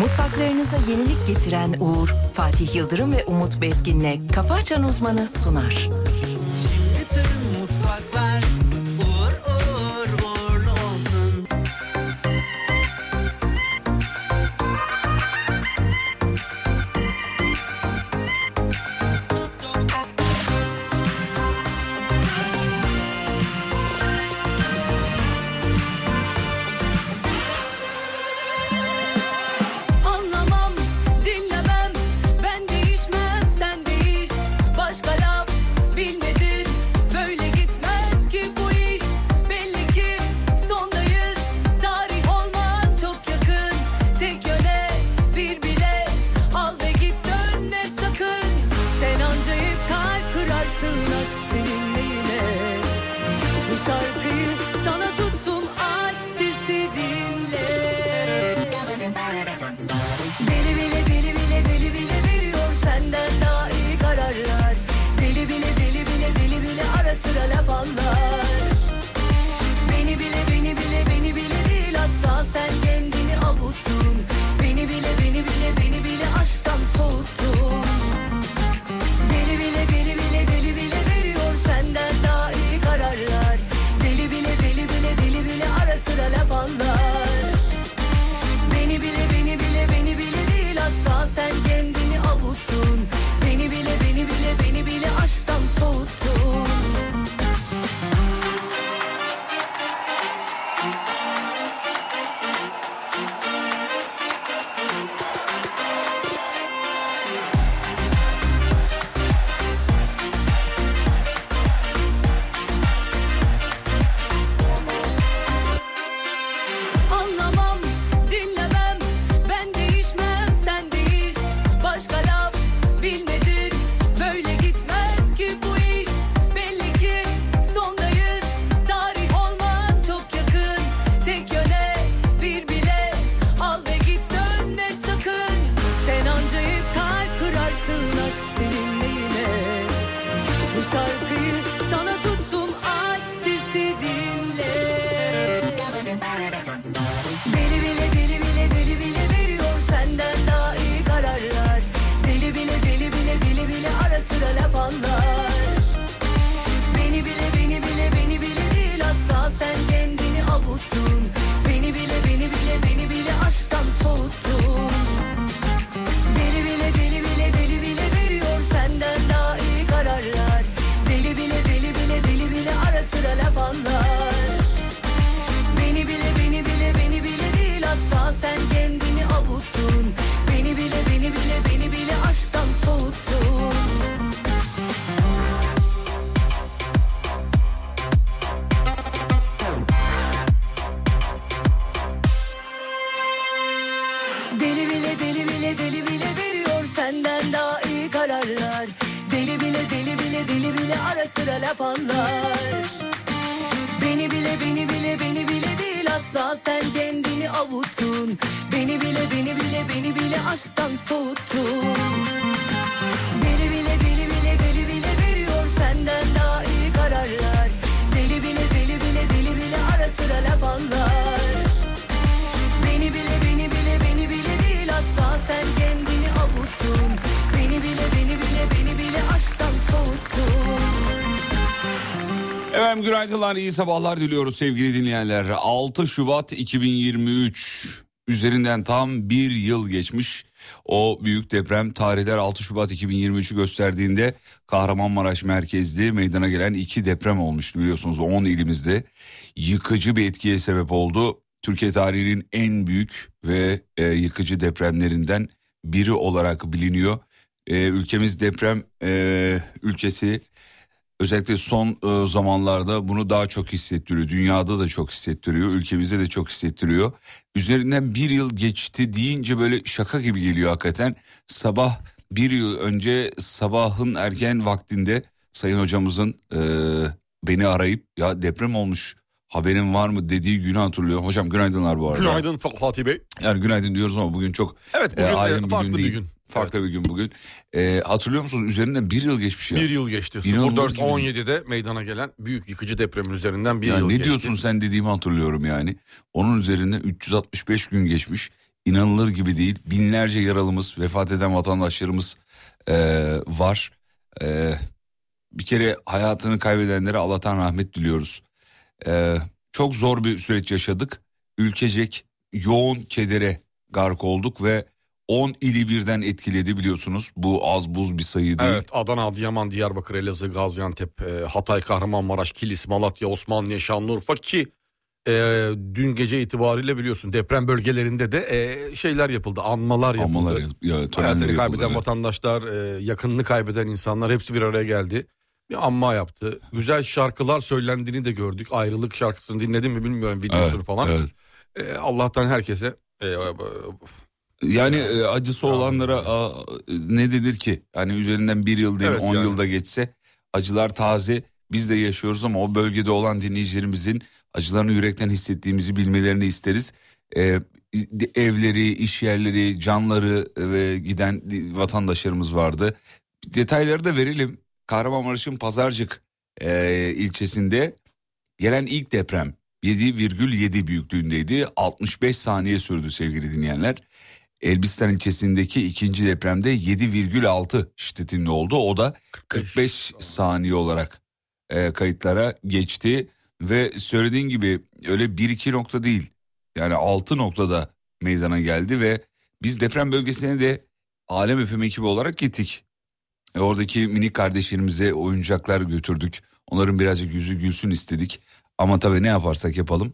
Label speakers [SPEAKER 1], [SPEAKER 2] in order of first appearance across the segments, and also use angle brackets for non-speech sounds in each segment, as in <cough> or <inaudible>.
[SPEAKER 1] Mutfaklarınıza yenilik getiren Uğur, Fatih Yıldırım ve Umut Bezgin'le Kafa Açan Uzmanı sunar.
[SPEAKER 2] Bütün mutfaklar uğur uğur uğurlu olsun.
[SPEAKER 3] Anlamam, dinlemem, ben değişmem, sen değiş. Başka laf bilmedin, böyle gitmez ki bu iş. Belli ki sondayız, tarih olman çok yakın. Tek yöne bir bilet, al ve git dönme sakın. Sen anca hep kalp kırarsın aşk seninle yine. Bu şarkıyı sana tuttum aç sesi dinle. Deli bile deli bile deli bile veriyor senden daha iyi kararlar. Deli bile deli bile deli bile ara sıra laf anlar. Beni bile beni bile beni bile değil asla sen kendini avuttun. Beni bile beni bile beni bile aşktan soğuttun. Deli bile deli bile deli bile veriyor senden daha iyi kararlar. Deli bile deli bile deli bile ara sıra laf anlar. Beni bile beni bile beni bile değil asla sen kendini avuttun. Beni bile beni bile beni bile aşktan soğuttun. Anlamam, dinlemem, ben değişmem, sen değiş. Başka laf bilmedin, böyle gitmez ki bu iş. Belli ki sondayız, tarih olman çok yakın. Tek yöne bir bilet, al ve git dönme sakın. Sen anca hep kalp kırarsın, aşk seninle yine. Bu şarkıyı sana tuttum, aç sesi dinle. Deli bile deli bile deli bile veriyor senden daha iyi kararlar. Deli bile deli bile deli bile ara sıra laf anlar. Beni bile beni bile beni bile değil asla sen kendini avuttun. Beni bile beni bile beni bile aşktan soğuttun. Deli bile deli bile deli bile veriyor senden daha iyi kararlar. Deli bile deli bile deli bile ara sıra laf anlar. Beni bile beni bile beni bile değil asla sen kendini avuttun. Beni bile beni bile beni bile aşktan soğuttun. Deli bile deli bile deli bile veriyor senden daha iyi kararlar. Deli bile deli bile deli bile ara sıra laf anlar. Beni bile beni bile beni bile değil asla sen kendini avuttun. Beni bile beni bile beni bile aşktan soğuttun. Deli bile deli bile deli bile veriyor senden daha iyi kararlar. Deli bile deli bile deli bile ara sıra laf anlar. Beni bile beni bile beni bile değil asla sen kendini avuttun. Beni bile beni bile beni bile aşktan soğuttun.
[SPEAKER 4] Efendim günaydınlar, iyi sabahlar diliyoruz sevgili dinleyenler. 6 Şubat 2023 üzerinden tam bir yıl geçmiş. O büyük deprem tarihler 6 Şubat 2023'ü gösterdiğinde Kahramanmaraş merkezli meydana gelen iki deprem olmuştu biliyorsunuz 10 ilimizde. Yıkıcı bir etkiye sebep oldu. Türkiye tarihinin en büyük ve e, yıkıcı depremlerinden biri olarak biliniyor. E, ülkemiz deprem e, ülkesi Özellikle son e, zamanlarda bunu daha çok hissettiriyor. Dünyada da çok hissettiriyor. Ülkemizde de çok hissettiriyor. Üzerinden bir yıl geçti deyince böyle şaka gibi geliyor hakikaten. Sabah bir yıl önce sabahın erken vaktinde Sayın Hocamızın e, beni arayıp ya deprem olmuş haberin var mı dediği günü hatırlıyorum. Hocam günaydınlar bu arada.
[SPEAKER 5] Günaydın Fa- Fatih Bey.
[SPEAKER 4] Yani günaydın diyoruz ama bugün çok
[SPEAKER 5] Evet bugün
[SPEAKER 4] e,
[SPEAKER 5] e,
[SPEAKER 4] ayrı
[SPEAKER 5] farklı bir
[SPEAKER 4] değil.
[SPEAKER 5] gün.
[SPEAKER 4] Farklı bir gün bugün. E, hatırlıyor musunuz üzerinden bir yıl geçmiş ya.
[SPEAKER 5] Bir yıl geçti.
[SPEAKER 4] İnanılmaz
[SPEAKER 5] 04.17'de meydana gelen büyük yıkıcı depremin üzerinden bir
[SPEAKER 4] Ya
[SPEAKER 5] yıl
[SPEAKER 4] ne
[SPEAKER 5] geçti.
[SPEAKER 4] diyorsun sen dediğimi hatırlıyorum yani. Onun üzerine 365 gün geçmiş. inanılır gibi değil. Binlerce yaralımız, vefat eden vatandaşlarımız eee, var. Eee, bir kere hayatını kaybedenlere Allah'tan rahmet diliyoruz. Eee, çok zor bir süreç yaşadık. Ülkecek yoğun kedere gark olduk ve 10 ili birden etkiledi biliyorsunuz. Bu az buz bir sayı değil.
[SPEAKER 5] Evet Adana, Adıyaman, Diyarbakır, Elazığ, Gaziantep, e, Hatay, Kahramanmaraş, Kilis, Malatya, Osmaniye, Şanlıurfa ki e, dün gece itibariyle biliyorsun deprem bölgelerinde de e, şeyler yapıldı, anmalar yapıldı.
[SPEAKER 4] Amalar yap- ya, törenleri
[SPEAKER 5] Hayatını
[SPEAKER 4] yapıldı.
[SPEAKER 5] kaybeden
[SPEAKER 4] evet.
[SPEAKER 5] vatandaşlar, e, yakınını kaybeden insanlar hepsi bir araya geldi. Bir anma yaptı. Güzel şarkılar söylendiğini de gördük. Ayrılık şarkısını dinledim mi bilmiyorum videosunu
[SPEAKER 4] Evet,
[SPEAKER 5] falan.
[SPEAKER 4] evet.
[SPEAKER 5] E, Allah'tan herkese e, e,
[SPEAKER 4] Yani e, acısı olanlara a, ne denir ki? Hani üzerinden bir yıl değil
[SPEAKER 5] Evet,
[SPEAKER 4] 10
[SPEAKER 5] yani.
[SPEAKER 4] yılda geçse acılar taze. Biz de yaşıyoruz ama o bölgede olan dinleyicilerimizin acılarını yürekten hissettiğimizi bilmelerini isteriz. E, evleri, iş yerleri, canları e, ve giden vatandaşlarımız vardı. Detayları da verelim. Kahramanmaraş'ın Pazarcık e, ilçesinde gelen ilk deprem 7,7 büyüklüğündeydi. 65 saniye sürdü sevgili dinleyenler. Elbistan ilçesindeki ikinci depremde 7,6 şiddetinde oldu. O da 45 saniye olarak e, kayıtlara geçti ve söylediğin gibi öyle 1-2 nokta değil yani 6 noktada meydana geldi ve biz deprem bölgesine de Alem FM ekibi olarak gittik. E, oradaki minik kardeşlerimize oyuncaklar götürdük. Onların birazcık yüzü gülsün istedik. Ama tabii ne yaparsak yapalım.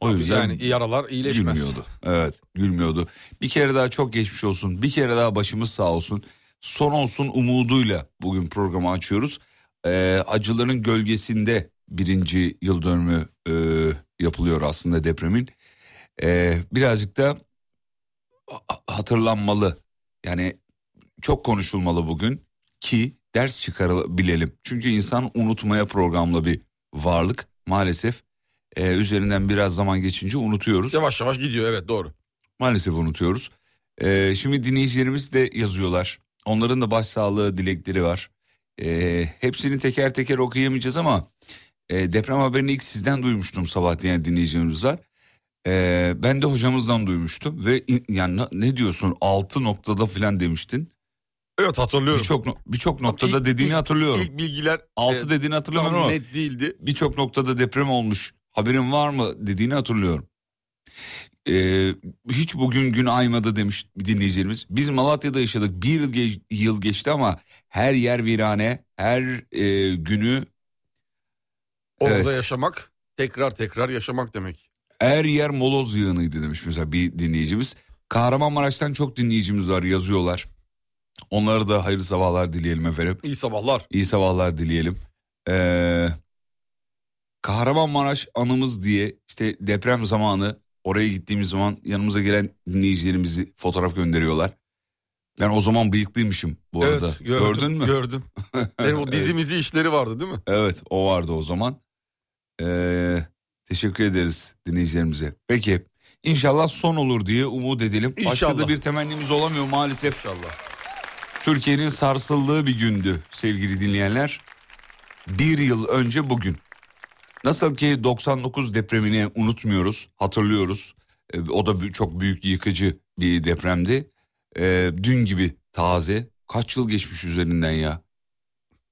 [SPEAKER 4] O yüzden
[SPEAKER 5] yani yaralar iyileşmez.
[SPEAKER 4] Gülmüyordu. Evet gülmüyordu. Bir kere daha çok geçmiş olsun. Bir kere daha başımız sağ olsun. Son olsun umuduyla bugün programı açıyoruz. Ee, acıların gölgesinde birinci yıl dönümü e, yapılıyor aslında depremin. Ee, birazcık da a- hatırlanmalı. Yani çok konuşulmalı bugün ki ders çıkarabilelim. Çünkü insan unutmaya programlı bir varlık maalesef. Ee, üzerinden biraz zaman geçince unutuyoruz.
[SPEAKER 5] Yavaş yavaş gidiyor evet doğru.
[SPEAKER 4] Maalesef unutuyoruz. Ee, şimdi dinleyicilerimiz de yazıyorlar. Onların da başsağlığı dilekleri var. Ee, hepsini teker teker okuyamayacağız ama e, deprem haberini ilk sizden duymuştum sabah diyen dinleyicilerimiz var. Ee, ben de hocamızdan duymuştum ve in- yani na- ne diyorsun 6 noktada filan demiştin.
[SPEAKER 5] Evet hatırlıyorum.
[SPEAKER 4] Birçok no- birçok noktada
[SPEAKER 5] İlk-
[SPEAKER 4] dediğini
[SPEAKER 5] ilk-
[SPEAKER 4] hatırlıyorum.
[SPEAKER 5] İlk bilgiler
[SPEAKER 4] 6
[SPEAKER 5] e,
[SPEAKER 4] dediğini hatırlamıyorum
[SPEAKER 5] tam
[SPEAKER 4] ama
[SPEAKER 5] net değildi.
[SPEAKER 4] birçok noktada deprem olmuş haberin var mı dediğini hatırlıyorum. Ee, hiç bugün gün aymadı demiş bir dinleyicilerimiz. Biz Malatya'da yaşadık bir yıl, ge- yıl geçti ama her yer virane her e, günü
[SPEAKER 5] Orada
[SPEAKER 4] Evet.
[SPEAKER 5] yaşamak tekrar tekrar yaşamak demek.
[SPEAKER 4] her yer moloz yığınıydı demiş mesela bir dinleyicimiz. Kahramanmaraş'tan çok dinleyicimiz var yazıyorlar. Onlara da hayırlı sabahlar dileyelim efendim.
[SPEAKER 5] İyi sabahlar.
[SPEAKER 4] İyi sabahlar dileyelim. Ee, Kahramanmaraş anımız diye işte deprem zamanı oraya gittiğimiz zaman yanımıza gelen dinleyicilerimizi fotoğraf gönderiyorlar. Ben o zaman bıyıklıymışım bu arada.
[SPEAKER 5] gördüm,
[SPEAKER 4] Gördün mü? <laughs>
[SPEAKER 5] Gördüm. Benim o dizimizi işleri vardı değil mi?
[SPEAKER 4] Evet o vardı o zaman. Ee, teşekkür ederiz dinleyicilerimize. Peki inşallah son olur diye umut edelim. Başka da
[SPEAKER 5] İnşallah.
[SPEAKER 4] bir temennimiz olamıyor maalesef.
[SPEAKER 5] İnşallah.
[SPEAKER 4] Türkiye'nin sarsıldığı bir gündü sevgili dinleyenler. Bir yıl önce bugün. Nasıl ki 99 depremini unutmuyoruz, hatırlıyoruz. Ee, O da bü- çok büyük yıkıcı bir depremdi. Ee, Dün gibi taze. Kaç yıl geçmiş üzerinden ya?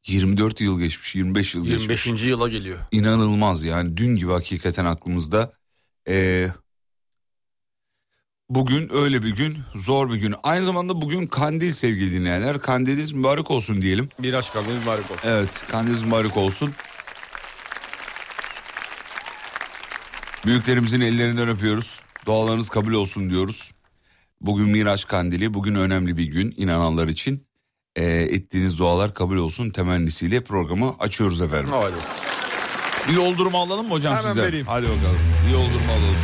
[SPEAKER 4] 24 yıl geçmiş, 25 yıl geçmiş.
[SPEAKER 5] 25. yıla geliyor.
[SPEAKER 4] İnanılmaz yani dün gibi hakikaten aklımızda. Ee, bugün öyle bir gün, zor bir gün. Aynı zamanda bugün kandil sevgili dinleyenler. Kandiliniz mübarek olsun diyelim.
[SPEAKER 5] Bir aç kalbimiz mübarek olsun.
[SPEAKER 4] Evet, kandiliniz mübarek olsun. Büyüklerimizin ellerinden öpüyoruz. Dualarınız kabul olsun diyoruz. Bugün Miraç Kandili, bugün önemli bir gün inananlar için. Ee, ettiğiniz dualar kabul olsun temennisiyle programı açıyoruz efendim.
[SPEAKER 5] Haydi.
[SPEAKER 4] Bir yoldurma alalım mı hocam
[SPEAKER 5] Hemen
[SPEAKER 4] sizden?
[SPEAKER 5] vereyim.
[SPEAKER 4] Hadi bakalım. Bir yoldurma alalım.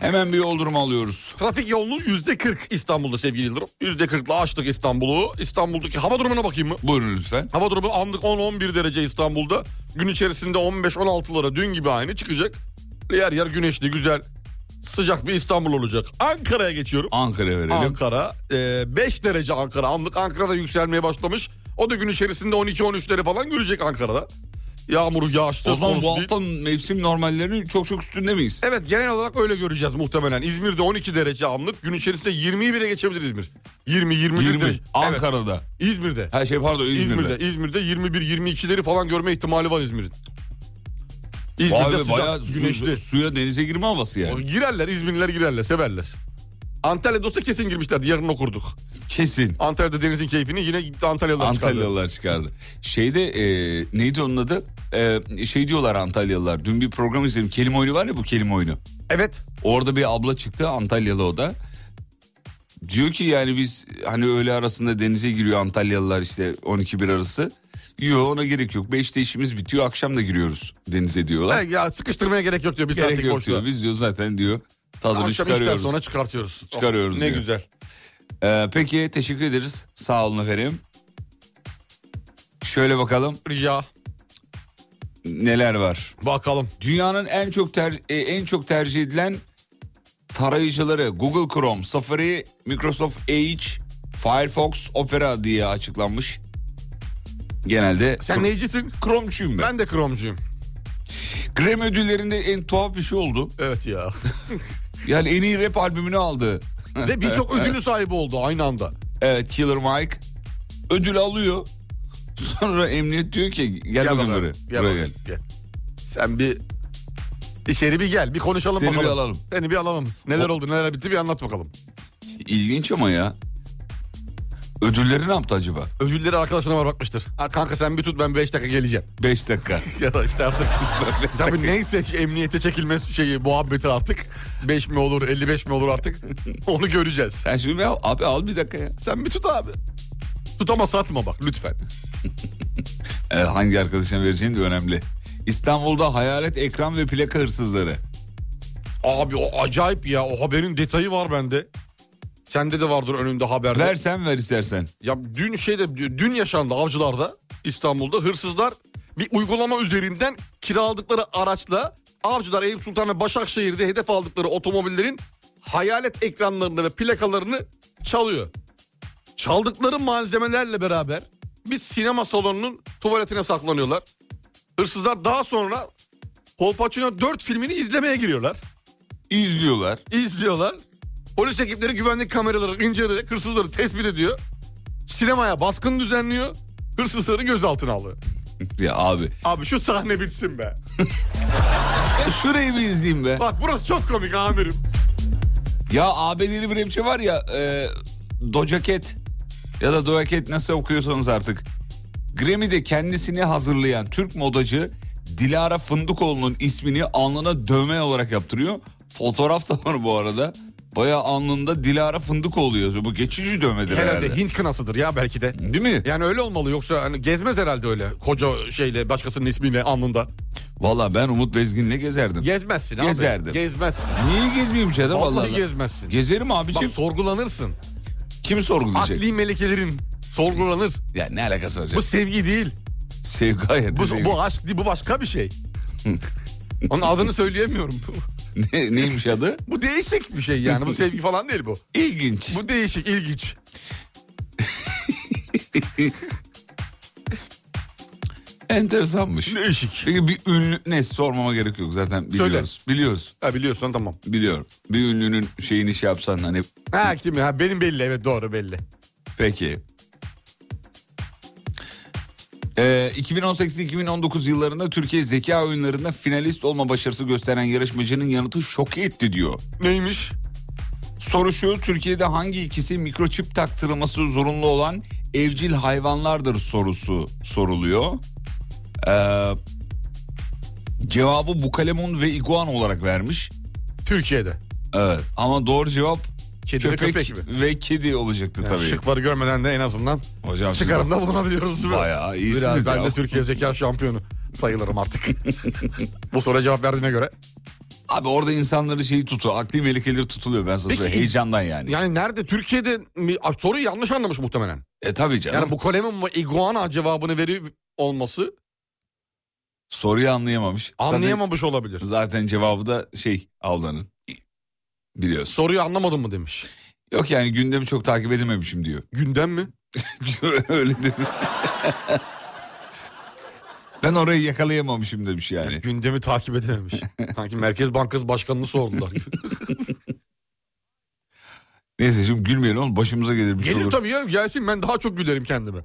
[SPEAKER 4] Hemen bir yoldurma alıyoruz.
[SPEAKER 5] Trafik yoğunluğu yüzde 40 İstanbul'da sevgili Yıldırım. Yüzde 40'la açtık İstanbul'u. İstanbul'daki hava durumuna bakayım mı?
[SPEAKER 4] Buyurun lütfen.
[SPEAKER 5] Hava durumu anlık 10-11 derece İstanbul'da. Gün içerisinde 15-16'lara dün gibi aynı çıkacak. Yer yer güneşli, güzel, sıcak bir İstanbul olacak. Ankara'ya geçiyorum.
[SPEAKER 4] Ankara'ya verelim.
[SPEAKER 5] Ankara. 5 derece Ankara. Anlık Ankara'da yükselmeye başlamış. O da gün içerisinde 12-13'leri falan görecek Ankara'da. Yağmur yağışta.
[SPEAKER 4] O zaman bu
[SPEAKER 5] sonsuz bir-
[SPEAKER 4] hafta mevsim normallerinin çok çok üstünde miyiz?
[SPEAKER 5] Evet genel olarak öyle göreceğiz muhtemelen. İzmir'de 12 derece anlık. Gün içerisinde 20'yi bile geçebilir İzmir. 20 21
[SPEAKER 4] 20
[SPEAKER 5] derece. Evet,
[SPEAKER 4] Ankara'da.
[SPEAKER 5] İzmir'de.
[SPEAKER 4] Her şey pardon İzmir'de.
[SPEAKER 5] İzmir'de. İzmir'de 21 22'leri falan görme ihtimali var İzmir'in. İzmir'de
[SPEAKER 4] Vay be,
[SPEAKER 5] sıcak,
[SPEAKER 4] bayağı su-
[SPEAKER 5] güneşli.
[SPEAKER 4] suya denize girme havası yani.
[SPEAKER 5] Girerler İzmirliler girerler severler. Antalya'da olsa kesin girmişlerdi yarın okurduk.
[SPEAKER 4] Kesin.
[SPEAKER 5] Antalya'da denizin keyfini yine gitti Antalyalılar çıkardı.
[SPEAKER 4] Antalyalılar çıkardı. Şeyde e, neydi onun adı? E, şey diyorlar Antalyalılar. Dün bir program izledim. Kelime oyunu var ya bu kelime oyunu.
[SPEAKER 5] Evet
[SPEAKER 4] Orada bir abla çıktı Antalyalı o da. Diyor ki yani biz hani öğle arasında denize giriyor Antalyalılar işte 12-1 arası. Yok ona gerek yok. 5'te işimiz bitiyor akşam da giriyoruz denize diyorlar.
[SPEAKER 5] Ha, ya sıkıştırmaya gerek yok diyor bir
[SPEAKER 4] gerek
[SPEAKER 5] saatlik
[SPEAKER 4] yok
[SPEAKER 5] boşluğa.
[SPEAKER 4] diyor. Biz diyor zaten diyor tadını
[SPEAKER 5] Akşam işten
[SPEAKER 4] çıkarıyoruz.
[SPEAKER 5] sonra çıkartıyoruz. Oh,
[SPEAKER 4] Çıkarıyoruz
[SPEAKER 5] ne
[SPEAKER 4] diyor.
[SPEAKER 5] güzel.
[SPEAKER 4] Ee, peki teşekkür ederiz. Sağ olun efendim. Şöyle bakalım
[SPEAKER 5] Rica.
[SPEAKER 4] neler var.
[SPEAKER 5] Bakalım.
[SPEAKER 4] Dünyanın en çok ter- e, en çok tercih edilen tarayıcıları Google Chrome, Safari, Microsoft Edge, Firefox, Opera diye açıklanmış. Genelde
[SPEAKER 5] Sen neycisin?
[SPEAKER 4] Chrome'cuyum ben.
[SPEAKER 5] Ben de kromcuyum.
[SPEAKER 4] Grammy ödüllerinde en tuhaf bir şey oldu.
[SPEAKER 5] Evet ya.
[SPEAKER 4] <laughs> Yani en iyi rap albümünü aldı. <laughs>
[SPEAKER 5] Ve birçok ödülü sahibi oldu aynı anda.
[SPEAKER 4] Evet Killer Mike ödül alıyor. Sonra emniyet diyor ki gel, bakalım buraya.
[SPEAKER 5] Gel
[SPEAKER 4] buraya
[SPEAKER 5] bakalım,
[SPEAKER 4] gel.
[SPEAKER 5] gel. Sen bir içeri bir gel bir konuşalım
[SPEAKER 4] Seni bir
[SPEAKER 5] bakalım.
[SPEAKER 4] alalım.
[SPEAKER 5] Seni bir alalım. Neler oldu neler bitti bir anlat bakalım.
[SPEAKER 4] İlginç ama ya. Ödülleri ne yaptı acaba?
[SPEAKER 5] Ödülleri arkadaşına var bakmıştır. Ha, kanka sen bir tut ben 5 dakika geleceğim.
[SPEAKER 4] 5 dakika.
[SPEAKER 5] <laughs> ya da işte artık. Sen bir neyse ki emniyete çekilme şeyi muhabbeti artık. 5 mi olur 55 mi olur <laughs> artık onu göreceğiz.
[SPEAKER 4] Sen şimdi al, abi al bir dakika ya.
[SPEAKER 5] Sen bir tut abi. Tut ama satma bak lütfen.
[SPEAKER 4] Evet, E, hangi arkadaşına vereceğin de önemli. İstanbul'da hayalet ekran ve plaka hırsızları.
[SPEAKER 5] Abi o acayip ya o haberin detayı var bende. Sende de vardır önünde haberde.
[SPEAKER 4] Versen ver istersen.
[SPEAKER 5] Ya dün şeyde dün yaşandı avcılarda İstanbul'da hırsızlar bir uygulama üzerinden kiraladıkları araçla avcılar Eyüp Sultan ve Başakşehir'de hedef aldıkları otomobillerin hayalet ekranlarını ve plakalarını çalıyor. Çaldıkları malzemelerle beraber bir sinema salonunun tuvaletine saklanıyorlar. Hırsızlar daha sonra Kolpaçino 4 filmini izlemeye giriyorlar
[SPEAKER 4] İzliyorlar.
[SPEAKER 5] izliyorlar. Polis ekipleri güvenlik kameraları inceleyerek hırsızları tespit ediyor. Sinemaya baskın düzenliyor. Hırsızları gözaltına alıyor.
[SPEAKER 4] Ya abi.
[SPEAKER 5] Abi şu sahne bitsin
[SPEAKER 4] <laughs>
[SPEAKER 5] be.
[SPEAKER 4] Ya şurayı bir izleyeyim be.
[SPEAKER 5] Bak burası çok komik amirim.
[SPEAKER 4] Ya ABD'li bir rapçi var ya. E, Doja Cat. Ya da Doja Cat nasıl okuyorsanız artık. Grammy'de kendisini hazırlayan Türk modacı Dilara Fındıkoğlu'nun ismini alnına dövme olarak yaptırıyor. Fotoğraf da var bu arada. Bayağı alnında Dilara Fındıkoğlu yazıyor. Bu geçici dövmedir herhalde.
[SPEAKER 5] Herhalde Hint kınasıdır ya belki de.
[SPEAKER 4] Değil mi?
[SPEAKER 5] Yani öyle olmalı yoksa hani gezmez herhalde öyle koca şeyle başkasının ismiyle alnında.
[SPEAKER 4] Valla ben Umut Bezgin'le gezerdim.
[SPEAKER 5] Gezmezsin abi.
[SPEAKER 4] Gezerdim.
[SPEAKER 5] Gezmezsin.
[SPEAKER 4] Niye gezmeyeyim şey şeyde
[SPEAKER 5] Vallahi,
[SPEAKER 4] vallahi?
[SPEAKER 5] gezmezsin.
[SPEAKER 4] Gezerim abiciğim.
[SPEAKER 5] Bak sorgulanırsın.
[SPEAKER 4] Kim sorgulayacak?
[SPEAKER 5] Akli melekelerin sorgulanır.
[SPEAKER 4] Ya ne alakası var?
[SPEAKER 5] Bu
[SPEAKER 4] canım?
[SPEAKER 5] sevgi değil.
[SPEAKER 4] Sevgi hayatı.
[SPEAKER 5] Bu,
[SPEAKER 4] sevgi.
[SPEAKER 5] bu aşk değil bu başka bir şey. Onun adını söyleyemiyorum.
[SPEAKER 4] <laughs> Ne- neymiş adı?
[SPEAKER 5] Bu değişik bir şey yani. Bu sevgi falan değil bu.
[SPEAKER 4] İlginç.
[SPEAKER 5] Bu değişik, ilginç.
[SPEAKER 4] <laughs> Enteresanmış.
[SPEAKER 5] Değişik.
[SPEAKER 4] Peki bir ünlü ne sormama gerek yok zaten biliyoruz. Biliyoruz.
[SPEAKER 5] Ha biliyorsun tamam.
[SPEAKER 4] Biliyorum. Bir ünlünün şeyini şey yapsan hani
[SPEAKER 5] Ha kim ya? Benim belli evet doğru belli.
[SPEAKER 4] Peki. Ee, 2018-2019 yıllarında Türkiye zeka oyunlarında finalist olma başarısı gösteren yarışmacının yanıtı şok etti diyor.
[SPEAKER 5] Neymiş?
[SPEAKER 4] Soru şu Türkiye'de hangi ikisi mikroçip taktırılması zorunlu olan evcil hayvanlardır sorusu soruluyor. Ee, cevabı bukalemun ve iguan olarak vermiş.
[SPEAKER 5] Türkiye'de.
[SPEAKER 4] Evet ama doğru cevap
[SPEAKER 5] Kedi ve
[SPEAKER 4] köpek,
[SPEAKER 5] köpek mi?
[SPEAKER 4] ve kedi olacaktı
[SPEAKER 5] Yani
[SPEAKER 4] tabii.
[SPEAKER 5] Şıkları görmeden de en azından
[SPEAKER 4] Hocam siz
[SPEAKER 5] çıkarımda bulunabiliyoruz. değil mi?
[SPEAKER 4] Bayağı iyisiniz
[SPEAKER 5] Biraz ben
[SPEAKER 4] ya.
[SPEAKER 5] de Türkiye zeka şampiyonu sayılırım artık. Bu soruya cevap verdiğine göre.
[SPEAKER 4] Abi orada insanları şeyi tutuyor. Akli melekeleri tutuluyor ben sana
[SPEAKER 5] Peki,
[SPEAKER 4] söyleyeyim. Heyecandan <laughs> yani.
[SPEAKER 5] Yani nerede? Türkiye'de mi? Ay, Soruyu yanlış anlamış muhtemelen.
[SPEAKER 4] E tabii canım.
[SPEAKER 5] Yani bu kalemin ve iguana cevabını veriyor olması
[SPEAKER 4] Soruyu anlayamamış. Zaten-
[SPEAKER 5] anlayamamış olabilir.
[SPEAKER 4] Zaten, cevabı da şey avlanın. Biliyorsun.
[SPEAKER 5] Soruyu anlamadım mı demiş.
[SPEAKER 4] Yok yani gündemi çok takip edememişim <laughs> diyor.
[SPEAKER 5] Gündem mi?
[SPEAKER 4] Öyle demiş. Ben orayı yakalayamamışım demiş yani.
[SPEAKER 5] Gündemi takip
[SPEAKER 4] <laughs>
[SPEAKER 5] edememiş. Sanki Merkez Bankası Başkanı'nı sordular.
[SPEAKER 4] <laughs> Neyse şimdi gülmeyelim oğlum başımıza gelir bir şey
[SPEAKER 5] Gelir
[SPEAKER 4] olur.
[SPEAKER 5] tabii ya gelsin ben daha çok gülerim kendime.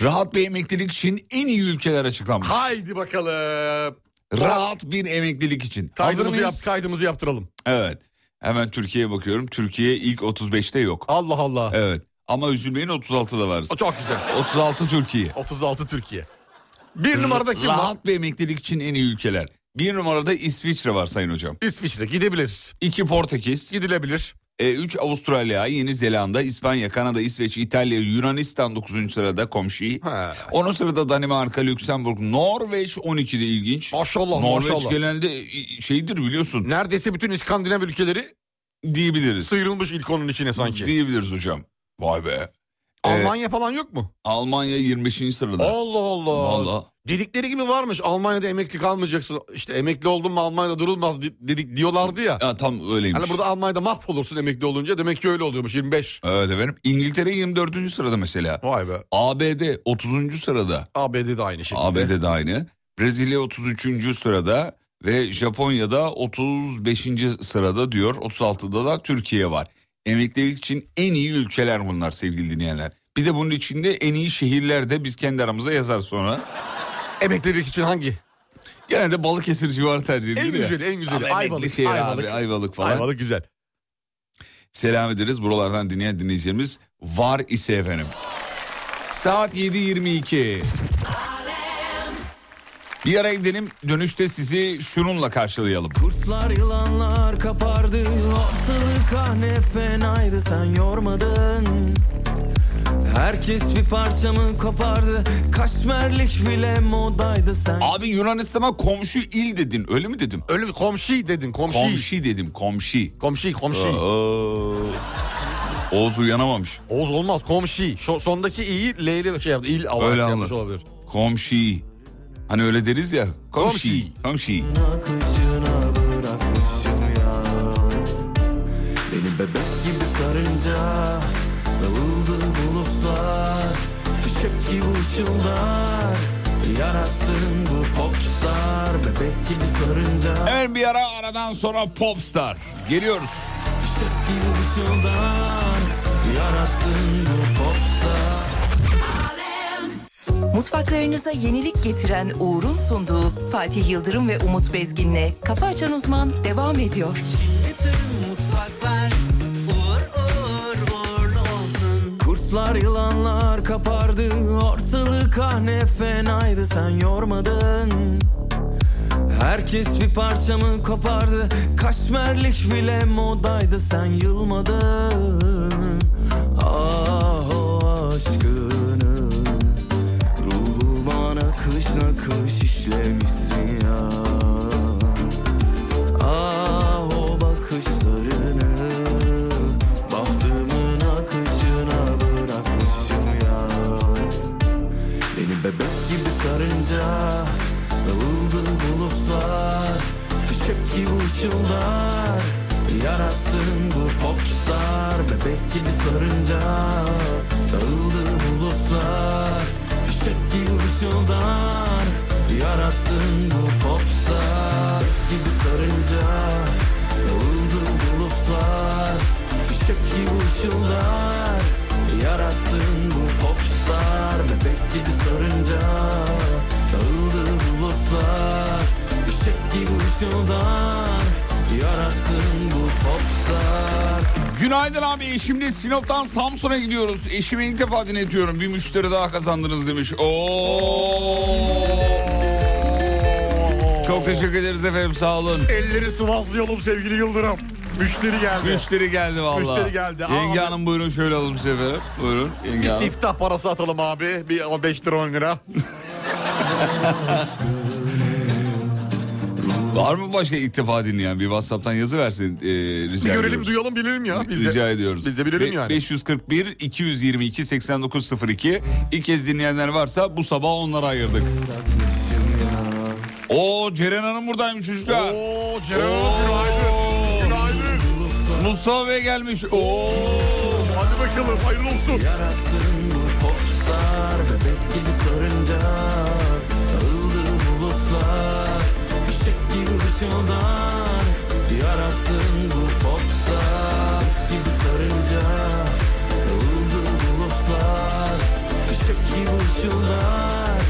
[SPEAKER 4] Rahat bir emeklilik için en iyi ülkeler açıklanmış.
[SPEAKER 5] Haydi bakalım.
[SPEAKER 4] Rahat bir emeklilik için. Hazır
[SPEAKER 5] Kaydımızı,
[SPEAKER 4] mıyız?
[SPEAKER 5] yap, kaydımızı yaptıralım.
[SPEAKER 4] Evet. Hemen Türkiye'ye bakıyorum. Türkiye ilk 35'te yok.
[SPEAKER 5] Allah Allah.
[SPEAKER 4] Evet. Ama üzülmeyin 36'da varız.
[SPEAKER 5] O Çok güzel.
[SPEAKER 4] 36 Türkiye.
[SPEAKER 5] 36 Türkiye. Bir numarada kim var?
[SPEAKER 4] Rahat bir emeklilik için en iyi ülkeler. Bir numarada İsviçre var sayın hocam.
[SPEAKER 5] İsviçre gidebiliriz.
[SPEAKER 4] İki Portekiz.
[SPEAKER 5] Gidilebilir.
[SPEAKER 4] E, 3 Avustralya, Yeni Zelanda, İspanya, Kanada, İsveç, İtalya, Yunanistan 9. sırada komşu.
[SPEAKER 5] Ha.
[SPEAKER 4] 10. sırada Danimarka, Lüksemburg, Norveç 12'de ilginç.
[SPEAKER 5] Maşallah
[SPEAKER 4] Norveç
[SPEAKER 5] maşallah.
[SPEAKER 4] genelde i- şeydir biliyorsun
[SPEAKER 5] Neredeyse bütün İskandinav ülkeleri
[SPEAKER 4] diyebiliriz.
[SPEAKER 5] sıyrılmış ilk onun içine sanki.
[SPEAKER 4] Diyebiliriz hocam. Vay be.
[SPEAKER 5] Almanya falan yok mu?
[SPEAKER 4] Almanya 25. sırada.
[SPEAKER 5] Allah Allah.
[SPEAKER 4] Vallahi.
[SPEAKER 5] Dedikleri gibi varmış. Almanya'da emekli kalmayacaksın. İşte emekli oldun mu Almanya'da durulmaz di- dedik diyorlardı ya.
[SPEAKER 4] Ya, tam öyleymiş.
[SPEAKER 5] Hani burada Almanya'da mahvolursun emekli olunca. Demek ki öyle oluyormuş 25.
[SPEAKER 4] Evet efendim. İngiltere 24. sırada mesela.
[SPEAKER 5] Vay be.
[SPEAKER 4] ABD 30. sırada.
[SPEAKER 5] ABD de aynı şekilde.
[SPEAKER 4] ABD de aynı. Brezilya 33. sırada ve Japonya'da 35. sırada diyor. 36'da da Türkiye var. Emeklilik için en iyi ülkeler bunlar sevgili dinleyenler. Bir de bunun içinde en iyi şehirler de biz kendi aramızda yazar sonra.
[SPEAKER 5] Emeklilik için hangi?
[SPEAKER 4] Genelde Balıkesir civarı tercih edilir
[SPEAKER 5] En
[SPEAKER 4] ya.
[SPEAKER 5] güzeli en güzeli.
[SPEAKER 4] Ama emekli
[SPEAKER 5] Ayvalık.
[SPEAKER 4] şehir
[SPEAKER 5] Ayvalık.
[SPEAKER 4] abi Ayvalık falan.
[SPEAKER 5] Ayvalık güzel.
[SPEAKER 4] Selam ederiz buralardan dinleyen dinleyicilerimiz var ise efendim. Saat 7.22. Bir ara gidelim dönüşte sizi şununla karşılayalım.
[SPEAKER 2] Kurtlar yılanlar kapardı Ortalık ah ne fenaydı sen yormadın Herkes bir parçamı kopardı Kaşmerlik bile modaydı sen
[SPEAKER 4] Abi Yunanistan'a komşu il dedin öyle mi dedim?
[SPEAKER 5] Öyle bir komşi dedin komşi. Komşi
[SPEAKER 4] Komşi dedim komşi.
[SPEAKER 5] komşi. komşi.
[SPEAKER 4] Oo. Oğuz uyanamamış.
[SPEAKER 5] Oğuz olmaz komşi. Şu, sondaki iyi L'li şey yaptı. İl
[SPEAKER 4] Öyle
[SPEAKER 5] olarak yapmış
[SPEAKER 4] anladım.
[SPEAKER 5] olabilir.
[SPEAKER 4] Komşi. Hani öyle deriz ya. Komşi. Komşi.
[SPEAKER 2] Akışına bırakmışım ya Beni bebek gibi sarınca Dağıldı bulutlar Fişek gibi ışıldar Yarattın bu popstar Bebek gibi sarınca
[SPEAKER 4] Hemen bir ara aradan sonra Popstar. Geliyoruz.
[SPEAKER 2] Fişek gibi ışıldar Yarattın bu popstar
[SPEAKER 1] Mutfaklarınıza yenilik getiren Uğur'un sunduğu Fatih Yıldırım ve Umut Bezgin'le Kafa Açan Uzman devam ediyor.
[SPEAKER 2] Kurtlar yılanlar kapardı Ortalık ah ne fenaydı sen yormadın Herkes bir parçamı kopardı Kaşmerlik bile modaydı sen yılmadın Ah o aşkını Ruhuma nakış nakış işlemişsin ya Ah o bakışlarını Bahtımın akışına bırakmışım ya Beni bebek gibi sarınca Dağıldı bulutlar Fişek gibi ışıldar Yarattın bu popstar Bebek gibi sarınca Dağıldı bulutlar Fişek gibi ışıldar Yarattın bu popstar Bebek gibi sarınca Dağıldı bulutlar Fişek gibi ışıldar Yarattın bu popstar Bebek gibi sarınca Dağıldı bulutlar Fişek gibi ışıldar Yarattın bu popstar
[SPEAKER 4] Günaydın abi. Şimdi Sinop'tan Samsun'a gidiyoruz. Eşime ilk defa dinletiyorum. Bir müşteri daha kazandınız demiş. Oo. Çok teşekkür ederiz efendim. Sağ olun.
[SPEAKER 5] Elleri sıvazlayalım sevgili Yıldırım. Müşteri geldi.
[SPEAKER 4] Müşteri geldi vallahi.
[SPEAKER 5] Müşteri geldi.
[SPEAKER 4] Yenge
[SPEAKER 5] Abi.
[SPEAKER 4] hanım buyurun şöyle alalım size efendim. Buyurun. Yenge
[SPEAKER 5] Bir
[SPEAKER 4] hanım.
[SPEAKER 5] siftah parası atalım abi. Bir o 5 lira 10 lira.
[SPEAKER 4] Var mı başka ilk defa dinleyen? Bir Whatsapp'tan yazı versin e, <laughs> rica
[SPEAKER 5] Bir görelim
[SPEAKER 4] ediyoruz.
[SPEAKER 5] duyalım bilelim ya. Biz de.
[SPEAKER 4] Rica ediyoruz.
[SPEAKER 5] Biz de bilelim
[SPEAKER 4] Be-
[SPEAKER 5] yani.
[SPEAKER 4] 541 222 8902 ilk kez dinleyenler varsa bu sabah onlara ayırdık. O Ceren Hanım buradaymış çocuklar.
[SPEAKER 5] Oo Ceren Hanım günaydın.
[SPEAKER 4] Oo.
[SPEAKER 5] Günaydın.
[SPEAKER 4] Mustafa Bey gelmiş. Oo.
[SPEAKER 5] Hadi bakalım hayırlı olsun.
[SPEAKER 2] Yarattın bu popstar Bebek gibi sarınca Dağıldı bu yoldan Yarattığın bu popstar gibi sarınca Dağıldı bulutlar Işık gibi ışıldar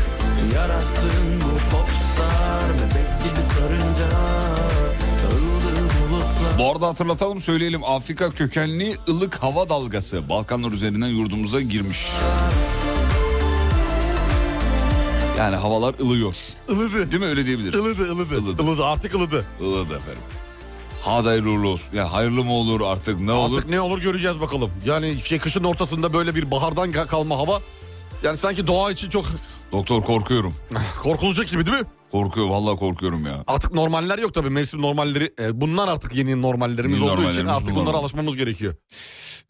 [SPEAKER 2] Yarattığın bu popstar Bebek gibi sarınca Dağıldı bulutlar
[SPEAKER 4] Bu arada hatırlatalım söyleyelim Afrika kökenli ılık hava dalgası Balkanlar üzerinden yurdumuza girmiş. Yani havalar ılıyor.
[SPEAKER 5] Ilıdı.
[SPEAKER 4] Değil mi öyle diyebiliriz?
[SPEAKER 5] Ilıdı, ılıdı.
[SPEAKER 4] Ilıdı.
[SPEAKER 5] Ilıdı, artık ılıdı.
[SPEAKER 4] Ilıdı efendim. Hadi hayırlı uğurlu olsun. Ya hayırlı mı olur artık ne olur?
[SPEAKER 5] Artık ne olur göreceğiz bakalım. Yani şey, kışın ortasında böyle bir bahardan ka- kalma hava. Yani sanki doğa için çok
[SPEAKER 4] Doktor korkuyorum.
[SPEAKER 5] <laughs> korkulacak gibi değil mi?
[SPEAKER 4] Korkuyor vallahi korkuyorum ya.
[SPEAKER 5] Artık normaller yok tabii mevsim normalleri. E, bunlar artık yeni normallerimiz
[SPEAKER 4] Yeni
[SPEAKER 5] olduğu için
[SPEAKER 4] normallerimiz
[SPEAKER 5] artık
[SPEAKER 4] bunlar
[SPEAKER 5] bunlara
[SPEAKER 4] oldu.
[SPEAKER 5] alışmamız gerekiyor.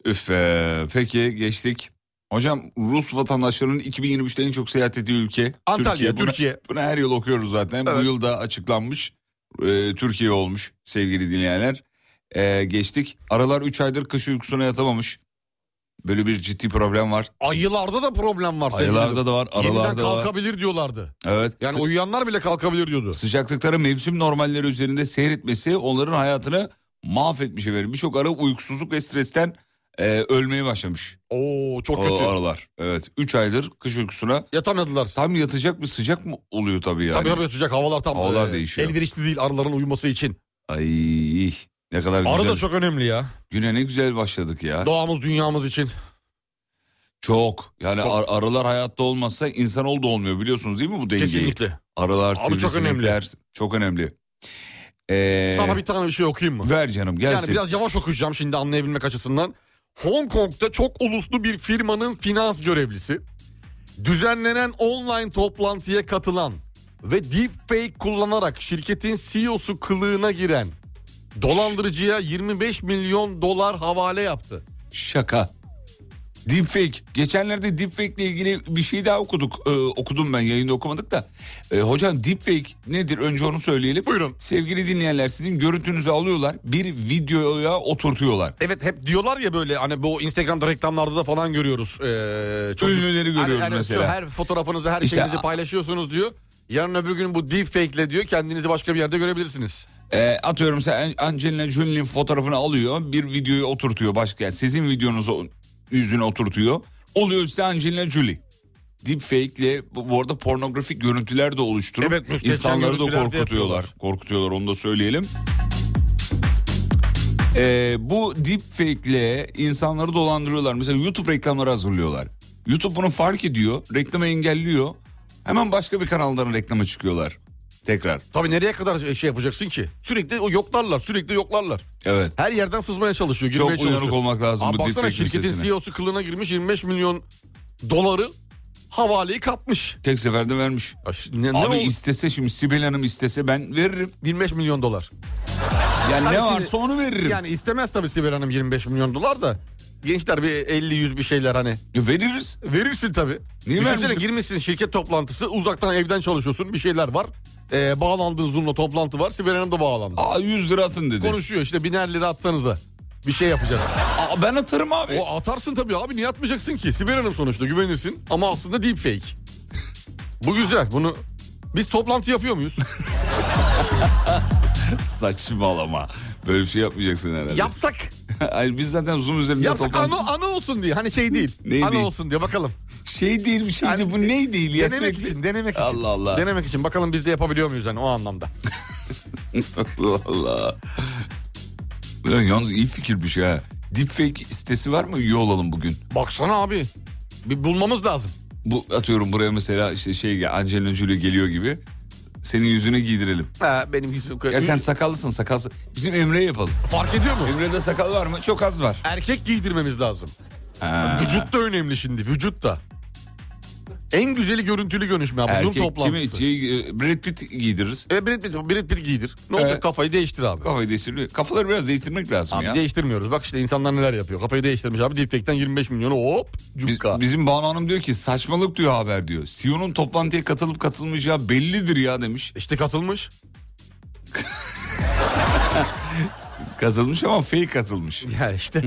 [SPEAKER 4] Üf be. Peki geçtik. Hocam Rus vatandaşlarının 2023'te en çok seyahat ettiği ülke
[SPEAKER 5] Antalya,
[SPEAKER 4] Buna-
[SPEAKER 5] Türkiye.
[SPEAKER 4] Bunu her yıl okuyoruz zaten. Bu
[SPEAKER 5] Evet.
[SPEAKER 4] yıl da açıklanmış. e, Türkiye olmuş sevgili dinleyenler. E, geçtik. Aralar 3 aydır kış uykusuna yatamamış. Böyle bir ciddi problem var.
[SPEAKER 5] Ayılarda da problem var. sevgili
[SPEAKER 4] Ayılarda da var,
[SPEAKER 5] Yeniden
[SPEAKER 4] aralarda da var.
[SPEAKER 5] kalkabilir diyorlardı.
[SPEAKER 4] Evet.
[SPEAKER 5] Yani
[SPEAKER 4] Sı-
[SPEAKER 5] uyuyanlar bile kalkabilir diyordu.
[SPEAKER 4] sıcaklıkların mevsim normalleri üzerinde seyretmesi onların hayatını mahvetmiş efendim. Birçok ara uykusuzluk ve stresten e, ölmeye başlamış.
[SPEAKER 5] Oo çok
[SPEAKER 4] O
[SPEAKER 5] kötü.
[SPEAKER 4] aralar. Evet. 3 aydır kış uykusuna
[SPEAKER 5] Yatamadılar.
[SPEAKER 4] tam yatacak mı sıcak mı oluyor tabii yani.
[SPEAKER 5] Tabii tabii sıcak havalar tam
[SPEAKER 4] Havalar
[SPEAKER 5] e,
[SPEAKER 4] değişiyor.
[SPEAKER 5] elverişli değil arıların uyuması için.
[SPEAKER 4] Ay ne kadar güzel.
[SPEAKER 5] Arı da çok önemli ya.
[SPEAKER 4] Güne ne güzel başladık ya.
[SPEAKER 5] Doğamız dünyamız için.
[SPEAKER 4] Çok. Yani
[SPEAKER 5] Çok.
[SPEAKER 4] ar- arılar hayatta olmazsa insanoğlu da olmuyor biliyorsunuz değil mi bu dengeyi?
[SPEAKER 5] Kesinlikle.
[SPEAKER 4] Arılar,
[SPEAKER 5] Abi çok
[SPEAKER 4] sivrisinekler
[SPEAKER 5] önemli.
[SPEAKER 4] çok önemli. Çok önemli. Ee,
[SPEAKER 5] Sana bir tane bir şey okuyayım mı?
[SPEAKER 4] Ver canım gelsin.
[SPEAKER 5] Yani biraz yavaş okuyacağım şimdi anlayabilmek açısından. Hong Kong'da çok uluslu bir firmanın finans görevlisi düzenlenen online toplantıya katılan ve deepfake kullanarak şirketin CEO'su kılığına giren dolandırıcıya 25 milyon dolar havale yaptı.
[SPEAKER 4] Şaka. Deepfake. Geçenlerde deepfake ile ilgili bir şey daha okuduk. Ee, okudum ben yayında okumadık da. Ee, hocam deepfake nedir? Önce onu söyleyelim.
[SPEAKER 5] Buyurun.
[SPEAKER 4] Sevgili dinleyenler sizin görüntünüzü alıyorlar. Bir videoya oturtuyorlar.
[SPEAKER 5] Evet hep diyorlar ya böyle hani bu Instagram'da reklamlarda da falan görüyoruz. Ee,
[SPEAKER 4] Ünlüleri görüyoruz mesela.
[SPEAKER 5] şu Her fotoğrafınızı her
[SPEAKER 4] İşte-
[SPEAKER 5] şeyinizi paylaşıyorsunuz diyor. Yarın öbür gün bu deepfake'le diyor kendinizi başka bir yerde görebilirsiniz.
[SPEAKER 4] Ee, atıyorum sen Angelina Jolie'nin fotoğrafını alıyor. Bir videoyu oturtuyor başka. Yani sizin videonuzu yüzüne oturtuyor. Oluyor size Angelina Jolie. Deepfake ile bu bu arada pornografik görüntüler de oluşturup
[SPEAKER 5] Evet, müstehcen
[SPEAKER 4] insanları da
[SPEAKER 5] görüntüler de
[SPEAKER 4] korkutuyorlar.
[SPEAKER 5] yapıyorlar.
[SPEAKER 4] korkutuyorlar onu da söyleyelim. Ee, bu deepfake ile insanları dolandırıyorlar. Mesela YouTube reklamları hazırlıyorlar. YouTube bunu fark ediyor. Reklamı engelliyor. Hemen başka bir kanaldan reklama çıkıyorlar. Tekrar.
[SPEAKER 5] Tabii nereye kadar şey yapacaksın ki? Sürekli o yoklarlar, sürekli yoklarlar.
[SPEAKER 4] Evet.
[SPEAKER 5] Her yerden sızmaya çalışıyor,
[SPEAKER 4] Çok
[SPEAKER 5] girmeye çalışıyor.
[SPEAKER 4] uyanık olmak lazım
[SPEAKER 5] Aa,
[SPEAKER 4] bu
[SPEAKER 5] baksana
[SPEAKER 4] deepfake
[SPEAKER 5] şirketin
[SPEAKER 4] meselesine.
[SPEAKER 5] CEO'su kılığına girmiş 25 milyon doları havaleyi kapmış.
[SPEAKER 4] Tek seferde vermiş.
[SPEAKER 5] Ya şi- Ne, ne
[SPEAKER 4] Abi
[SPEAKER 5] oldu?
[SPEAKER 4] istese şimdi Sibel Hanım istese ben veririm.
[SPEAKER 5] 25 milyon dolar.
[SPEAKER 4] Yani
[SPEAKER 5] Tabii
[SPEAKER 4] ne
[SPEAKER 5] şimdi-
[SPEAKER 4] varsa onu veririm.
[SPEAKER 5] Yani istemez tabii Sibel Hanım 25 milyon dolar da. Gençler bir 50-100 bir şeyler hani.
[SPEAKER 4] Ya Veririz.
[SPEAKER 5] Verirsin tabii.
[SPEAKER 4] Niye
[SPEAKER 5] Düşünsene
[SPEAKER 4] vermişim?
[SPEAKER 5] girmişsin şirket toplantısı uzaktan evden çalışıyorsun bir şeyler var. Ee, bağlandığın Zoom'la toplantı var Sibel Hanım da bağlandı.
[SPEAKER 4] Aa 100 lira atın dedi.
[SPEAKER 5] Konuşuyor işte biner lira atsanıza bir şey yapacağız.
[SPEAKER 4] <laughs> Aa, ben atarım abi.
[SPEAKER 5] O atarsın tabii abi niye atmayacaksın ki? Sibel Hanım sonuçta güvenirsin ama aslında deepfake.
[SPEAKER 4] <laughs>
[SPEAKER 5] Bu güzel bunu biz toplantı yapıyor muyuz?
[SPEAKER 4] <laughs> <laughs> Saçmalama. Böyle bir şey yapmayacaksın herhalde.
[SPEAKER 5] yapsak.
[SPEAKER 4] <laughs> Ay, biz zaten Zoom üzerinde
[SPEAKER 5] Yapsak
[SPEAKER 4] toplantı. <laughs>
[SPEAKER 5] anı, anı olsun diye. Hani şey değil.
[SPEAKER 4] Neyi
[SPEAKER 5] anı
[SPEAKER 4] değil?
[SPEAKER 5] olsun diye bakalım.
[SPEAKER 4] Şey değil bir şey
[SPEAKER 5] Yani-
[SPEAKER 4] değil. Bu ne değil ya?
[SPEAKER 5] denemek
[SPEAKER 4] sürekli-
[SPEAKER 5] için, denemek için.
[SPEAKER 4] Allah Allah.
[SPEAKER 5] Denemek için. Bakalım biz de yapabiliyor muyuz hani o anlamda.
[SPEAKER 4] Allah Allah. Ulan yalnız iyi fikirmiş ha. Deepfake sitesi var mı? Üye olalım bugün.
[SPEAKER 5] Baksana abi. Bir bulmamız lazım.
[SPEAKER 4] Bu atıyorum buraya mesela işte şey Angelina Jolie geliyor gibi. Senin yüzüne giydirelim.
[SPEAKER 5] Ha, benim yüzüm...
[SPEAKER 4] Ya sen sakallısın sakalsın. Bizim Emre yapalım.
[SPEAKER 5] Fark ediyor mu?
[SPEAKER 4] Emre'de sakal var mı? Çok az var.
[SPEAKER 5] Erkek giydirmemiz lazım.
[SPEAKER 4] Ha.
[SPEAKER 5] Vücut da önemli şimdi. Vücut da. En güzeli görüntülü görüşme abi. Zoom
[SPEAKER 4] Erkek kimi?
[SPEAKER 5] toplantısı.
[SPEAKER 4] Şey, e, Brad Pitt giydiririz.
[SPEAKER 5] E, Brad Pitt, Brad Pitt giydir. Ne olacak
[SPEAKER 4] Evet.
[SPEAKER 5] kafayı değiştir abi.
[SPEAKER 4] Kafayı değiştirmiyor. Kafaları biraz değiştirmek lazım
[SPEAKER 5] Abi
[SPEAKER 4] ya.
[SPEAKER 5] değiştirmiyoruz. Bak işte insanlar neler yapıyor. Kafayı değiştirmiş abi. Deepfake'den 25 milyonu hop
[SPEAKER 4] Biz-
[SPEAKER 5] cukka.
[SPEAKER 4] bizim Banu Hanım diyor ki saçmalık diyor haber diyor. CEO'nun toplantıya katılıp katılmayacağı bellidir ya demiş.
[SPEAKER 5] İşte katılmış.
[SPEAKER 4] Katılmış ama fake katılmış.
[SPEAKER 5] <laughs> Ya işte.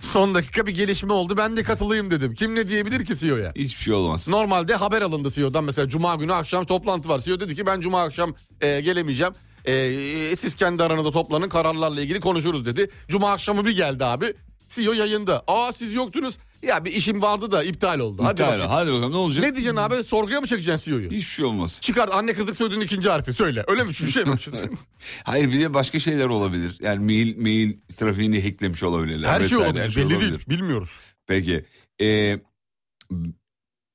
[SPEAKER 5] Son dakika bir gelişme oldu. Ben de katılayım dedim. Kim ne diyebilir ki E CEO'ya?
[SPEAKER 4] Hiçbir şey olmaz.
[SPEAKER 5] E Normalde haber alındı CEO'dan mesela cuma günü akşam toplantı var. CEO dedi ki ben cuma akşam e, gelemeyeceğim. Ee, siz kendi aranızda toplanın kararlarla ilgili konuşuruz dedi. Cuma akşamı bir geldi abi. CEO yayında. Aa siz yoktunuz. Ya bir işim vardı da iptal oldu. Hadi
[SPEAKER 4] İptal.
[SPEAKER 5] bakayım.
[SPEAKER 4] Hadi bakalım ne olacak?
[SPEAKER 5] Ne diyeceksin abi? Sorguya mı çekeceksin E CEO'yu?
[SPEAKER 4] Hiçbir
[SPEAKER 5] <laughs>
[SPEAKER 4] şey olmaz. <laughs>
[SPEAKER 5] Çıkar anne kızlık soyadının ikinci harfi söyle. Öyle mi? Şu şey <laughs> mi?
[SPEAKER 4] Hayır bir de başka şeyler olabilir. Yani mail mail trafiğini hacklemiş olabilirler.
[SPEAKER 5] her şey
[SPEAKER 4] vesaire,
[SPEAKER 5] olabilir. Belli değil. Bilmiyoruz.
[SPEAKER 4] Peki. Ee,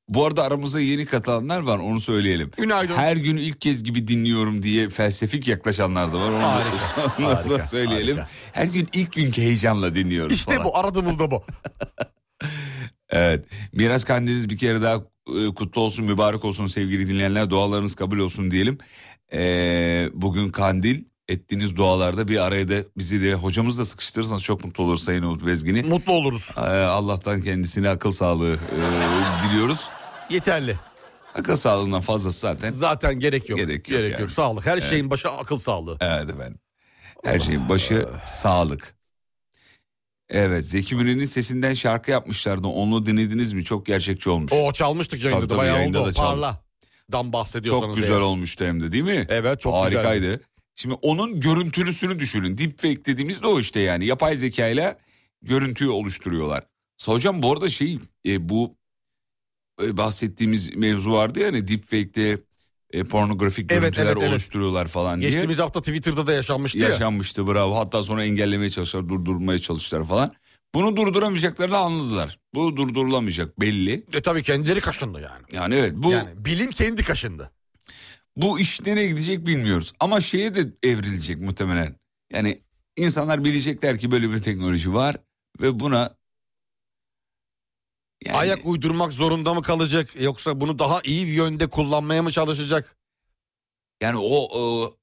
[SPEAKER 4] bu arada aramıza yeni katılanlar var onu söyleyelim.
[SPEAKER 5] Günaydın.
[SPEAKER 4] Her gün ilk kez gibi dinliyorum diye felsefik yaklaşanlar da var. <laughs> Onu da-
[SPEAKER 5] Harika,
[SPEAKER 4] onları da
[SPEAKER 5] harika,
[SPEAKER 4] söyleyelim.
[SPEAKER 5] harika.
[SPEAKER 4] Her gün ilk günkü heyecanla dinliyoruz
[SPEAKER 5] İşte
[SPEAKER 4] falan.
[SPEAKER 5] bu aradığımız da bu.
[SPEAKER 4] Evet. Miras kandiliniz bir kere daha e, kutlu olsun, mübarek olsun sevgili dinleyenler. Dualarınız kabul olsun diyelim. Ee, bugün kandil ettiğiniz dualarda bir araya da bizi de hocamızla sıkıştırırsanız çok mutlu olur Sayın Umut Bezgin'i.
[SPEAKER 5] Mutlu oluruz.
[SPEAKER 4] Ee, Allah'tan kendisine akıl sağlığı e, diliyoruz.
[SPEAKER 5] Yeterli.
[SPEAKER 4] Akıl sağlığından fazlası zaten.
[SPEAKER 5] Zaten gerek yok.
[SPEAKER 4] Gerek yok yani.
[SPEAKER 5] Sağlık. Her şeyin başı akıl sağlığı.
[SPEAKER 4] Evet efendim. Her şeyin başı sağlık. Evet Zeki Müren'in sesinden şarkı yapmışlardı. Onu dinlediniz mi? Çok gerçekçi olmuş.
[SPEAKER 5] O çalmıştık yayında
[SPEAKER 4] Tabii,
[SPEAKER 5] da
[SPEAKER 4] tabii,
[SPEAKER 5] bayağı
[SPEAKER 4] yayında
[SPEAKER 5] oldu.
[SPEAKER 4] da
[SPEAKER 5] o
[SPEAKER 4] çaldık.
[SPEAKER 5] Parla. Dan bahsediyorsanız.
[SPEAKER 4] Çok güzel
[SPEAKER 5] eğer.
[SPEAKER 4] olmuştu hem de değil mi?
[SPEAKER 5] Evet çok
[SPEAKER 4] Harikaydı.
[SPEAKER 5] güzeldi.
[SPEAKER 4] Şimdi onun görüntülüsünü düşünün. Deepfake dediğimiz de o işte yani. Yapay zeka ile görüntüyü oluşturuyorlar. Hocam bu arada şey e, bu e, bahsettiğimiz mevzu vardı ya hani deepfake'te e, pornografik
[SPEAKER 5] Evet,
[SPEAKER 4] görüntüler
[SPEAKER 5] evet, evet.
[SPEAKER 4] oluşturuyorlar falan diye.
[SPEAKER 5] Geçtiğimiz hafta Twitter'da da yaşanmıştı ya.
[SPEAKER 4] Yaşanmıştı bravo. Hatta sonra engellemeye çalıştılar, durdurmaya çalıştılar falan. Bunu durduramayacaklarını anladılar. Bu durdurulamayacak belli.
[SPEAKER 5] E tabii kendileri kaşındı yani.
[SPEAKER 4] Yani evet bu
[SPEAKER 5] Yani bilim kendi kaşındı.
[SPEAKER 4] bu iş nereye gidecek bilmiyoruz. Ama şeye de evrilecek muhtemelen. Yani insanlar bilecekler ki böyle bir teknoloji var ve buna yani
[SPEAKER 5] Ayak uydurmak zorunda mı kalacak yoksa bunu daha iyi bir yönde kullanmaya mı çalışacak?
[SPEAKER 4] yani o, o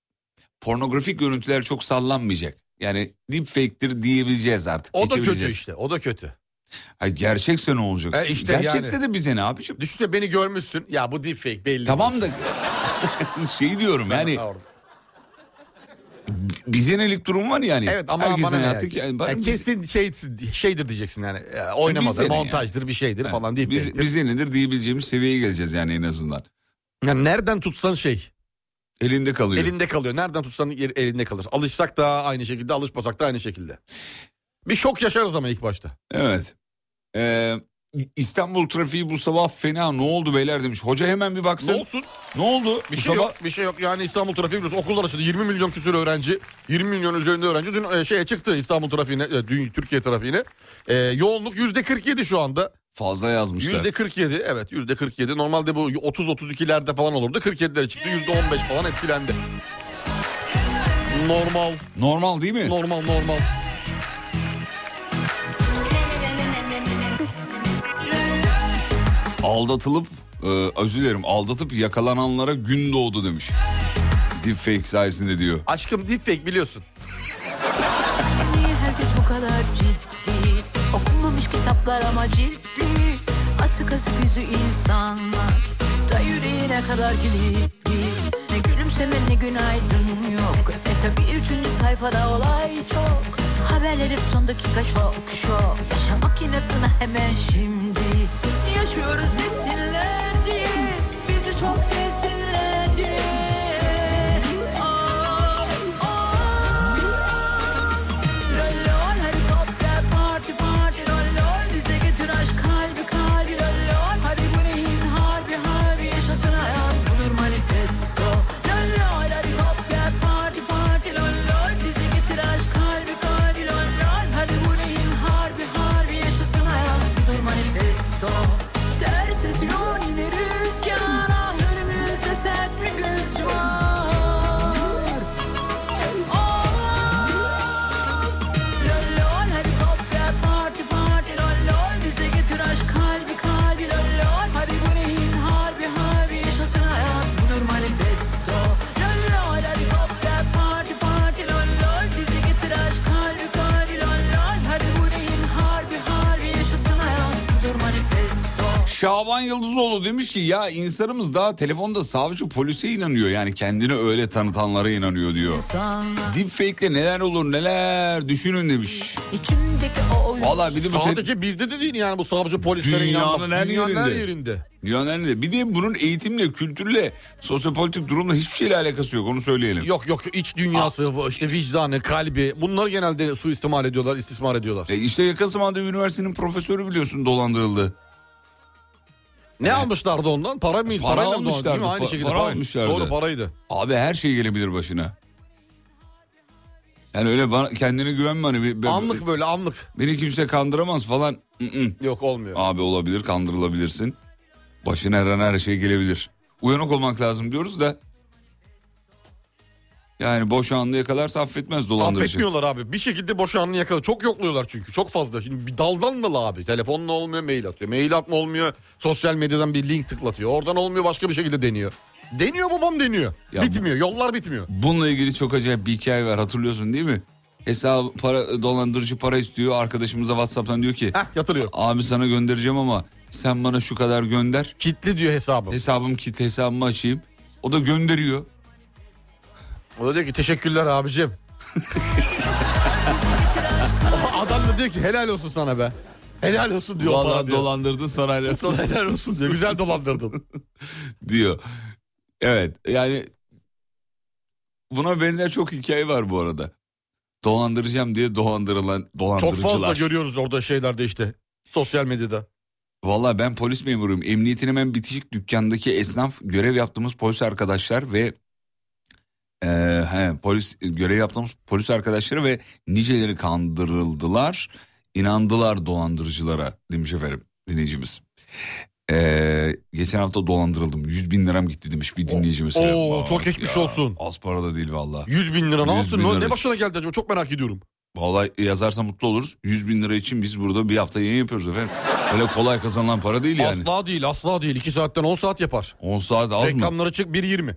[SPEAKER 4] pornografik görüntüler çok sallanmayacak. Yani deepfake'tir diyebileceğiz artık.
[SPEAKER 5] O da kötü
[SPEAKER 4] geçebileceğiz.
[SPEAKER 5] işte. O da kötü.
[SPEAKER 4] Hayır, gerçekse ne olacak?
[SPEAKER 5] E işte
[SPEAKER 4] gerçekse de bize ne abiciğim?
[SPEAKER 5] Düşünsene beni görmüşsün. Ya bu deepfake belli.
[SPEAKER 4] Tamam
[SPEAKER 5] diyorsun.
[SPEAKER 4] da <laughs> şey diyorum yani
[SPEAKER 5] Ha, orada.
[SPEAKER 4] bize nelik durum var yani.
[SPEAKER 5] Evet ama
[SPEAKER 4] Herkesin
[SPEAKER 5] bana ne
[SPEAKER 4] hayatı ki-
[SPEAKER 5] yani?
[SPEAKER 4] yani bana
[SPEAKER 5] Yani
[SPEAKER 4] biz-
[SPEAKER 5] kesin şey, şeydir diyeceksin yani. E,
[SPEAKER 4] Bize ne
[SPEAKER 5] Oynamadır,
[SPEAKER 4] yani?
[SPEAKER 5] montajdır, bir şeydir
[SPEAKER 4] Ha,
[SPEAKER 5] falan deyip.
[SPEAKER 4] biz,
[SPEAKER 5] de-
[SPEAKER 4] bize nedir diyebileceğimiz seviyeye geleceğiz yani en azından.
[SPEAKER 5] Yani nereden tutsan şey.
[SPEAKER 4] Elinde kalıyor.
[SPEAKER 5] Elinde kalıyor. Nereden tutsan yer- elinde kalır. Alışsak da aynı şekilde, alışmasak da aynı şekilde. Bir şok yaşarız ama ilk başta.
[SPEAKER 4] Evet. Ee, İstanbul trafiği bu sabah fena ne oldu beyler demiş. Hoca hemen bir baksın.
[SPEAKER 5] Ne olsun?
[SPEAKER 4] Ne oldu?
[SPEAKER 5] Bir
[SPEAKER 4] bu
[SPEAKER 5] şey
[SPEAKER 4] sabah
[SPEAKER 5] yok. Bir şey yok. Yani İstanbul trafiği biliyorsun okullar açıldı. 20 milyon küsur öğrenci, 20 milyon üzerinde öğrenci dün e, şeye çıktı İstanbul trafiğine, e, dün Türkiye trafiğine. E, yoğunluk %47 şu anda.
[SPEAKER 4] fazla yazmışlar.
[SPEAKER 5] %47 evet %47. Normalde bu 30-32'lerde falan olurdu. 47'lere çıktı. %15 falan etkilendi. Normal,
[SPEAKER 4] Normal değil mi?
[SPEAKER 5] normal, normal.
[SPEAKER 4] Aldatılıp e, özür dilerim aldatıp yakalananlara gün doğdu demiş. Deepfake sayesinde diyor.
[SPEAKER 5] Aşkım deepfake biliyorsun.
[SPEAKER 6] Niye herkes bu kadar ciddi? Okunmamış kitaplar ama ciddi. Asık asık yüzü insanlar. Da yüreğine kadar kilitli. Ne gülümseme ne günaydın yok. E tabi üçüncü sayfada olay çok. Haberler hep son dakika şok şok. Yaşamak inatına hemen şimdi. Yaşıyoruz desinler diye. Bizi çok sevsinler diye. Ah, ah. Rollon helikopter parti parti rollon Bize getir aşk kalbi kalbi rollon Hadi bu neyin harbi harbi yaşasın hayat Budur manifesto Rollon helikopter parti parti rollon Bize getir aşk kalbi kalbi rollon Hadi bu neyin harbi harbi yaşasın hayat Budur manifesto Ters esiyor yine rüzgar Ah önümüzde sert
[SPEAKER 4] Şaban Yıldızoğlu demiş ki ya insanımız daha telefonda savcı polise inanıyor. Yani kendini öyle tanıtanlara inanıyor diyor. Deepfake'le neler olur neler düşünün demiş.
[SPEAKER 3] İçimdeki o oyun
[SPEAKER 4] Valla bir de bu te-
[SPEAKER 5] Sadece bizde de değil yani bu savcı polislere
[SPEAKER 4] Dünyanın
[SPEAKER 5] inanmak.
[SPEAKER 4] her
[SPEAKER 5] Dünyanın her
[SPEAKER 4] yerinde.
[SPEAKER 5] yerinde.
[SPEAKER 4] dünyanın en iyi- Bir de bunun eğitimle, kültürle, sosyopolitik durumla hiçbir şeyle alakası yok onu söyleyelim.
[SPEAKER 5] Yok yok iç
[SPEAKER 4] Ah.
[SPEAKER 5] dünyası, işte vicdanı, kalbi bunları genelde suistimal ediyorlar, istismar ediyorlar.
[SPEAKER 4] E işte yakın zamanda üniversitenin profesörü biliyorsun dolandırıldı.
[SPEAKER 5] Ne almışlardı ondan? Para mı?
[SPEAKER 4] Para
[SPEAKER 5] parayla dolandırdı
[SPEAKER 4] E, almışlardı,
[SPEAKER 5] değil mi? Aynı
[SPEAKER 4] pa-
[SPEAKER 5] şekilde
[SPEAKER 4] para
[SPEAKER 5] parayla.
[SPEAKER 4] almışlardı.
[SPEAKER 5] Doğru paraydı.
[SPEAKER 4] Abi her şey gelebilir başına. Yani öyle bana, kendine güvenme hani. bir- ben-
[SPEAKER 5] Anlık böyle anlık.
[SPEAKER 4] Beni kimse kandıramaz falan. Mm-mm.
[SPEAKER 5] Yok olmuyor.
[SPEAKER 4] Abi olabilir kandırılabilirsin. Başına her an her şey gelebilir. Uyanık olmak lazım diyoruz da. Yani boş anını yakalarsa affetmez dolandırıcı.
[SPEAKER 5] Affetmiyorlar abi. Bir şekilde boşanını yakaladı. Çok yokluyorlar çünkü. Çok fazla. Şimdi bir daldan dala abi. Telefonla olmuyor mail atıyor. Mail atma olmuyor. Sosyal medyadan bir link tıklatıyor. Oradan olmuyor başka bir şekilde deniyor. Deniyor babam deniyor.
[SPEAKER 4] Ya bu-
[SPEAKER 5] bitmiyor. Yollar bitmiyor.
[SPEAKER 4] Bununla ilgili çok acayip bir hikaye var hatırlıyorsun değil mi? Hesap para dolandırıcı para istiyor. Arkadaşımıza WhatsApp'tan diyor ki
[SPEAKER 5] Heh yatırıyor.
[SPEAKER 4] abi sana göndereceğim ama sen bana şu kadar gönder.
[SPEAKER 5] Kitli diyor hesabım.
[SPEAKER 4] Hesabım kit hesabımı açayım. O da gönderiyor.
[SPEAKER 5] O da diyor ki teşekkürler abicim. Adam da diyor ki helal olsun sana be. Helal olsun diyor. o bana
[SPEAKER 4] Vallahi
[SPEAKER 5] diyor.
[SPEAKER 4] dolandırdın sana helal olsun."
[SPEAKER 5] <laughs> Sana helal olsun diyor. Güzel dolandırdın.
[SPEAKER 4] <laughs> diyor. Evet yani buna benzer çok hikaye var bu arada. Dolandıracağım diye dolandırılan
[SPEAKER 5] Çok
[SPEAKER 4] dolandırıcılar.
[SPEAKER 5] fazla görüyoruz orada şeylerde işte. Sosyal medyada.
[SPEAKER 4] Vallahi ben polis memuruyum. Emniyetin hemen bitişik dükkandaki esnaf görev yaptığımız polis arkadaşlar ve e, he, polis görev yaptığımız polis arkadaşları ve niceleri kandırıldılar, inandılar dolandırıcılara demiş efendim dinleyicimiz. E, geçen hafta dolandırıldım. 100 bin liram gitti demiş bir dinleyicimiz.
[SPEAKER 5] oo,
[SPEAKER 4] Bak
[SPEAKER 5] çok geçmiş olsun.
[SPEAKER 4] Az para da değil valla.
[SPEAKER 5] 100 bin lira ne
[SPEAKER 4] 100
[SPEAKER 5] yaptın?
[SPEAKER 4] bin
[SPEAKER 5] Ne-
[SPEAKER 4] lira.
[SPEAKER 5] Ne başına geldi acaba? Çok merak ediyorum.
[SPEAKER 4] Vallahi yazarsa mutlu oluruz. 100 bin lira için biz burada bir hafta yayın yapıyoruz efendim. Öyle kolay kazanılan para değil yani.
[SPEAKER 5] Asla değil asla değil. 2 saatten 10 saat yapar.
[SPEAKER 4] 10 saat az mı?
[SPEAKER 5] Reklamlara çık 1.20.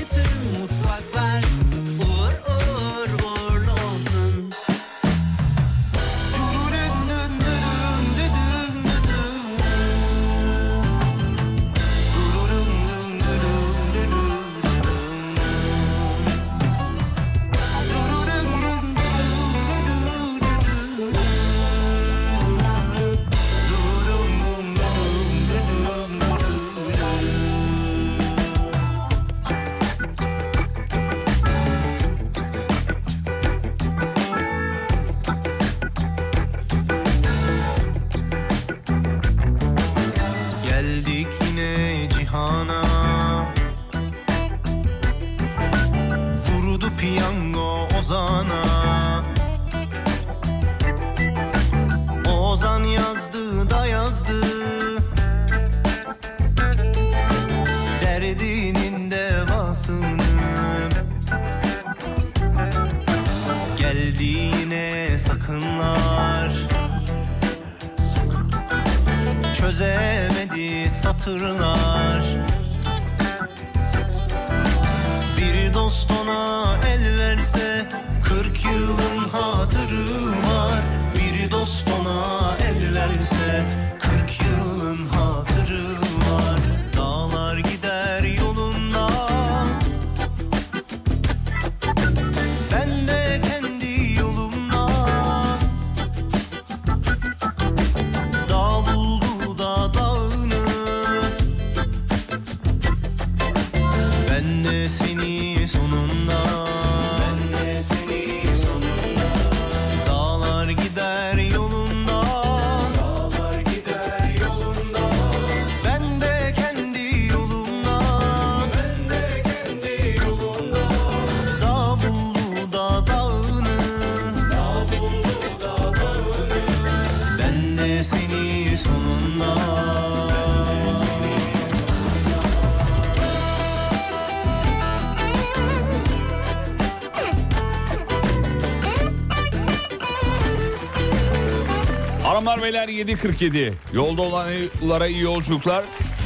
[SPEAKER 7] Bütün mutfaklar uğur uğur uğurlu olsun. Dürürüm, dün, dürüm, düdüm, düdüm. Dürürüm, dün, dürüm, düdüm, düdüm. Dürürüm, dün, dürüm, düdüm, düdüm. Dürürüm, dün, dürüm, düdüm, düdüm. Geldik yine cihana Vurdu piyango Ozan'a Ozan yazdı da yazdı Derdinin devasını Geldi yine sakınlar çözemedi satırlar Bir dost ona el verse 40 yılın hatırı var Bir dost ona el verse 40 yılın hatırı var Dağlar gider yolunda Ben de kendi yolumda Dağ buldu da dağını Ben de seni sonunda Ben de seni sonunda Dağlar gider yolunda Dağlar gider yolunda Ben de kendi yolumda Ben de kendi yolumda Dağ buldu da dağını Dağ buldu da dağını ben de seni sonunda
[SPEAKER 4] Hanımlar beyler 7.47. Yolda olanlara iyi yolculuklar.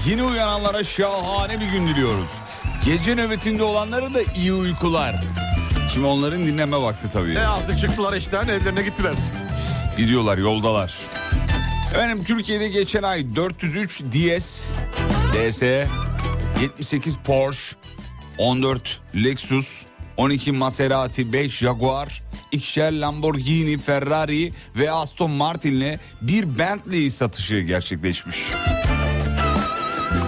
[SPEAKER 4] Yeni uyananlara şahane bir gün diliyoruz. Gece nöbetinde olanlara da iyi uykular. Şimdi onların dinlenme vakti tabii.
[SPEAKER 5] E artık çıktılar işten evlerine gittiler.
[SPEAKER 4] Gidiyorlar yoldalar. Efendim Türkiye'de geçen ay 403 DS, DS, 78 Porsche, 14 Lexus, 12 Maserati, 5 Jaguar, ikişer Lamborghini, Ferrari ve Aston Martin'le bir Bentley satışı gerçekleşmiş.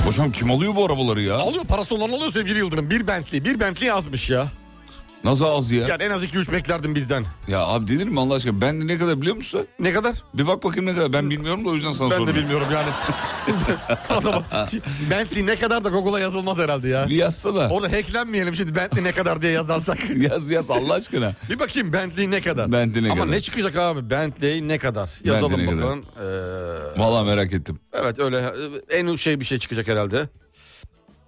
[SPEAKER 4] Hocam kim alıyor bu arabaları ya?
[SPEAKER 5] Alıyor parası olan alıyor sevgili Yıldırım. Bir Bentley, bir Bentley yazmış ya.
[SPEAKER 4] Nasıl az ya?
[SPEAKER 5] Yani en az 2-3 beklerdin bizden.
[SPEAKER 4] Ya abi denir mi Allah aşkına? Ben de ne kadar biliyor musun?
[SPEAKER 5] Ne kadar?
[SPEAKER 4] Bir bak bakayım ne kadar. Ben bilmiyorum da o yüzden
[SPEAKER 5] Ben
[SPEAKER 4] sana
[SPEAKER 5] de
[SPEAKER 4] soruyorum.
[SPEAKER 5] bilmiyorum
[SPEAKER 4] <laughs>
[SPEAKER 5] yani. Adama, Bentley ne kadar da Google'a yazılmaz herhalde ya.
[SPEAKER 4] Bir yazsana.
[SPEAKER 5] Orada hacklenmeyelim şimdi Bentley ne kadar diye yazarsak.
[SPEAKER 4] <laughs> Yaz yaz Allah aşkına.
[SPEAKER 5] Bir bakayım Bentley ne kadar?
[SPEAKER 4] Bentley ne
[SPEAKER 5] Ama
[SPEAKER 4] kadar?
[SPEAKER 5] ne çıkacak abi Bentley ne kadar? Yazalım
[SPEAKER 4] Bentley ne
[SPEAKER 5] bakalım. Ee,
[SPEAKER 4] Vallahi merak ettim.
[SPEAKER 5] evet öyle en şey bir şey çıkacak herhalde.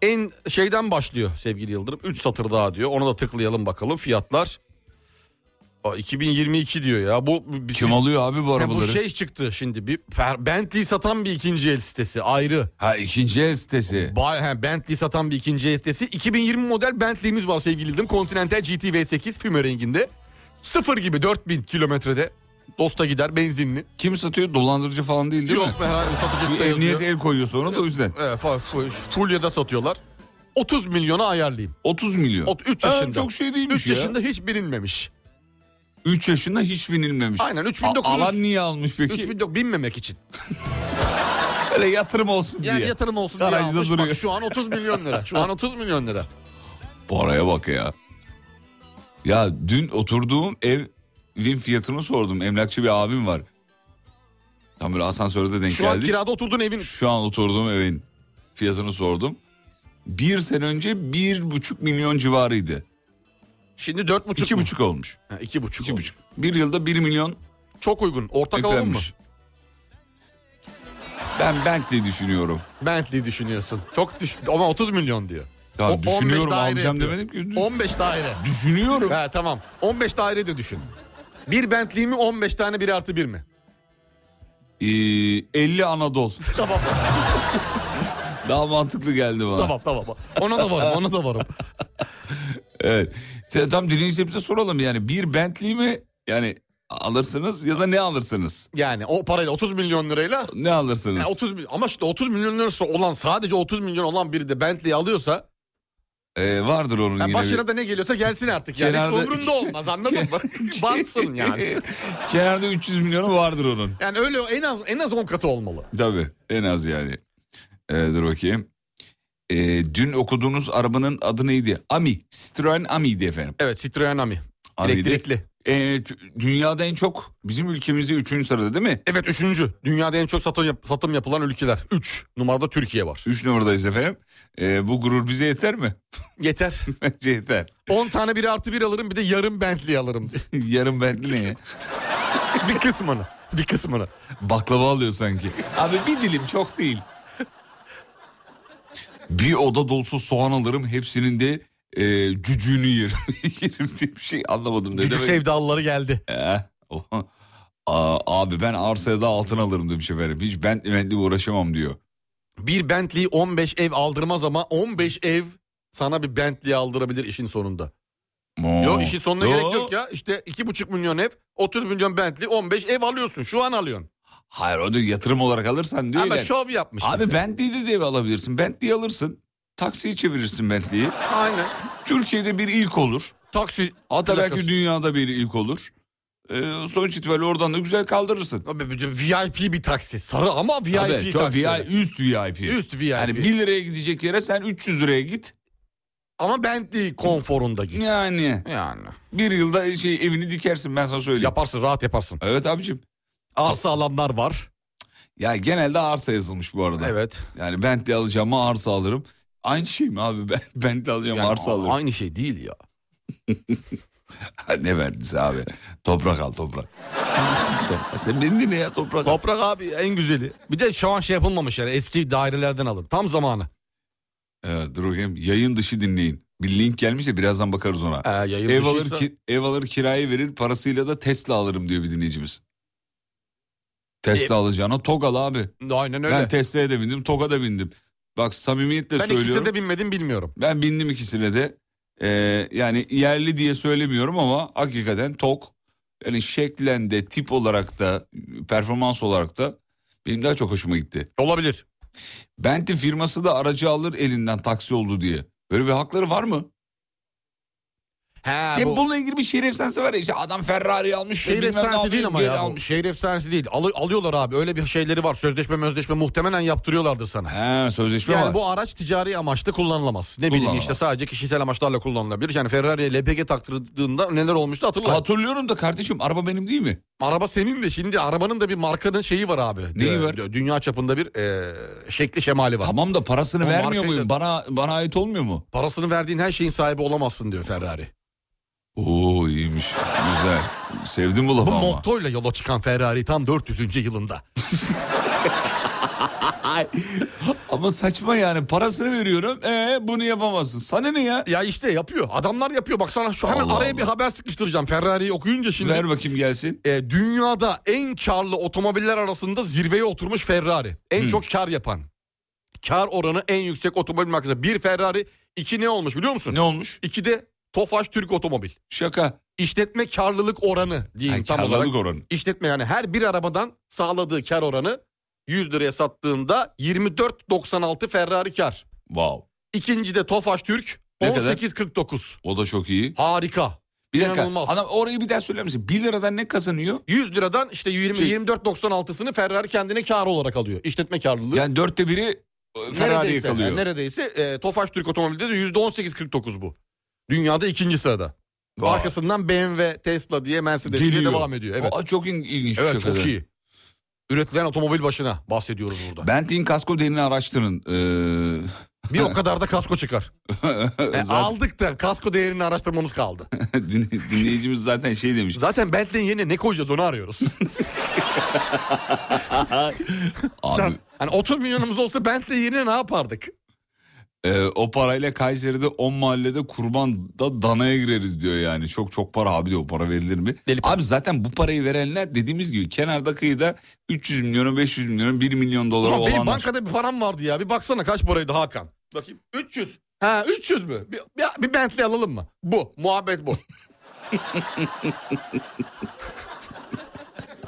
[SPEAKER 5] En şeyden başlıyor sevgili Yıldırım. 3 satır daha diyor. Ona da tıklayalım bakalım fiyatlar. Aa, 2022 diyor ya. Bu bir-
[SPEAKER 4] Kim alıyor abi bu
[SPEAKER 5] Ha, bu
[SPEAKER 4] arabaları?
[SPEAKER 5] şey çıktı şimdi bir Fer- Bentley satan bir ikinci el sitesi ayrı.
[SPEAKER 4] Ha ikinci el sitesi.
[SPEAKER 5] Bay, he, Bentley satan bir ikinci el sitesi. 2020 model Bentley'miz var sevgili Yıldırım. Continental GT V8 füme renginde. Sıfır gibi 4000 kilometrede. Dosta gider benzinli.
[SPEAKER 4] Kim satıyor? Dolandırıcı falan değil değil
[SPEAKER 5] Yok
[SPEAKER 4] mi?
[SPEAKER 5] be herhalde satıcısı
[SPEAKER 4] Bir
[SPEAKER 5] da yazıyor.
[SPEAKER 4] emniyet el koyuyor sonra da o yüzden.
[SPEAKER 5] Evet, fa- fu- Fulya'da satıyorlar. 30 milyona ayarlayayım.
[SPEAKER 4] 30 milyon.
[SPEAKER 5] Ot- üç
[SPEAKER 4] Ha,
[SPEAKER 5] yaşında.
[SPEAKER 4] çok şey
[SPEAKER 5] 3
[SPEAKER 4] değilmiş ya.
[SPEAKER 5] yaşında hiç bilinmemiş.
[SPEAKER 4] 3 yaşında hiç binilmemiş.
[SPEAKER 5] Aynen, üç bin
[SPEAKER 4] A-
[SPEAKER 5] dokuz yüz-
[SPEAKER 4] Alan niye almış peki?
[SPEAKER 5] 3 milyon binmemek için.
[SPEAKER 4] Öyle yatırım olsun
[SPEAKER 5] Yani
[SPEAKER 4] diye.
[SPEAKER 5] yatırım olsun diye
[SPEAKER 4] Sarayda
[SPEAKER 5] almış.
[SPEAKER 4] duruyor.
[SPEAKER 5] Bak şu an 30 milyon lira. Şu an 30 milyon
[SPEAKER 4] <laughs>
[SPEAKER 5] lira.
[SPEAKER 4] Paraya bak ya. Ya dün oturduğum evin fiyatını sordum. Emlakçı bir abim var. Tam böyle asansörde denk
[SPEAKER 5] Şu an
[SPEAKER 4] geldik.
[SPEAKER 5] kirada oturduğun evin
[SPEAKER 4] Şu an oturduğum evin fiyatını sordum. Bir sene önce bir buçuk milyon civarıydı.
[SPEAKER 5] şimdi 4,5
[SPEAKER 4] İki buçuk olmuş.
[SPEAKER 5] Ha, iki buçuk.
[SPEAKER 4] İki
[SPEAKER 5] oldu.
[SPEAKER 4] buçuk. Bir yılda bir milyon
[SPEAKER 5] Çok uygun. Ortak alalım mı?
[SPEAKER 4] eklenmiş. Ben Bentley düşünüyorum.
[SPEAKER 5] Bentley düşünüyorsun. Çok düş ama 30 milyon diyor.
[SPEAKER 4] Ya
[SPEAKER 5] O- 15
[SPEAKER 4] düşünüyorum,
[SPEAKER 5] daire
[SPEAKER 4] alacağım
[SPEAKER 5] yapıyor.
[SPEAKER 4] demedim ki.
[SPEAKER 5] 15 daire.
[SPEAKER 4] Düşünüyorum.
[SPEAKER 5] He tamam. 15 daire de düşün. Bir Bentley mi 15 tane 1 artı 1 mi? <laughs>
[SPEAKER 4] Ee, 50 Anadolu.
[SPEAKER 5] Tamam
[SPEAKER 4] Daha mantıklı geldi bana.
[SPEAKER 5] tamam tamam. Ona da varım ona da varım.
[SPEAKER 4] Evet. Sen, tam dinleyicilerimize soralım yani. Bir Bentley mi? Yani alırsınız ya da ne alırsınız?
[SPEAKER 5] Yani o parayla 30 milyon lirayla
[SPEAKER 4] Ne alırsınız?
[SPEAKER 5] yani 30 mil- ama işte 30 milyon lirası olan sadece 30 milyon olan biri de Bentley alıyorsa
[SPEAKER 4] Ee, vardır onun
[SPEAKER 5] yani
[SPEAKER 4] yine
[SPEAKER 5] başına da ne geliyorsa gelsin artık yani
[SPEAKER 4] Kenarda-
[SPEAKER 5] hiç umurumda olmaz
[SPEAKER 4] <laughs>
[SPEAKER 5] anladın mı?
[SPEAKER 4] bir-
[SPEAKER 5] Batsın yani.
[SPEAKER 4] <laughs> Kenarda 300 milyonu vardır onun.
[SPEAKER 5] Yani öyle en az en az 10 katı olmalı.
[SPEAKER 4] Tabii en az yani. Ee, dur bakayım. Ee, dün okuduğunuz arabanın adı neydi? Ami. Citroen Ami'ydi efendim.
[SPEAKER 5] Evet Citroen Ami.
[SPEAKER 4] Ami'ydi.
[SPEAKER 5] Elektrikli.
[SPEAKER 4] Ee, t- dünyada en çok bizim ülkemizde 3. sırada değil mi?
[SPEAKER 5] Evet üçüncü. Dünyada en çok satım, yap- satım yapılan ülkeler. Üç. Numarada Türkiye var.
[SPEAKER 4] 3 numaradayız efendim. Ee, bu gurur bize yeter mi?
[SPEAKER 5] <laughs> Yeter.
[SPEAKER 4] <laughs> Bence yeter.
[SPEAKER 5] 10 tane bir artı bir alırım bir de yarım Bentley alırım.
[SPEAKER 4] <laughs> Yarın Bentley ne?
[SPEAKER 5] <laughs> bir kısmını. Bir kısmını.
[SPEAKER 4] Baklava alıyor sanki. Abi bir dilim çok değil. Bir oda dolusu soğan alırım hepsinin de e, cücüğünü yerim. <laughs> yerim diye bir şey anlamadım. Ne
[SPEAKER 5] Cücük
[SPEAKER 4] demek?
[SPEAKER 5] sevdalıları geldi.
[SPEAKER 4] Eh, o- Aa, abi ben arsaya da altın alırım demiş efendim. Hiç ben Bentley uğraşamam diyor.
[SPEAKER 5] Bir Bentley 15 ev aldırmaz ama 15 ev sana bir Bentley aldırabilir işin sonunda.
[SPEAKER 4] Oo.
[SPEAKER 5] Yok işin sonuna
[SPEAKER 4] Yo.
[SPEAKER 5] gerek yok ya. İşte 2,5 milyon ev, 30 milyon Bentley, 15 ev alıyorsun. Şu an alıyorsun.
[SPEAKER 4] Hayır o diyor yatırım olarak alırsan diyor.
[SPEAKER 5] Ama
[SPEAKER 4] yani.
[SPEAKER 5] şov yapmış.
[SPEAKER 4] Abi Bentley'de de ev alabilirsin. Bentley'i alırsın. Taksiyi çevirirsin Bentley'i.
[SPEAKER 5] Aynen.
[SPEAKER 4] Türkiye'de bir ilk olur.
[SPEAKER 5] Taksi.
[SPEAKER 4] Hatta belki
[SPEAKER 5] plakası.
[SPEAKER 4] dünyada bir ilk olur. Ee, sonuç itibariyle oradan da güzel kaldırırsın.
[SPEAKER 5] Abi bir de VIP bir taksi. Sarı ama VIP
[SPEAKER 4] Tabii,
[SPEAKER 5] taksi.
[SPEAKER 4] çok VIP, üst VIP.
[SPEAKER 5] Üst VIP.
[SPEAKER 4] Yani 1 liraya gidecek yere sen 300 liraya git.
[SPEAKER 5] Ama Bentley konforunda git.
[SPEAKER 4] Yani
[SPEAKER 5] Yani.
[SPEAKER 4] bir yılda şey evini dikersin ben sana söyleyeyim.
[SPEAKER 5] Yaparsın rahat yaparsın.
[SPEAKER 4] Evet abicim.
[SPEAKER 5] Arsa alanlar var.
[SPEAKER 4] Ya genelde arsa yazılmış bu arada.
[SPEAKER 5] Evet.
[SPEAKER 4] Yani Bentley alacağıma arsa alırım. Aynı şey mi abi? <laughs> Ben Bentley alacağım
[SPEAKER 5] Yani
[SPEAKER 4] arsa
[SPEAKER 5] a-
[SPEAKER 4] alırım.
[SPEAKER 5] Aynı şey değil ya.
[SPEAKER 4] ne Bentley'si abi? Toprak al toprak. Toprak. Sen beni dinle ya toprak al.
[SPEAKER 5] Toprak abi en güzeli. Bir de şu an şey yapılmamış yani eski dairelerden alın. Tam zamanı.
[SPEAKER 4] Evet, Ee, dur bakayım. Yayın dışı dinleyin. Bir link gelmiş de birazdan bakarız ona.
[SPEAKER 5] Ee, yayın
[SPEAKER 4] Ev
[SPEAKER 5] dışıysa-
[SPEAKER 4] alır, ki, ev alır kiraya verir parasıyla da Tesla alırım diyor bir dinleyicimiz. Tesla alacağına Toga'la abi.
[SPEAKER 5] Aynen öyle.
[SPEAKER 4] Ben Tesla'ya da bindim Toga da bindim. Bak samimiyetle
[SPEAKER 5] ben ikisine
[SPEAKER 4] söylüyorum.
[SPEAKER 5] de binmedim bilmiyorum.
[SPEAKER 4] Ben bindim ikisine de. Ee, yani yerli diye söylemiyorum ama hakikaten tok. Yani şeklen de tip olarak da performans olarak da benim daha çok hoşuma gitti.
[SPEAKER 5] Olabilir.
[SPEAKER 4] Bentley firması da aracı alır elinden taksi oldu diye. Böyle bir hakları var mı?
[SPEAKER 5] He,
[SPEAKER 4] Ya
[SPEAKER 5] bu
[SPEAKER 4] bununla ilgili bir şehir efsanesi var ya işte adam Ferrari almış.
[SPEAKER 5] şehir
[SPEAKER 4] bilmem ne
[SPEAKER 5] efsanesi
[SPEAKER 4] almış,
[SPEAKER 5] değil ama
[SPEAKER 4] geri
[SPEAKER 5] ya bu.
[SPEAKER 4] almış.
[SPEAKER 5] Şehir efsanesi değil. Alı- alıyorlar abi öyle bir şeyleri var. Sözleşme mözleşme muhtemelen yaptırıyorlardı sana.
[SPEAKER 4] He sözleşme
[SPEAKER 5] Yani
[SPEAKER 4] var.
[SPEAKER 5] bu araç ticari amaçlı kullanılamaz. Ne bileyim
[SPEAKER 4] Kullanılamaz.
[SPEAKER 5] işte sadece kişisel amaçlarla kullanılabilir. Yani Ferrari'ye LPG taktırdığında neler olmuştu hatırla.
[SPEAKER 4] Hatırlıyorum da kardeşim araba benim değil mi?
[SPEAKER 5] Araba senin de şimdi arabanın da bir markanın şeyi var abi.
[SPEAKER 4] Neyi
[SPEAKER 5] Dü-
[SPEAKER 4] var?
[SPEAKER 5] dü- Dünya çapında bir e, şekli şemali var.
[SPEAKER 4] Tamam da parasını
[SPEAKER 5] O
[SPEAKER 4] vermiyor
[SPEAKER 5] markayı
[SPEAKER 4] muyum?
[SPEAKER 5] da-
[SPEAKER 4] Bana bana ait olmuyor mu?
[SPEAKER 5] Parasını verdiğin her şeyin sahibi olamazsın diyor Ferrari.
[SPEAKER 4] Oo iyiymiş. Güzel. Sevdim bu lafı
[SPEAKER 5] Bu
[SPEAKER 4] ama.
[SPEAKER 5] mottoyla yola çıkan Ferrari tam 400. yılında.
[SPEAKER 4] Ama saçma yani parasını veriyorum. Ee bunu yapamazsın. Sana ne ya?
[SPEAKER 5] Ya işte yapıyor. Adamlar yapıyor. Bak sana şu hemen
[SPEAKER 4] Allah
[SPEAKER 5] araya
[SPEAKER 4] Allah.
[SPEAKER 5] bir haber sıkıştıracağım. Ferrari'yi okuyunca şimdi.
[SPEAKER 4] Ver bakayım gelsin.
[SPEAKER 5] E, dünyada en karlı otomobiller arasında zirveye oturmuş Ferrari. En çok kar yapan. Kar oranı en yüksek otomobil markası. Bir Ferrari, iki ne olmuş biliyor musun?
[SPEAKER 4] Ne olmuş?
[SPEAKER 5] İki de Tofaş Türk Otomobil.
[SPEAKER 4] Şaka.
[SPEAKER 5] İşletme karlılık oranı diyeyim
[SPEAKER 4] Ay,
[SPEAKER 5] tam
[SPEAKER 4] karlılık
[SPEAKER 5] olarak.
[SPEAKER 4] oranı.
[SPEAKER 5] İşletme yani her bir arabadan sağladığı kar oranı 100 liraya sattığında 24.96 Ferrari kar.
[SPEAKER 4] Wow.
[SPEAKER 5] İkinci de Tofaş Türk
[SPEAKER 4] Ne kadar?
[SPEAKER 5] 18.49.
[SPEAKER 4] O da çok iyi.
[SPEAKER 5] Harika.
[SPEAKER 4] Bir dakika.
[SPEAKER 5] İnanılmaz.
[SPEAKER 4] Adam orayı bir daha söyler misin? 1 liradan ne kazanıyor?
[SPEAKER 5] 100 liradan işte 20
[SPEAKER 4] Şey-
[SPEAKER 5] 24.96'sını Ferrari kendine kar olarak alıyor. İşletme karlılığı.
[SPEAKER 4] Yani dörtte biri e, Ferrari'ye
[SPEAKER 5] neredeyse,
[SPEAKER 4] kalıyor.
[SPEAKER 5] yani neredeyse e, Tofaş Türk otomobilde de %18.49 bu. Dünyada ikinci sırada.
[SPEAKER 4] Vay.
[SPEAKER 5] Arkasından BMW, Tesla diye Mercedes diye
[SPEAKER 4] Geliyor.
[SPEAKER 5] devam ediyor. Evet.
[SPEAKER 4] Aa, çok il- ilginç bir şey
[SPEAKER 5] evet
[SPEAKER 4] şaka.
[SPEAKER 5] çok iyi. Üretilen otomobil başına bahsediyoruz burada.
[SPEAKER 4] Bentley'in kasko değerini araştırın. Ee,
[SPEAKER 5] Bir
[SPEAKER 4] <laughs>
[SPEAKER 5] o kadar da kasko çıkar. E,
[SPEAKER 4] zaten <laughs>
[SPEAKER 5] aldık da kasko değerini araştırmamız kaldı.
[SPEAKER 4] din- dinleyicimiz zaten şey demiş.
[SPEAKER 5] Zaten Bentley'in yerine ne koyacağız onu arıyoruz.
[SPEAKER 4] Abi
[SPEAKER 5] Sen- hani 30 milyonumuz olsa Bentley'in yerine ne yapardık?
[SPEAKER 4] e, o parayla Kayseri'de 10 mahallede kurban da danaya gireriz diyor yani. Çok çok para abi diyor o para verilir mi?
[SPEAKER 5] Deli para.
[SPEAKER 4] Abi zaten bu parayı verenler dediğimiz gibi kenarda kıyıda 300 milyonu 500 milyonu 1 milyon dolara
[SPEAKER 5] Ulan benim
[SPEAKER 4] olanlar.
[SPEAKER 5] bankada bir param vardı ya. Bir baksana kaç paraydı Hakan. Bakayım 300. Ha 300 mü? Bir, bir, bir Bentley alalım mı? Bu. Muhabbet bu.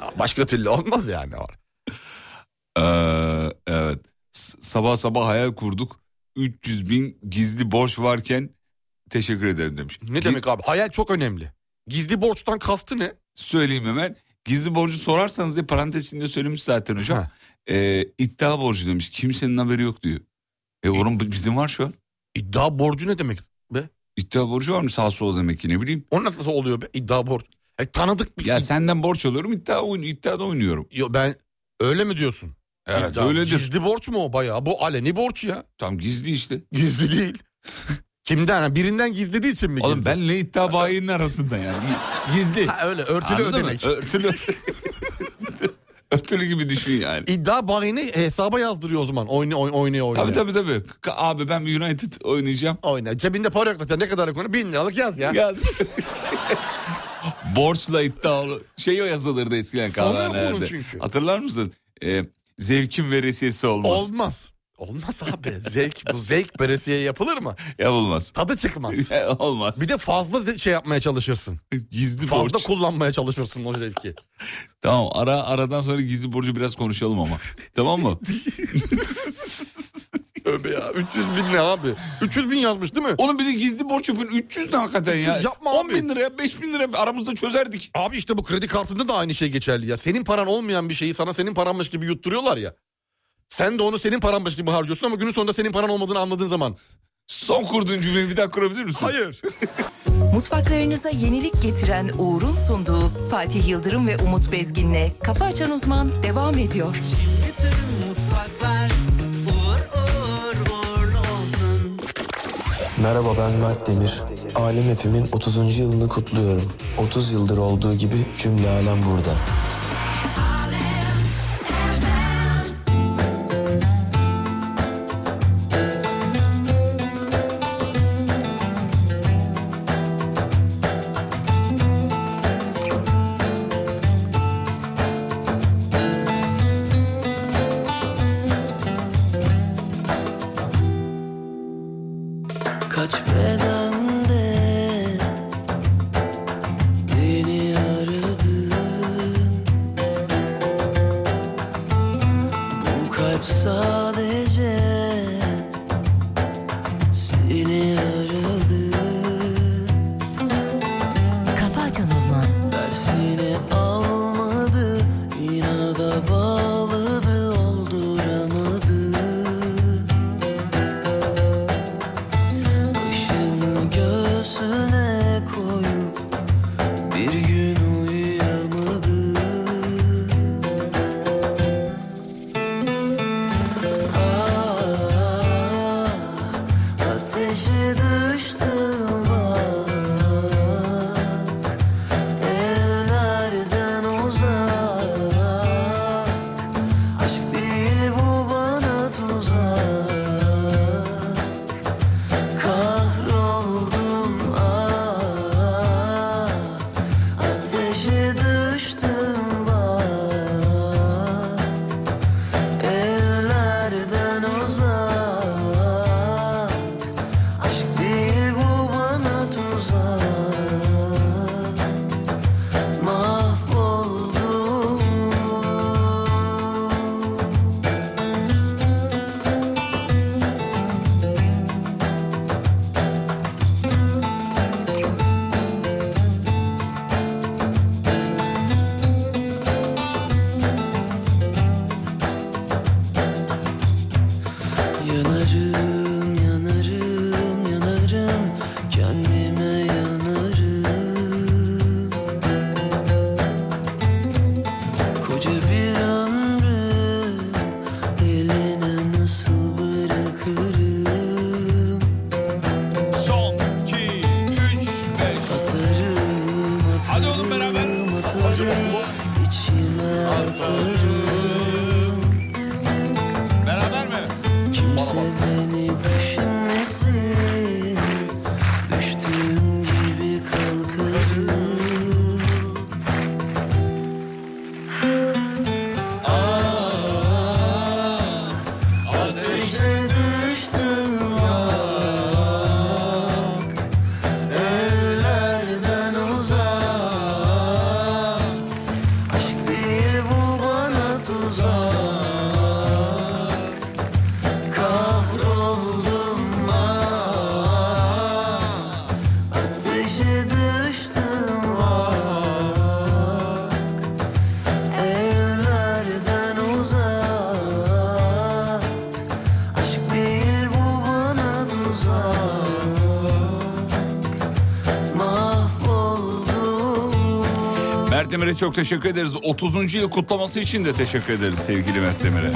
[SPEAKER 5] Ya Başka türlü olmaz yani.
[SPEAKER 4] Ee, evet. S- Sabah sabah hayal kurduk. 300 bin gizli borç varken teşekkür ederim demiş.
[SPEAKER 5] Ne
[SPEAKER 4] Gi-
[SPEAKER 5] demek abi? Hayal çok önemli. Gizli borçtan kastı ne?
[SPEAKER 4] Söyleyeyim hemen. Gizli borcu sorarsanız diye parantez içinde söylemiş zaten hocam.
[SPEAKER 5] Ha.
[SPEAKER 4] Ee, iddia borcu demiş. Kimsenin haberi yok diyor. E oğlum bu- bizim var şu an.
[SPEAKER 5] İddia borcu ne demek be?
[SPEAKER 4] İddia borcu var mı sağ sola demek ki ne bileyim.
[SPEAKER 5] O nasıl oluyor be? İddia borcu. E, tanıdık bir...
[SPEAKER 4] Ya senden borç alıyorum iddia oyun, iddiada oynuyorum.
[SPEAKER 5] Yo, ben öyle mi diyorsun?
[SPEAKER 4] Evet
[SPEAKER 5] İddia-
[SPEAKER 4] öyledir.
[SPEAKER 5] Gizli borç mu o bayağı? Bu aleni borç ya.
[SPEAKER 4] Tam gizli işte.
[SPEAKER 5] Gizli değil. Kimden? Ha, Birinden gizlediği için mi
[SPEAKER 4] Oğlum
[SPEAKER 5] gizli?
[SPEAKER 4] benle iddia bayinin arasında yani. Gizli.
[SPEAKER 5] Ha, öyle örtülü
[SPEAKER 4] Anladın mı?
[SPEAKER 5] ödenek. <laughs>
[SPEAKER 4] Örtülü. Örtülü gibi düşün yani.
[SPEAKER 5] İddia bahini hesaba yazdırıyor o zaman. Oyna oyn- oynuyor oynuyor.
[SPEAKER 4] Tabii tabii tabii. K- Abi ben bir United oynayacağım.
[SPEAKER 5] Oyna. Cebinde para yok zaten. Ne kadarlık onu? Bin liralık yaz ya. <laughs>
[SPEAKER 4] Yaz. Borçla iddialı. Şey o yazılırdı eskiden
[SPEAKER 5] Sonu yok bunun
[SPEAKER 4] kahvelerde.
[SPEAKER 5] çünkü.
[SPEAKER 4] Hatırlar mısın? Ee, zevkin veresiyesi olmaz.
[SPEAKER 5] Olmaz. Olmaz abi. zevk bu zevk beresiye yapılır mı?
[SPEAKER 4] Yapılmaz.
[SPEAKER 5] Tadı çıkmaz.
[SPEAKER 4] <laughs> olmaz.
[SPEAKER 5] Bir de fazla ze- şey yapmaya çalışırsın.
[SPEAKER 4] E, gizli
[SPEAKER 5] Fazla
[SPEAKER 4] borç.
[SPEAKER 5] kullanmaya çalışırsın o zevki.
[SPEAKER 4] <laughs> Tamam ara aradan sonra gizli borcu biraz konuşalım ama. tamam mı?
[SPEAKER 5] Öbe ya 300 bin ne abi? 300 bin yazmış değil mi?
[SPEAKER 4] Oğlum bir de gizli borç yapın 300 ne hakikaten ya.
[SPEAKER 5] 300 yapma
[SPEAKER 4] 10
[SPEAKER 5] abi.
[SPEAKER 4] bin liraya 5 bin liraya aramızda çözerdik.
[SPEAKER 5] Abi işte bu kredi kartında da aynı şey geçerli ya. Senin paran olmayan bir şeyi sana senin paranmış gibi yutturuyorlar ya. Sen de onu senin paranmış gibi harcıyorsun ama günün sonunda senin paran olmadığını anladığın zaman.
[SPEAKER 4] Son kurduğun cümleyi bir daha kurabilir misin?
[SPEAKER 5] Hayır.
[SPEAKER 1] Mutfaklarınıza yenilik getiren Uğur'un sunduğu Fatih Yıldırım ve Umut Bezgin'le Kafa Açan Uzman devam ediyor.
[SPEAKER 8] Merhaba ben Mert Demir. Alem Efim'in 30. yılını kutluyorum. 30 yıldır olduğu gibi cümle alem burada.
[SPEAKER 2] kalp sadece seni aradı. Kafa açan uzman. Dersini almadı, inada bağladı, olduramadı. Başını göğsüne koyup bir gün uyuyamadı. Ah, ateşe düştüm ah. bak Evlerden uzak Aşk değil bu bana tuzak Kahroldum ah Ateşe düştüm bak Evlerden uzak Aşk değil bu bana tuzak Mahvoldum Yanarım, yanarım, yanarım Kendime yanarım Koca bir ömrü Eline nasıl bırakırım
[SPEAKER 4] Son, iki, üç, beş.
[SPEAKER 2] Atarım,
[SPEAKER 4] Hadi oğlum beraber.
[SPEAKER 2] atarım, atarım İçime atarım
[SPEAKER 4] Beraber mi?
[SPEAKER 2] Kimse beni düşünmesin Düştüğüm gibi kalkarım Ah ateşe düştüm bak Evlerden uzak Aşk değil bu bana tuzak Kahroldum ah Ateşe düştüm ah. bak Evlerden uzak Aşk değil bu bana tuzak Mahvoldum
[SPEAKER 4] Mert Demir'e çok teşekkür ederiz. 30. yıl kutlaması için de teşekkür ederiz sevgili Mert Demir'e.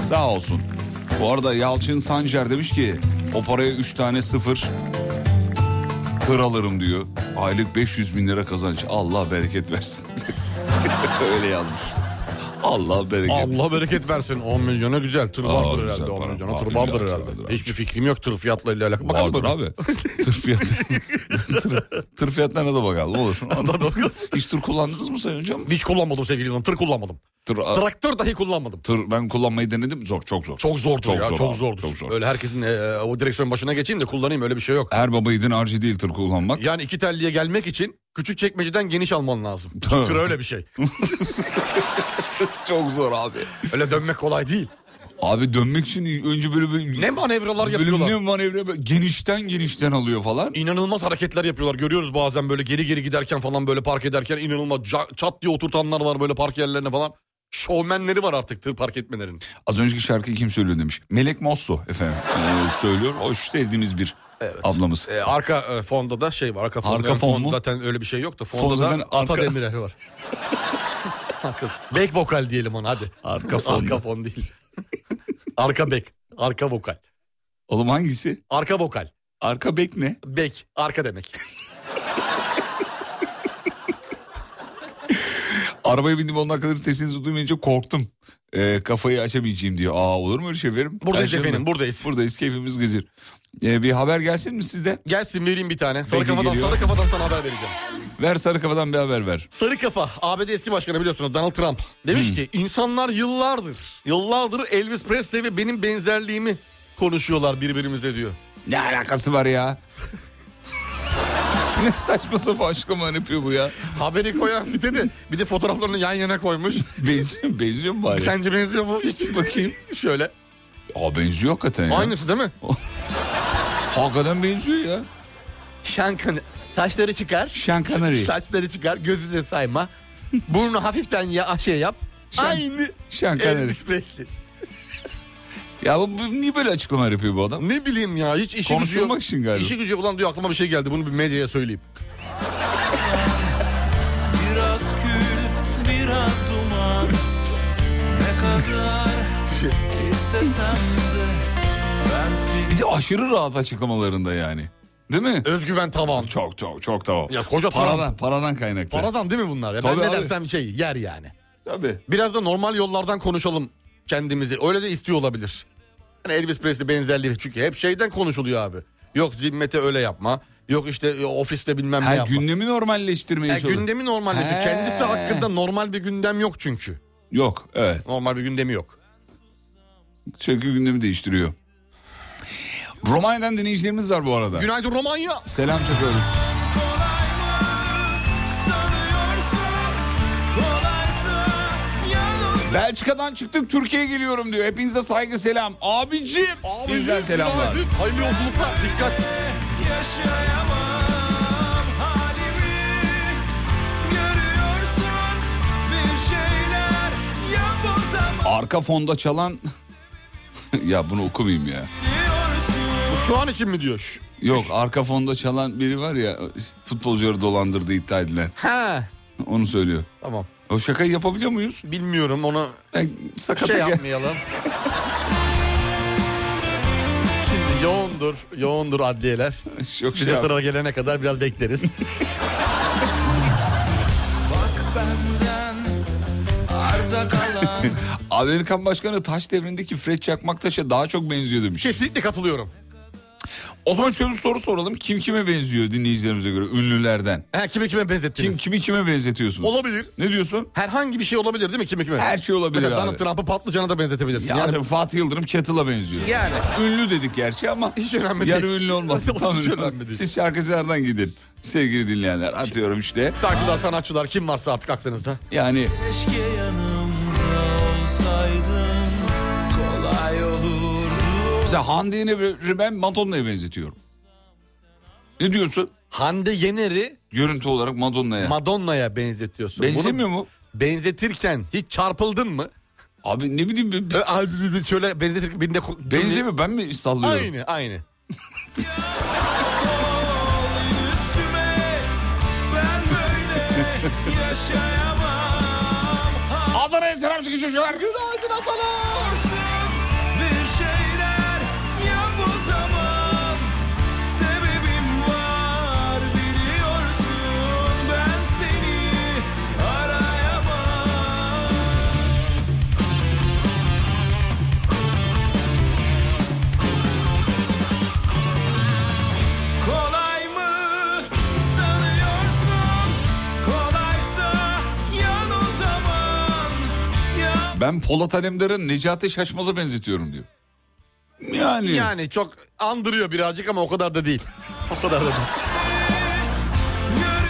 [SPEAKER 4] Sağ olsun. Bu arada Yalçın Sancar demiş ki o paraya 3 tane sıfır tır alırım diyor. Aylık 500 bin lira kazanç. Allah bereket versin. <laughs> Öyle yazmış. Allah bereket.
[SPEAKER 5] Allah
[SPEAKER 4] <laughs>
[SPEAKER 5] bereket versin. 10 milyona güzel tır
[SPEAKER 4] Aa,
[SPEAKER 5] vardır
[SPEAKER 4] güzel
[SPEAKER 5] herhalde. 10
[SPEAKER 4] para.
[SPEAKER 5] milyona
[SPEAKER 4] Aa,
[SPEAKER 5] tır
[SPEAKER 4] milyar
[SPEAKER 5] vardır
[SPEAKER 4] tır
[SPEAKER 5] herhalde.
[SPEAKER 4] vardır.
[SPEAKER 5] Hiçbir fikrim yok tır fiyatlarıyla alakalı. Bakalım
[SPEAKER 4] Vardır
[SPEAKER 5] bakalım. <laughs>
[SPEAKER 4] abi. tır, fiyatı, tır, tır fiyatlarına da bakalım olur. Hiç tır kullandınız mı Sayın Hocam?
[SPEAKER 5] Hiç kullanmadım sevgili hanım. Tır kullanmadım.
[SPEAKER 4] Tır,
[SPEAKER 5] Traktör dahi kullanmadım.
[SPEAKER 4] tır ben kullanmayı denedim zor çok zor.
[SPEAKER 5] Çok zordur
[SPEAKER 4] Çok
[SPEAKER 5] ya.
[SPEAKER 4] zor
[SPEAKER 5] çok
[SPEAKER 4] abi,
[SPEAKER 5] zordur.
[SPEAKER 4] çok zor.
[SPEAKER 5] Öyle herkesin e, o direksiyon başına geçeyim de kullanayım öyle bir şey yok.
[SPEAKER 4] Her babayiğidin harcı değil tır kullanmak.
[SPEAKER 5] Yani iki telliye gelmek için küçük çekmeceden geniş alman lazım.
[SPEAKER 4] Tabii.
[SPEAKER 5] Tır öyle bir
[SPEAKER 4] <laughs>
[SPEAKER 5] şey.
[SPEAKER 4] Çok zor abi.
[SPEAKER 5] Öyle dönmek kolay değil.
[SPEAKER 4] Abi dönmek için önce böyle bir...
[SPEAKER 5] Ne manevralar
[SPEAKER 4] Böyle
[SPEAKER 5] yapıyorlar.
[SPEAKER 4] ne manevra böyle genişten genişten alıyor falan.
[SPEAKER 5] İnanılmaz hareketler yapıyorlar. Görüyoruz bazen böyle geri geri giderken falan böyle park ederken inanılmaz ca- çat diye oturtanlar var böyle park yerlerine falan. Şovmenleri var artık tır park etmelerinin.
[SPEAKER 4] Az önceki şarkıyı kim söylüyor demiş. Melek Mosso efendim ee, söylüyor. Hoş sevdiğimiz bir ablamız.
[SPEAKER 5] Ee, arka e, fonda da şey var. Arka fonda,
[SPEAKER 4] Arka
[SPEAKER 5] yani
[SPEAKER 4] fon
[SPEAKER 5] fon
[SPEAKER 4] mu?
[SPEAKER 5] zaten öyle bir şey yok da fonda,
[SPEAKER 4] Fon
[SPEAKER 5] da
[SPEAKER 4] zaten
[SPEAKER 5] Ata
[SPEAKER 4] arka-
[SPEAKER 5] Demirer <laughs> var. bek vokal diyelim ona hadi.
[SPEAKER 4] Arka fon.
[SPEAKER 5] Arka fon değil. arka bek. Arka vokal.
[SPEAKER 4] Oğlum hangisi?
[SPEAKER 5] Arka vokal.
[SPEAKER 4] Arka bek ne?
[SPEAKER 5] Bek. Arka demek.
[SPEAKER 4] Arabaya bindim 10 dakikadır sesinizi duymayınca korktum. Ee, kafayı açamayacağım diyor. Aa olur mu öyle şey verim?
[SPEAKER 5] Buradayız efendim buradayız.
[SPEAKER 4] Buradayız keyfimiz gıcır. Ee, bir haber gelsin mi sizde?
[SPEAKER 5] Gelsin vereyim bir tane. Sarı
[SPEAKER 4] Peki,
[SPEAKER 5] kafadan,
[SPEAKER 4] geliyor.
[SPEAKER 5] sarı kafadan sana haber vereceğim.
[SPEAKER 4] Ver sarı kafadan bir haber ver.
[SPEAKER 5] Sarı kafa ABD eski başkanı biliyorsunuz Donald Trump demiş
[SPEAKER 4] Hmm.
[SPEAKER 5] ki insanlar yıllardır yıllardır Elvis Presley ve benim benzerliğimi konuşuyorlar birbirimize diyor.
[SPEAKER 4] Ne alakası var ya? <laughs> ne saçma sapan açıklama yapıyor bu ya.
[SPEAKER 5] Haberi koyan sitede bir de fotoğraflarını yan yana koymuş.
[SPEAKER 4] <laughs> Benziyor, benziyor mu bari?
[SPEAKER 5] Sence benziyor mu?
[SPEAKER 4] Bakayım.
[SPEAKER 5] Şöyle.
[SPEAKER 4] Aa benziyor hakikaten ya.
[SPEAKER 5] Aynısı değil mi?
[SPEAKER 4] <laughs> Hakikaten benziyor ya.
[SPEAKER 5] Şankan saçları çıkar.
[SPEAKER 4] Sean Connery.
[SPEAKER 5] Saçları çıkar. Gözü de
[SPEAKER 4] <laughs>
[SPEAKER 5] sayma. Burnu hafiften ya şey yap. Aynı
[SPEAKER 4] Sean Connery.
[SPEAKER 5] Elvis Presley.
[SPEAKER 4] Ya bu, bu niye böyle açıklama yapıyor bu adam?
[SPEAKER 5] Ne bileyim ya hiç işi
[SPEAKER 4] Konuşulmak
[SPEAKER 5] gücü yok.
[SPEAKER 4] için galiba.
[SPEAKER 5] İşi gücü yok. ulan diyor aklıma bir şey geldi bunu bir medyaya söyleyeyim.
[SPEAKER 2] Biraz kül, biraz duman Ne kadar istesem de Bensin
[SPEAKER 4] Bir de aşırı rahat açıklamalarında yani. Değil mi?
[SPEAKER 5] Özgüven tavan.
[SPEAKER 4] Çok çok çok tamam.
[SPEAKER 5] Ya koca
[SPEAKER 4] paradan,
[SPEAKER 5] tamam.
[SPEAKER 4] paradan kaynaklı.
[SPEAKER 5] Paradan değil mi bunlar? Ya?
[SPEAKER 4] Tabii
[SPEAKER 5] Ben ne
[SPEAKER 4] abi.
[SPEAKER 5] dersem şey yer yani.
[SPEAKER 4] Tabii.
[SPEAKER 5] Biraz da normal yollardan konuşalım kendimizi. Öyle de istiyor olabilir. Yani Elvis Presley benzerliği çünkü hep şeyden konuşuluyor abi. Yok zimmete öyle yapma. Yok işte e, ofiste bilmem ne
[SPEAKER 4] Ha,
[SPEAKER 5] yapma.
[SPEAKER 4] gündemi normalleştirmeye
[SPEAKER 5] Yani
[SPEAKER 4] çalışıyor.
[SPEAKER 5] gündemi normalleşti.
[SPEAKER 4] He.
[SPEAKER 5] Kendisi hakkında normal bir gündem yok çünkü.
[SPEAKER 4] Yok evet.
[SPEAKER 5] Normal bir gündemi yok.
[SPEAKER 4] Çünkü gündemi değiştiriyor. Romanya'dan dinleyicilerimiz var bu arada.
[SPEAKER 5] Günaydın Romanya.
[SPEAKER 4] Selam çakıyoruz.
[SPEAKER 2] sanıyorsun Kolaysa yalnız
[SPEAKER 4] Belçika'dan çıktık Türkiye'ye geliyorum diyor. Hepinize saygı selam. Abicim.
[SPEAKER 5] Abi
[SPEAKER 4] Bizden
[SPEAKER 5] günaydın.
[SPEAKER 4] selamlar.
[SPEAKER 5] Hayırlı yolculuklar. Dikkat.
[SPEAKER 2] yaşayamam halimi Görüyorsun bir şeyler yap o zaman
[SPEAKER 4] Arka fonda çalan... <laughs> ya bunu okumayayım ya.
[SPEAKER 5] Bu şu an için mi diyor? Şş.
[SPEAKER 4] Yok arka fonda çalan biri var ya futbolcuları dolandırdı iddia edilen. <laughs>
[SPEAKER 5] He.
[SPEAKER 4] Onu söylüyor.
[SPEAKER 5] Tamam.
[SPEAKER 4] O şakayı yapabiliyor muyuz?
[SPEAKER 5] Bilmiyorum onu
[SPEAKER 4] Ben sakata
[SPEAKER 5] şey
[SPEAKER 4] gel-
[SPEAKER 5] yapmayalım. Şimdi yoğundur, yoğundur adliyeler.
[SPEAKER 4] Yok, şey
[SPEAKER 5] Bize
[SPEAKER 4] yap-
[SPEAKER 5] sıra gelene kadar biraz bekleriz.
[SPEAKER 2] Arta kalan
[SPEAKER 4] <laughs> Amerikan Başkanı Taş devrindeki Fred Çakmaktaş'a daha çok benziyor demiş.
[SPEAKER 5] Kesinlikle katılıyorum.
[SPEAKER 4] O zaman şöyle bir soru soralım. Kim kime benziyor dinleyicilerimize göre ünlülerden?
[SPEAKER 5] He, kime kime
[SPEAKER 4] Kim
[SPEAKER 5] benzettiniz?
[SPEAKER 4] <laughs> kimi kime benzetiyorsunuz?
[SPEAKER 5] Olabilir.
[SPEAKER 4] Ne diyorsun?
[SPEAKER 5] Herhangi bir şey olabilir değil mi kime kime?
[SPEAKER 4] Her şey olabilir
[SPEAKER 5] Mesela
[SPEAKER 4] abi.
[SPEAKER 5] Donald Trump'ı patlıcana da benzetebilirsin.
[SPEAKER 4] Ya
[SPEAKER 5] yani,
[SPEAKER 4] Fatih Yıldırım Kettle'a benziyor.
[SPEAKER 5] yani
[SPEAKER 4] Ünlü dedik gerçi ama
[SPEAKER 5] Hiç önemli
[SPEAKER 4] yarı
[SPEAKER 5] değil.
[SPEAKER 4] ünlü olmasın.
[SPEAKER 5] Hiç
[SPEAKER 4] Tam ünlü.
[SPEAKER 5] önemli değil.
[SPEAKER 4] Siz şarkıcılardan gidin sevgili dinleyenler. Atıyorum işte.
[SPEAKER 5] saygılar sanatçılar kim varsa artık aklınızda.
[SPEAKER 4] Yani
[SPEAKER 2] keşke yanımda olsaydın Kolay olurdu
[SPEAKER 4] mesela Hande Yener'i ben Madonna'ya benzetiyorum. Ne diyorsun?
[SPEAKER 5] Hande Yener'i
[SPEAKER 4] Görüntü olarak Madonna'ya.
[SPEAKER 5] Madonna'ya benzetiyorsun.
[SPEAKER 4] Benzemiyor mu?
[SPEAKER 5] Bunu benzetirken hiç çarpıldın mı?
[SPEAKER 4] Abi ne bileyim ben-
[SPEAKER 5] Ö- a- Şöyle benzetirken birine... ko-
[SPEAKER 4] benzemiyor ben mi sallıyorum?
[SPEAKER 5] Aynı aynı.
[SPEAKER 2] Ben böyle yaşayamam
[SPEAKER 4] Adana'ya selam çıkın çocuklar. Günaydın Adana.
[SPEAKER 2] Bir şeyler yap o zaman Sebebim var biliyorsun Ben seni arayamam Kolay mı sanıyorsun Kolaysa yan o zaman Yan
[SPEAKER 4] Ben Polat Alemdar'ı Necati Şaşmaz'a benzetiyorum diyor. Yani,
[SPEAKER 5] Yani çok andırıyor birazcık ama o kadar da değil. O kadar da değil.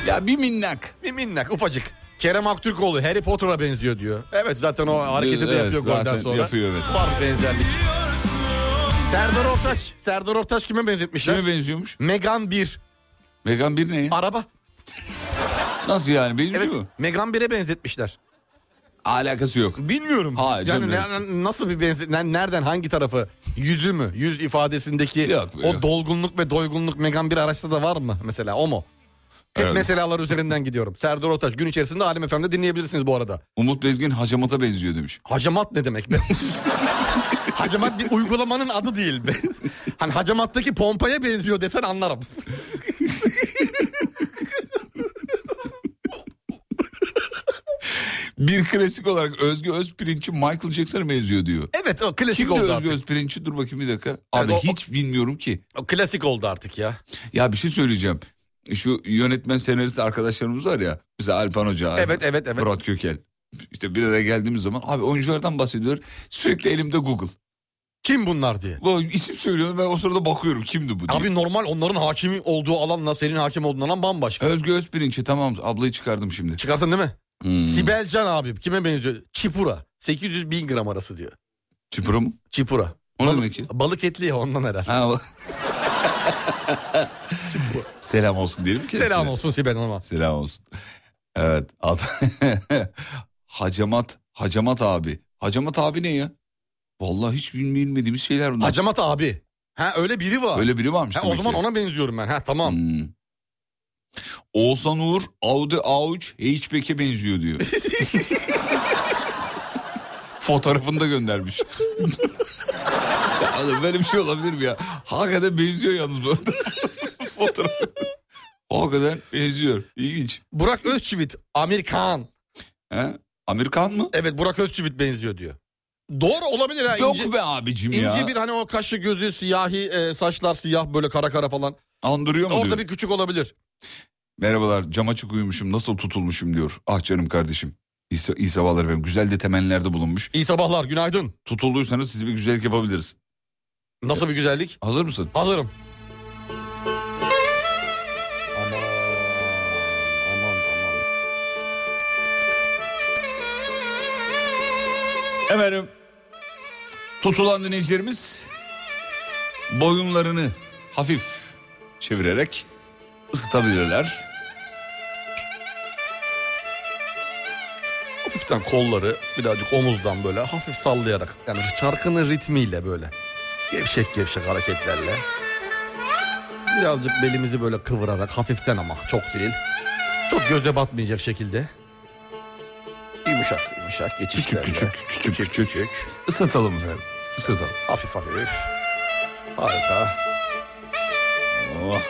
[SPEAKER 4] ya bir minnak.
[SPEAKER 5] Bir minnak ufacık. Kerem Aktürkoğlu Harry Potter'a benziyor diyor. Evet zaten o hareketi de
[SPEAKER 4] Evet,
[SPEAKER 5] yapıyor golden
[SPEAKER 4] zaten
[SPEAKER 5] sonra.
[SPEAKER 4] yapıyor, evet.
[SPEAKER 5] Var bir benzerlik. Serdar Ortaç. Serdar Ortaç kime benzetmişler?
[SPEAKER 4] Kime benziyormuş?
[SPEAKER 5] Megan 1.
[SPEAKER 4] Megan bir ne ya?
[SPEAKER 5] Araba.
[SPEAKER 4] Nasıl yani benziyor
[SPEAKER 5] Evet.
[SPEAKER 4] mu?
[SPEAKER 5] Megan 1'e benzetmişler.
[SPEAKER 4] Alakası yok.
[SPEAKER 5] Bilmiyorum.
[SPEAKER 4] Hayır,
[SPEAKER 5] yani
[SPEAKER 4] canım benim.
[SPEAKER 5] ne- nasıl bir benzet... ne- Nereden hangi tarafı? Yüzü mü? Yüz ifadesindeki
[SPEAKER 4] Yok,
[SPEAKER 5] o
[SPEAKER 4] yok.
[SPEAKER 5] dolgunluk ve doygunluk Megan 1 araçta da var mı? Mesela o mu? Hep
[SPEAKER 4] Evet.
[SPEAKER 5] meseleler üzerinden gidiyorum. Serdar Ortaç gün içerisinde Halim FM'de dinleyebilirsiniz bu arada.
[SPEAKER 4] Umut Bezgin hacamat'a benziyor demiş.
[SPEAKER 5] Hacamat ne demek be? <laughs> hacamat bir uygulamanın adı değil be. Hani hacamattaki pompaya benziyor desen anlarım.
[SPEAKER 4] Bir klasik olarak Özge Özpirinç'i Michael Jackson'a benziyor diyor.
[SPEAKER 5] Evet o klasik
[SPEAKER 4] Kimdi
[SPEAKER 5] oldu
[SPEAKER 4] Özge
[SPEAKER 5] artık.
[SPEAKER 4] Özpirinç'i? Dur bakayım bir dakika. Abi
[SPEAKER 5] o-
[SPEAKER 4] hiç bilmiyorum ki.
[SPEAKER 5] O klasik oldu artık ya.
[SPEAKER 4] Ya bir şey söyleyeceğim. Şu yönetmen senarist arkadaşlarımız var ya. Mesela Alpan Hoca.
[SPEAKER 5] Evet, evet, evet.
[SPEAKER 4] Murat Kökel. İşte bir araya geldiğimiz zaman abi oyunculardan bahsediyor. Sürekli elimde Google.
[SPEAKER 5] Kim bunlar diye.
[SPEAKER 4] Bu isim söylüyorum ben o sırada bakıyorum kimdi bu diye.
[SPEAKER 5] Abi normal onların hakimi olduğu alanla senin hakim olduğun alan bambaşka.
[SPEAKER 4] Özgü Özpirinç'i tamam ablayı çıkardım şimdi.
[SPEAKER 5] Çıkartın değil mi?
[SPEAKER 4] Hmm.
[SPEAKER 5] Sibel Can abi kime benziyor? Çipura. 800-1000 gram arası diyor.
[SPEAKER 4] Çipura mı?
[SPEAKER 5] Çipura.
[SPEAKER 4] O ne
[SPEAKER 5] Balık-
[SPEAKER 4] demek ki?
[SPEAKER 5] Balık etli ya ondan herhalde. <laughs>
[SPEAKER 4] Ha, bak. Selam olsun diyelim ki.
[SPEAKER 5] Selam olsun Sibel Hanım'a.
[SPEAKER 4] <laughs> Selam olsun. Evet. ad- <laughs> Hacamat. Hacamat abi. Hacamat abi ne ya? Vallahi hiç bil- bilmediğimiz şeyler bunlar.
[SPEAKER 5] Hacamat abi. Ha öyle biri var.
[SPEAKER 4] Öyle biri varmış
[SPEAKER 5] ha, o
[SPEAKER 4] demek
[SPEAKER 5] zaman
[SPEAKER 4] ki.
[SPEAKER 5] ona benziyorum ben. Ha tamam.
[SPEAKER 4] Hmm. Oğuzhan Uğur Audi A3 hatchback'e
[SPEAKER 5] <laughs>
[SPEAKER 4] benziyor diyor. Fotoğrafını da göndermiş. ya, böyle bir şey olabilir mi ya? Hakikaten benziyor yalnız bu. <laughs> Fotoğraf. Hakikaten benziyor. İlginç.
[SPEAKER 5] Burak Özçivit Amerikan.
[SPEAKER 4] He? Amerikan mı?
[SPEAKER 5] Evet Burak Özçivit benziyor diyor. Doğru olabilir ha.
[SPEAKER 4] Yok
[SPEAKER 5] ince,
[SPEAKER 4] be abicim ya.
[SPEAKER 5] ince bir hani o kaşı gözü siyahi e, saçlar siyah böyle kara kara falan.
[SPEAKER 4] Andırıyor mu diyor.
[SPEAKER 5] Orada bir küçük olabilir.
[SPEAKER 4] Merhabalar cam açık uyumuşum nasıl tutulmuşum diyor. Ah canım kardeşim. İyi, sa- iyi sabahlar efendim. Güzel de temennilerde bulunmuş.
[SPEAKER 5] İyi sabahlar günaydın.
[SPEAKER 4] Tutulduysanız size bir güzellik yapabiliriz.
[SPEAKER 5] Nasıl bir güzellik?
[SPEAKER 4] Hazır mısın?
[SPEAKER 5] Hazırım. Aman, aman, aman.
[SPEAKER 4] Efendim tutulan dinleyicilerimiz boyunlarını hafif çevirerek ısıtabilirler.
[SPEAKER 5] Hafiften kolları birazcık omuzdan böyle hafif sallayarak yani şarkının ritmiyle böyle gevşek gevşek hareketlerle birazcık belimizi böyle kıvırarak hafiften ama çok değil çok göze batmayacak şekilde yumuşak yumuşak geçişlerle
[SPEAKER 4] küçük, küçük, küçük. Isıtalım efendim. Isıtalım.
[SPEAKER 5] hafif hafif harika
[SPEAKER 4] Oh.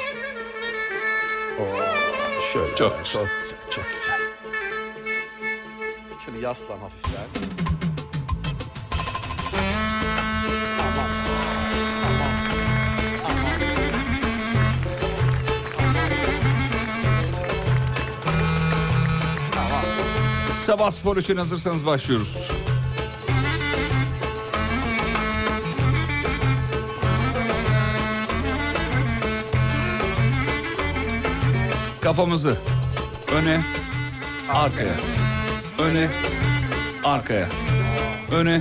[SPEAKER 5] Oh, Şöyle.
[SPEAKER 4] Çok
[SPEAKER 5] evet,
[SPEAKER 4] güzel.
[SPEAKER 5] Çok, çok güzel. Şunu yaslan hafiften. Aman, aman, aman. Tamam.
[SPEAKER 4] Sabah spor için hazırsanız başlıyoruz. Kafamızı öne, arkaya, öne, arkaya, öne,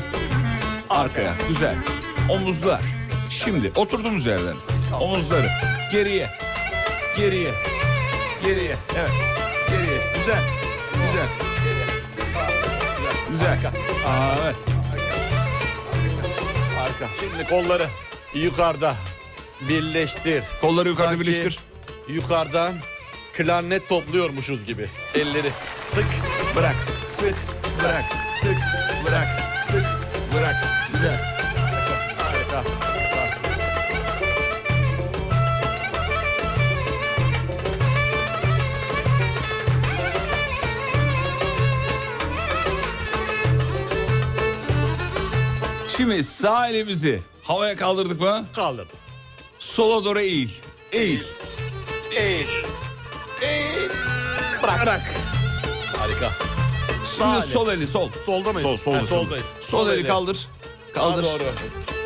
[SPEAKER 4] arkaya. Güzel. Omuzlar. Şimdi oturduğumuz yerden omuzları geriye, geriye, geriye. Evet. Geriye. Güzel. Güzel. Güzel. Aa, evet.
[SPEAKER 5] Harika. Şimdi kolları yukarıda birleştir.
[SPEAKER 4] Kolları yukarıda
[SPEAKER 5] Sanki
[SPEAKER 4] birleştir.
[SPEAKER 5] Yukarıdan klarnet topluyormuşuz gibi. Elleri sık.
[SPEAKER 4] Bırak. Sık. Bırak. Sık. Bırak. Sık. Bırak. Güzel.
[SPEAKER 5] Harika.
[SPEAKER 4] Şimdi sağ elimizi havaya kaldırdık mı?
[SPEAKER 5] Kaldır.
[SPEAKER 4] Sola doğru eğil. Eğil.
[SPEAKER 5] Eğil. Eğil. Bırak. Harika.
[SPEAKER 4] Şimdi
[SPEAKER 5] Sağ eli.
[SPEAKER 4] sol eli sol.
[SPEAKER 5] Solda mıyız? Sol,
[SPEAKER 4] Ha,
[SPEAKER 5] soldayız.
[SPEAKER 4] Sol eli kaldır. Kaldır.
[SPEAKER 5] Sağa doğru.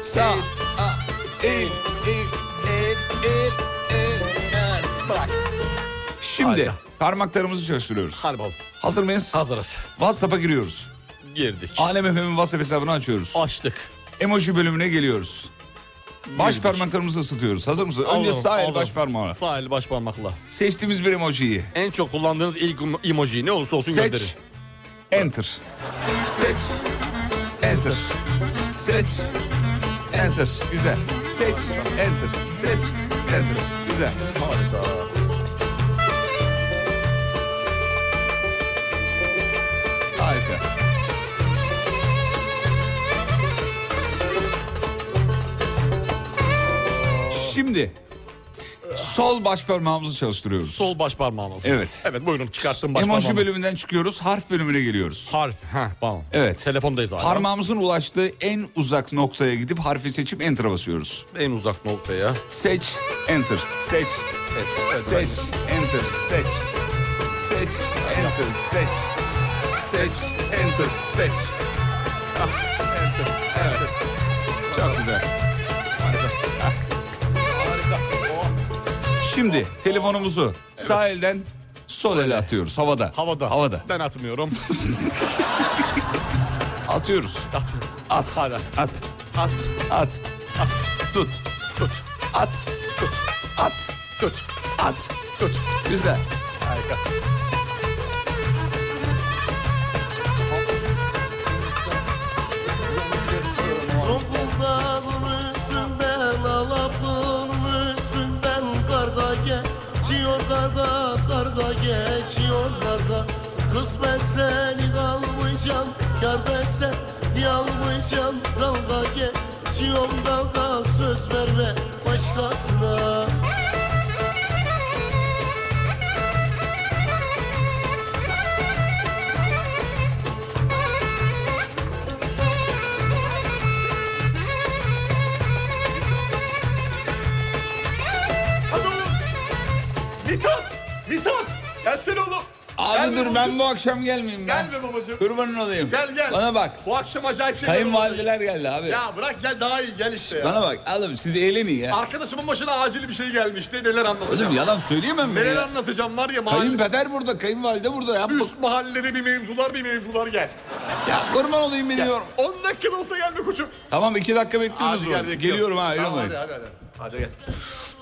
[SPEAKER 4] Sağ. Ah, Eğil. Eğil.
[SPEAKER 5] Bırak.
[SPEAKER 4] Şimdi
[SPEAKER 5] Harika.
[SPEAKER 4] parmaklarımızı çalıştırıyoruz.
[SPEAKER 5] Hadi bakalım.
[SPEAKER 4] Hazır mıyız?
[SPEAKER 5] Hazırız.
[SPEAKER 4] WhatsApp'a giriyoruz.
[SPEAKER 5] Girdik.
[SPEAKER 4] Alem FM'in WhatsApp hesabını açıyoruz.
[SPEAKER 5] Açtık.
[SPEAKER 4] Emoji bölümüne geliyoruz. Baş parmaklarımızı ısıtıyoruz. Hazır mısın? Önce
[SPEAKER 5] Aldım,
[SPEAKER 4] sağ el
[SPEAKER 5] aldım.
[SPEAKER 4] baş parmağına.
[SPEAKER 5] Sağ el baş parmakla.
[SPEAKER 4] Seçtiğimiz bir emojiyi.
[SPEAKER 5] En çok kullandığınız ilk emoji ne olursa olsun
[SPEAKER 4] Seç.
[SPEAKER 5] gönderin.
[SPEAKER 4] Enter. Seç. Enter. Seç. Enter. Güzel. Seç. Enter. Seç. Enter. Güzel. Harika. Harika. Şimdi sol baş parmağımızı çalıştırıyoruz.
[SPEAKER 5] Sol baş parmağımız.
[SPEAKER 4] Evet.
[SPEAKER 5] Evet buyurun çıkarttım baş
[SPEAKER 4] Emoji
[SPEAKER 5] parmağımı.
[SPEAKER 4] bölümünden çıkıyoruz, harf bölümüne geliyoruz.
[SPEAKER 5] Harf. Heh, tamam.
[SPEAKER 4] Evet.
[SPEAKER 5] Telefondayız hala.
[SPEAKER 4] Parmağımızın ulaştığı en uzak noktaya gidip harfi seçip enter'a basıyoruz.
[SPEAKER 5] En uzak noktaya.
[SPEAKER 4] Seç, enter, seç, seç, enter, seç, seç, enter, seç, seç, enter, seç. Ah, enter, evet. Çok güzel. Şimdi telefonumuzu sağ elden sol ele atıyoruz havada.
[SPEAKER 5] Havada.
[SPEAKER 4] Havada.
[SPEAKER 5] Ben atmıyorum.
[SPEAKER 4] <laughs> Atıyoruz.
[SPEAKER 5] At.
[SPEAKER 4] At.
[SPEAKER 5] Hadi.
[SPEAKER 4] At.
[SPEAKER 5] At.
[SPEAKER 4] At.
[SPEAKER 5] At.
[SPEAKER 4] Tut.
[SPEAKER 5] Tut.
[SPEAKER 4] At.
[SPEAKER 5] Tut.
[SPEAKER 4] At.
[SPEAKER 5] Tut.
[SPEAKER 4] At.
[SPEAKER 5] Tut.
[SPEAKER 4] Güzel.
[SPEAKER 5] Harika.
[SPEAKER 9] Topukların üstünden alapının üstünden karga geçiyor karga karga geçiyor karga Kız ben seni almışam yar ben seni almışam dalga geçiyorum dalga söz verme başkasına
[SPEAKER 5] Hadi oğlum. Mithat. Mithat. Gelsene oğlum.
[SPEAKER 4] Abi
[SPEAKER 5] Gelme
[SPEAKER 4] dur
[SPEAKER 5] babacığım.
[SPEAKER 4] ben bu akşam gelmeyeyim ben.
[SPEAKER 5] Gelme babacığım.
[SPEAKER 4] Kurbanın olayım.
[SPEAKER 5] Gel gel.
[SPEAKER 4] Bana bak.
[SPEAKER 5] Bu akşam acayip şeyler olacak.
[SPEAKER 4] Kayınvalideler geldi abi.
[SPEAKER 5] Ya bırak gel daha iyi gel işte ya.
[SPEAKER 4] Bana bak oğlum siz eğlenin ya.
[SPEAKER 5] Arkadaşımın başına acil bir şey gelmişti. Neler anlatacağım.
[SPEAKER 4] Oğlum yalan söyleyemem ben
[SPEAKER 5] Neler
[SPEAKER 4] ya.
[SPEAKER 5] anlatacağım var ya mahalle.
[SPEAKER 4] Kayınpeder burada, kayınvalide burada. Ya,
[SPEAKER 5] Üst mahallede bir mevzular bir mevzular gel.
[SPEAKER 4] ya kurban olayım biliyorum.
[SPEAKER 5] 10 dakika da olsa gelme koçum.
[SPEAKER 4] Tamam iki dakika bekliyorsunuz.
[SPEAKER 5] gel,
[SPEAKER 4] oğlum.
[SPEAKER 5] bekliyorum.
[SPEAKER 4] Geliyorum ha
[SPEAKER 5] Tamam,
[SPEAKER 4] ayrılmayın.
[SPEAKER 5] hadi hadi hadi. Hadi gel.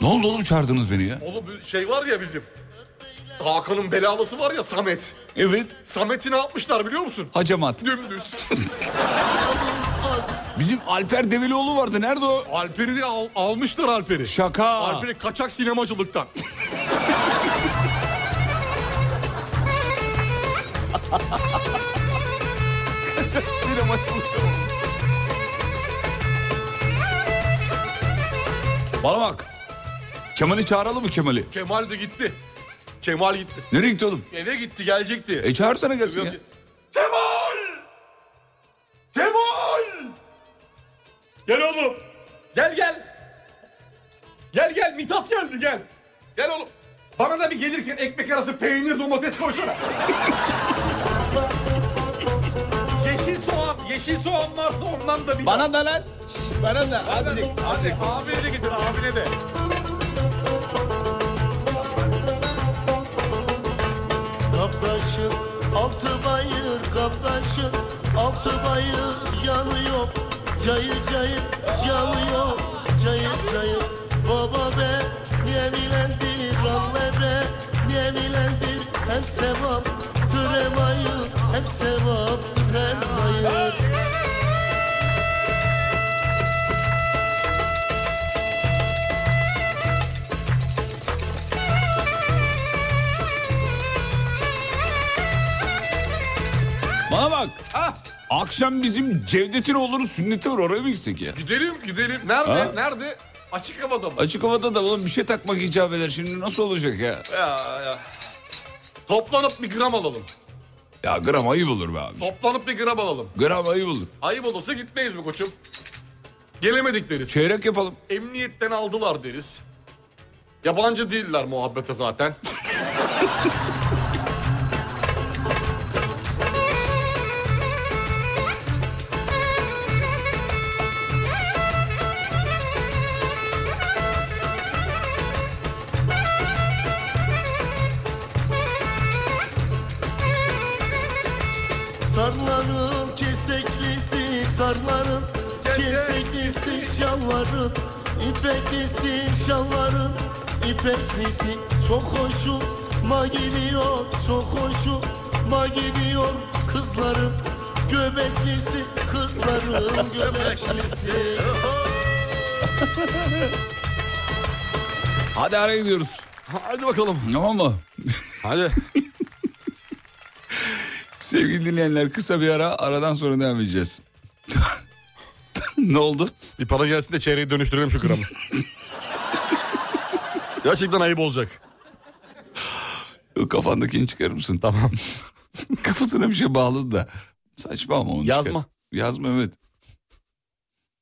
[SPEAKER 4] Ne oldu oğlum çağırdınız beni ya?
[SPEAKER 5] Oğlum bir şey var ya bizim. Hakan'ın belalısı var ya Samet.
[SPEAKER 4] Evet.
[SPEAKER 5] Samet'i ne yapmışlar biliyor musun?
[SPEAKER 4] Hacamat.
[SPEAKER 5] Dümdüz.
[SPEAKER 4] Bizim Alper Develioğlu vardı. Nerede o?
[SPEAKER 5] Alper'i de al- almışlar Alper'i.
[SPEAKER 4] Şaka.
[SPEAKER 5] Alper'i kaçak sinemacılıktan. kaçak sinemacılıktan.
[SPEAKER 4] <laughs> Bana bak. Kemal'i çağıralım mı Kemal'i?
[SPEAKER 5] Kemal de gitti. Kemal gitti.
[SPEAKER 4] Nereye gitti oğlum?
[SPEAKER 5] Eve gitti gelecekti.
[SPEAKER 4] E çağırsana gelsin ya.
[SPEAKER 5] Kemal! Kemal! Gel oğlum. Gel gel. Gel gel Mithat geldi gel. Gel oğlum. Bana da bir gelirken ekmek arası peynir domates koysana. <laughs> yeşil soğan, yeşil soğan varsa ondan da bir...
[SPEAKER 4] Bana da lan. Şş, Bana da. Azıcık.
[SPEAKER 5] Hadi abine de getir abine de.
[SPEAKER 9] Kaptaşın altı bayır kaptaşın altı bayır yanıyor Cayır cayır yanıyor cayır cayır Baba be niye bilendir anne be niye bilendir Hem sevaptır hem ayıp hem sevaptır hem hayır
[SPEAKER 4] Bana bak.
[SPEAKER 5] Ah
[SPEAKER 4] Akşam bizim Cevdet'in oğlunun sünneti var. Oraya mı gitsek ya?
[SPEAKER 5] gidelim gidelim. Nerede
[SPEAKER 4] Ha?
[SPEAKER 5] nerede? Açık havada mı?
[SPEAKER 4] Açık havada da oğlum bir şey takmak icap eder. Şimdi nasıl olacak ya?
[SPEAKER 5] Ya, ya. Toplanıp bir gram alalım.
[SPEAKER 4] Ya gram ayıp olur be abi.
[SPEAKER 5] Toplanıp bir gram alalım.
[SPEAKER 4] Gram ayıp olur.
[SPEAKER 5] Ayıp olursa gitmeyiz mi koçum? Gelemedik deriz.
[SPEAKER 4] Çeyrek yapalım.
[SPEAKER 5] Emniyetten aldılar deriz. Yabancı değiller muhabbete zaten.
[SPEAKER 9] Tarlanın keseklisi, tarlanın keseklisi, şalvarın ipeklisi, şalvarın ipeklisi. Çok hoşuma gidiyor, çok hoşuma gidiyor kızların göbeklisi, kızların göbeklisi.
[SPEAKER 4] Hadi araya gidiyoruz.
[SPEAKER 5] Hadi bakalım.
[SPEAKER 4] Tamam mı?
[SPEAKER 5] Hadi.
[SPEAKER 4] <laughs> Sevgili dinleyenler kısa bir ara aradan sonra devam edeceğiz. <laughs> ne oldu?
[SPEAKER 5] Bir para gelsin de çeyreği dönüştürelim şu
[SPEAKER 4] <laughs>
[SPEAKER 5] gramı. Gerçekten ayıp olacak.
[SPEAKER 4] Kafandakini çıkarır mısın? Tamam. <laughs> Kafasına bir şey bağladı da. Saçma ama onu
[SPEAKER 5] Yazma.
[SPEAKER 4] çıkar. Yazma evet.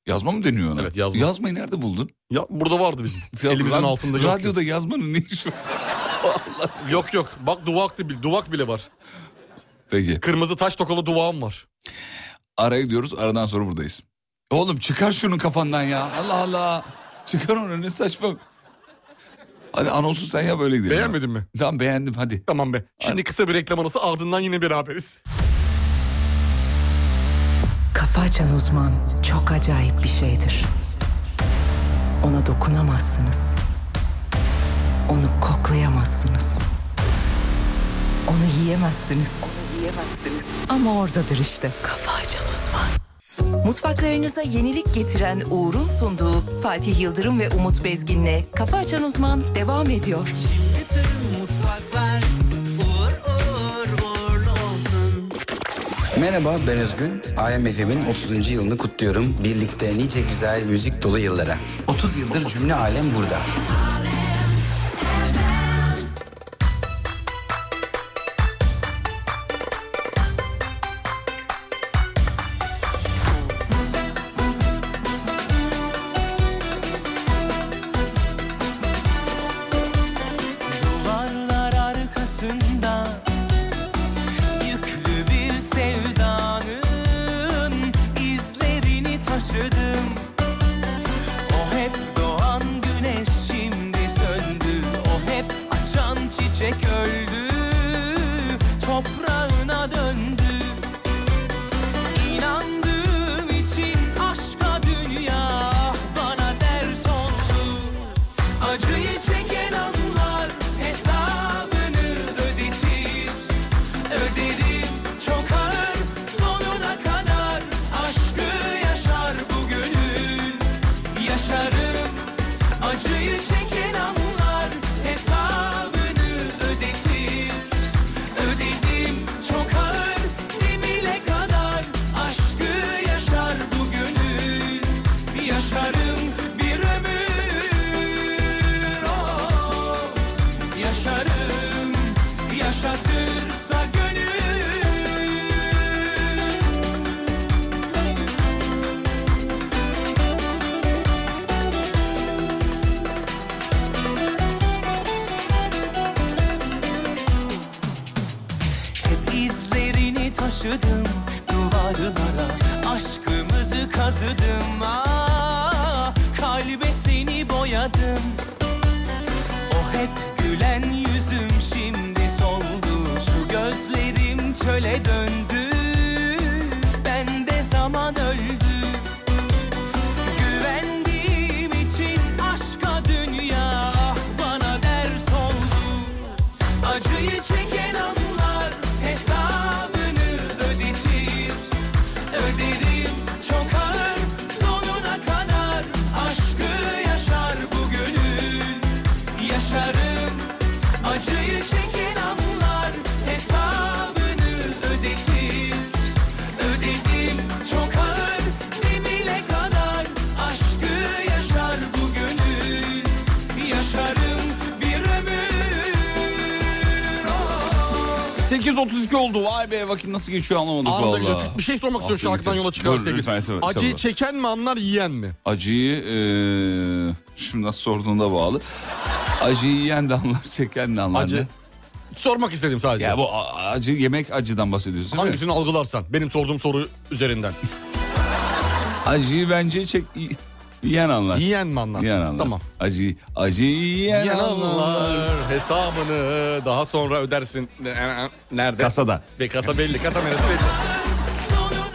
[SPEAKER 4] Yazma mı deniyor ona?
[SPEAKER 5] Evet, yazma.
[SPEAKER 4] Yazmayı nerede buldun?
[SPEAKER 5] Ya burada vardı bizim. Elimizin
[SPEAKER 4] Rad-
[SPEAKER 5] altında yok.
[SPEAKER 4] Radyoda yazmanın ne
[SPEAKER 5] <laughs>
[SPEAKER 4] işi var?
[SPEAKER 5] Yok yok. Bak duvak, da bil- duvak bile var.
[SPEAKER 4] Peki
[SPEAKER 5] Kırmızı taş tokalı duvağım var.
[SPEAKER 4] araya gidiyoruz aradan sonra buradayız. Oğlum çıkar şunu kafandan ya. Allah Allah. Çıkar onu ne saçma. Hadi anonsu sen yap öyle gidelim.
[SPEAKER 5] Beğenmedin mi?
[SPEAKER 4] Tamam beğendim hadi.
[SPEAKER 5] Tamam be. Şimdi kısa bir reklam arası ardından yine beraberiz.
[SPEAKER 1] Kafa açan uzman çok acayip bir şeydir. Ona dokunamazsınız. Onu koklayamazsınız. Onu yiyemezsiniz. Ama oradadır işte kafa açan uzman. Mutfaklarınıza yenilik getiren Uğur'un sunduğu Fatih Yıldırım ve Umut Bezgin'le Kafa Açan Uzman devam ediyor.
[SPEAKER 10] Merhaba ben Özgün. AMFM'in 30. yılını kutluyorum. Birlikte nice güzel müzik dolu yıllara. 30 yıldır cümle alem burada.
[SPEAKER 11] Duvarlar arkasında Yüklü bir sevdanın izlerini taşıdım O hep doğan güneş şimdi söndü O hep açan çiçek öldü Toprağına döndü İnandığım için aşka dünya bana ders oldu Acıyı çeken anlar hesabını ödetir Öderim çok ağır sonuna kadar Aşkı yaşar bu gönül Yaşarım acıyı çeken anlar hesabını ödetir Ödedim çok ağır demire kadar Aşkı yaşar bu gönül Yaşarım bir ömür oh. Yaşarım yaşatırsa gönül Hep izlerini taşıdım duvarlara Aşkımızı kazıdım ah Kalbe seni boyadım O hep gülen yüzüm şimdi soldu Şu gözlerim çöle döndü Bende zaman öldü Güvendiğim için aşka dünya bana ders oldu Acıyı çeken anlar hesabını ödetir Öderim çok ağır sonuna kadar Aşkı yaşar bu gönül Yaşarım acıyı çeken anlar hesabını ödetir Ödedim çok ağır demire kadar Aşkı yaşar bu gönül Yaşarım bir ömür oh.
[SPEAKER 4] 8.32 oldu. Vay be vakit nasıl geçiyor anlamadık
[SPEAKER 5] Anında
[SPEAKER 4] vallahi.
[SPEAKER 5] gidiyor. bir şey sormak istiyorum
[SPEAKER 4] Aferin
[SPEAKER 5] şarkıdan
[SPEAKER 4] sen.
[SPEAKER 5] yola çıkarak
[SPEAKER 4] Dur, lütfen,
[SPEAKER 5] sevgili.
[SPEAKER 4] sabır,
[SPEAKER 5] Acıyı
[SPEAKER 4] sabır.
[SPEAKER 5] çeken mi anlar yiyen mi?
[SPEAKER 4] Acıyı eee, şimdi nasıl sorduğuna bağlı. Acıyı yiyen de anlar, çeken de anlar.
[SPEAKER 5] Acı.
[SPEAKER 4] Ne?
[SPEAKER 5] Sormak istedim sadece.
[SPEAKER 4] Ya bu a- acı yemek acıdan bahsediyorsun değil mi?
[SPEAKER 5] Hangisini algılarsan. Benim sorduğum soru üzerinden.
[SPEAKER 4] <laughs> Acıyı bence çek y- yiyen anlar.
[SPEAKER 5] yiyen mi anlar?
[SPEAKER 4] Yiyen anlar.
[SPEAKER 5] Tamam.
[SPEAKER 4] Acıyı, acıyı yiyen,
[SPEAKER 5] Yiyen
[SPEAKER 4] anlar.
[SPEAKER 5] anlar hesabını daha sonra ödersin. E, Nerede?
[SPEAKER 4] Kasada.
[SPEAKER 5] Ve kasa belli. Kasa neresi belli.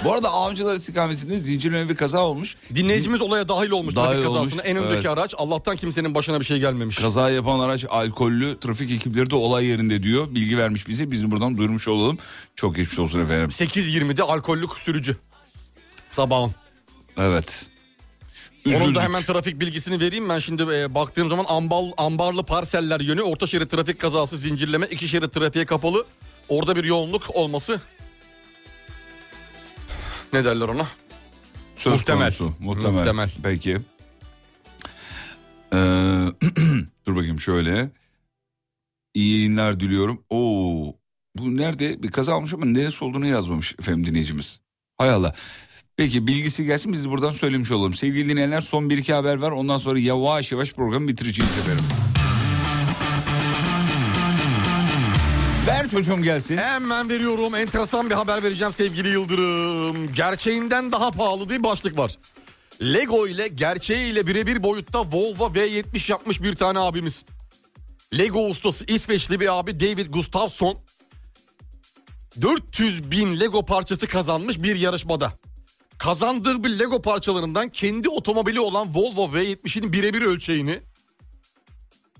[SPEAKER 4] Bu arada Avcılar istikametinde zincirleme bir kaza olmuş.
[SPEAKER 5] Dinleyicimiz olaya dahil olmuş
[SPEAKER 4] Dahil
[SPEAKER 5] trafik
[SPEAKER 4] olmuş,
[SPEAKER 5] kazasına. En öndeki
[SPEAKER 4] evet.
[SPEAKER 5] araç. Allah'tan kimsenin başına bir şey gelmemiş.
[SPEAKER 4] Kaza yapan araç alkollü trafik ekipleri de olay yerinde diyor. Bilgi vermiş bize. Biz buradan duyurmuş olalım. Çok geçmiş olsun efendim.
[SPEAKER 5] 8.20'de alkollü sürücü. Sabahın.
[SPEAKER 4] Evet.
[SPEAKER 5] Onun
[SPEAKER 4] Üzüldük.
[SPEAKER 5] da hemen trafik bilgisini vereyim. Ben şimdi e, baktığım zaman ambal, ambarlı parseller yönü orta şerit trafik kazası zincirleme. iki şerit trafiğe kapalı. Orada bir yoğunluk olması ne derler ona?
[SPEAKER 4] Söz
[SPEAKER 5] Muhtemel.
[SPEAKER 4] konusu. Muhtemel.
[SPEAKER 5] Muhtemel.
[SPEAKER 4] Peki. Ee, <clears throat> dur bakayım şöyle. İyi yayınlar diliyorum. Oo, bu nerede? Bir kaza olmuş ama neresi olduğunu yazmamış efendim dinleyicimiz. Hay Allah. Peki bilgisi gelsin biz de buradan söylemiş olalım. Sevgili dinleyenler son bir iki haber var. Ondan sonra yavaş yavaş programı bitireceğiz efendim. Ver çocuğum gelsin.
[SPEAKER 5] Hemen veriyorum. Enteresan bir haber vereceğim sevgili Yıldırım. Gerçeğinden daha pahalı diye başlık var. Lego ile gerçeğiyle birebir boyutta Volvo V70 yapmış bir tane abimiz. Lego ustası İsveçli bir abi David Gustafsson 400 bin Lego parçası kazanmış bir yarışmada. Kazandığı bir Lego parçalarından kendi otomobili olan Volvo V70'in birebir ölçeğini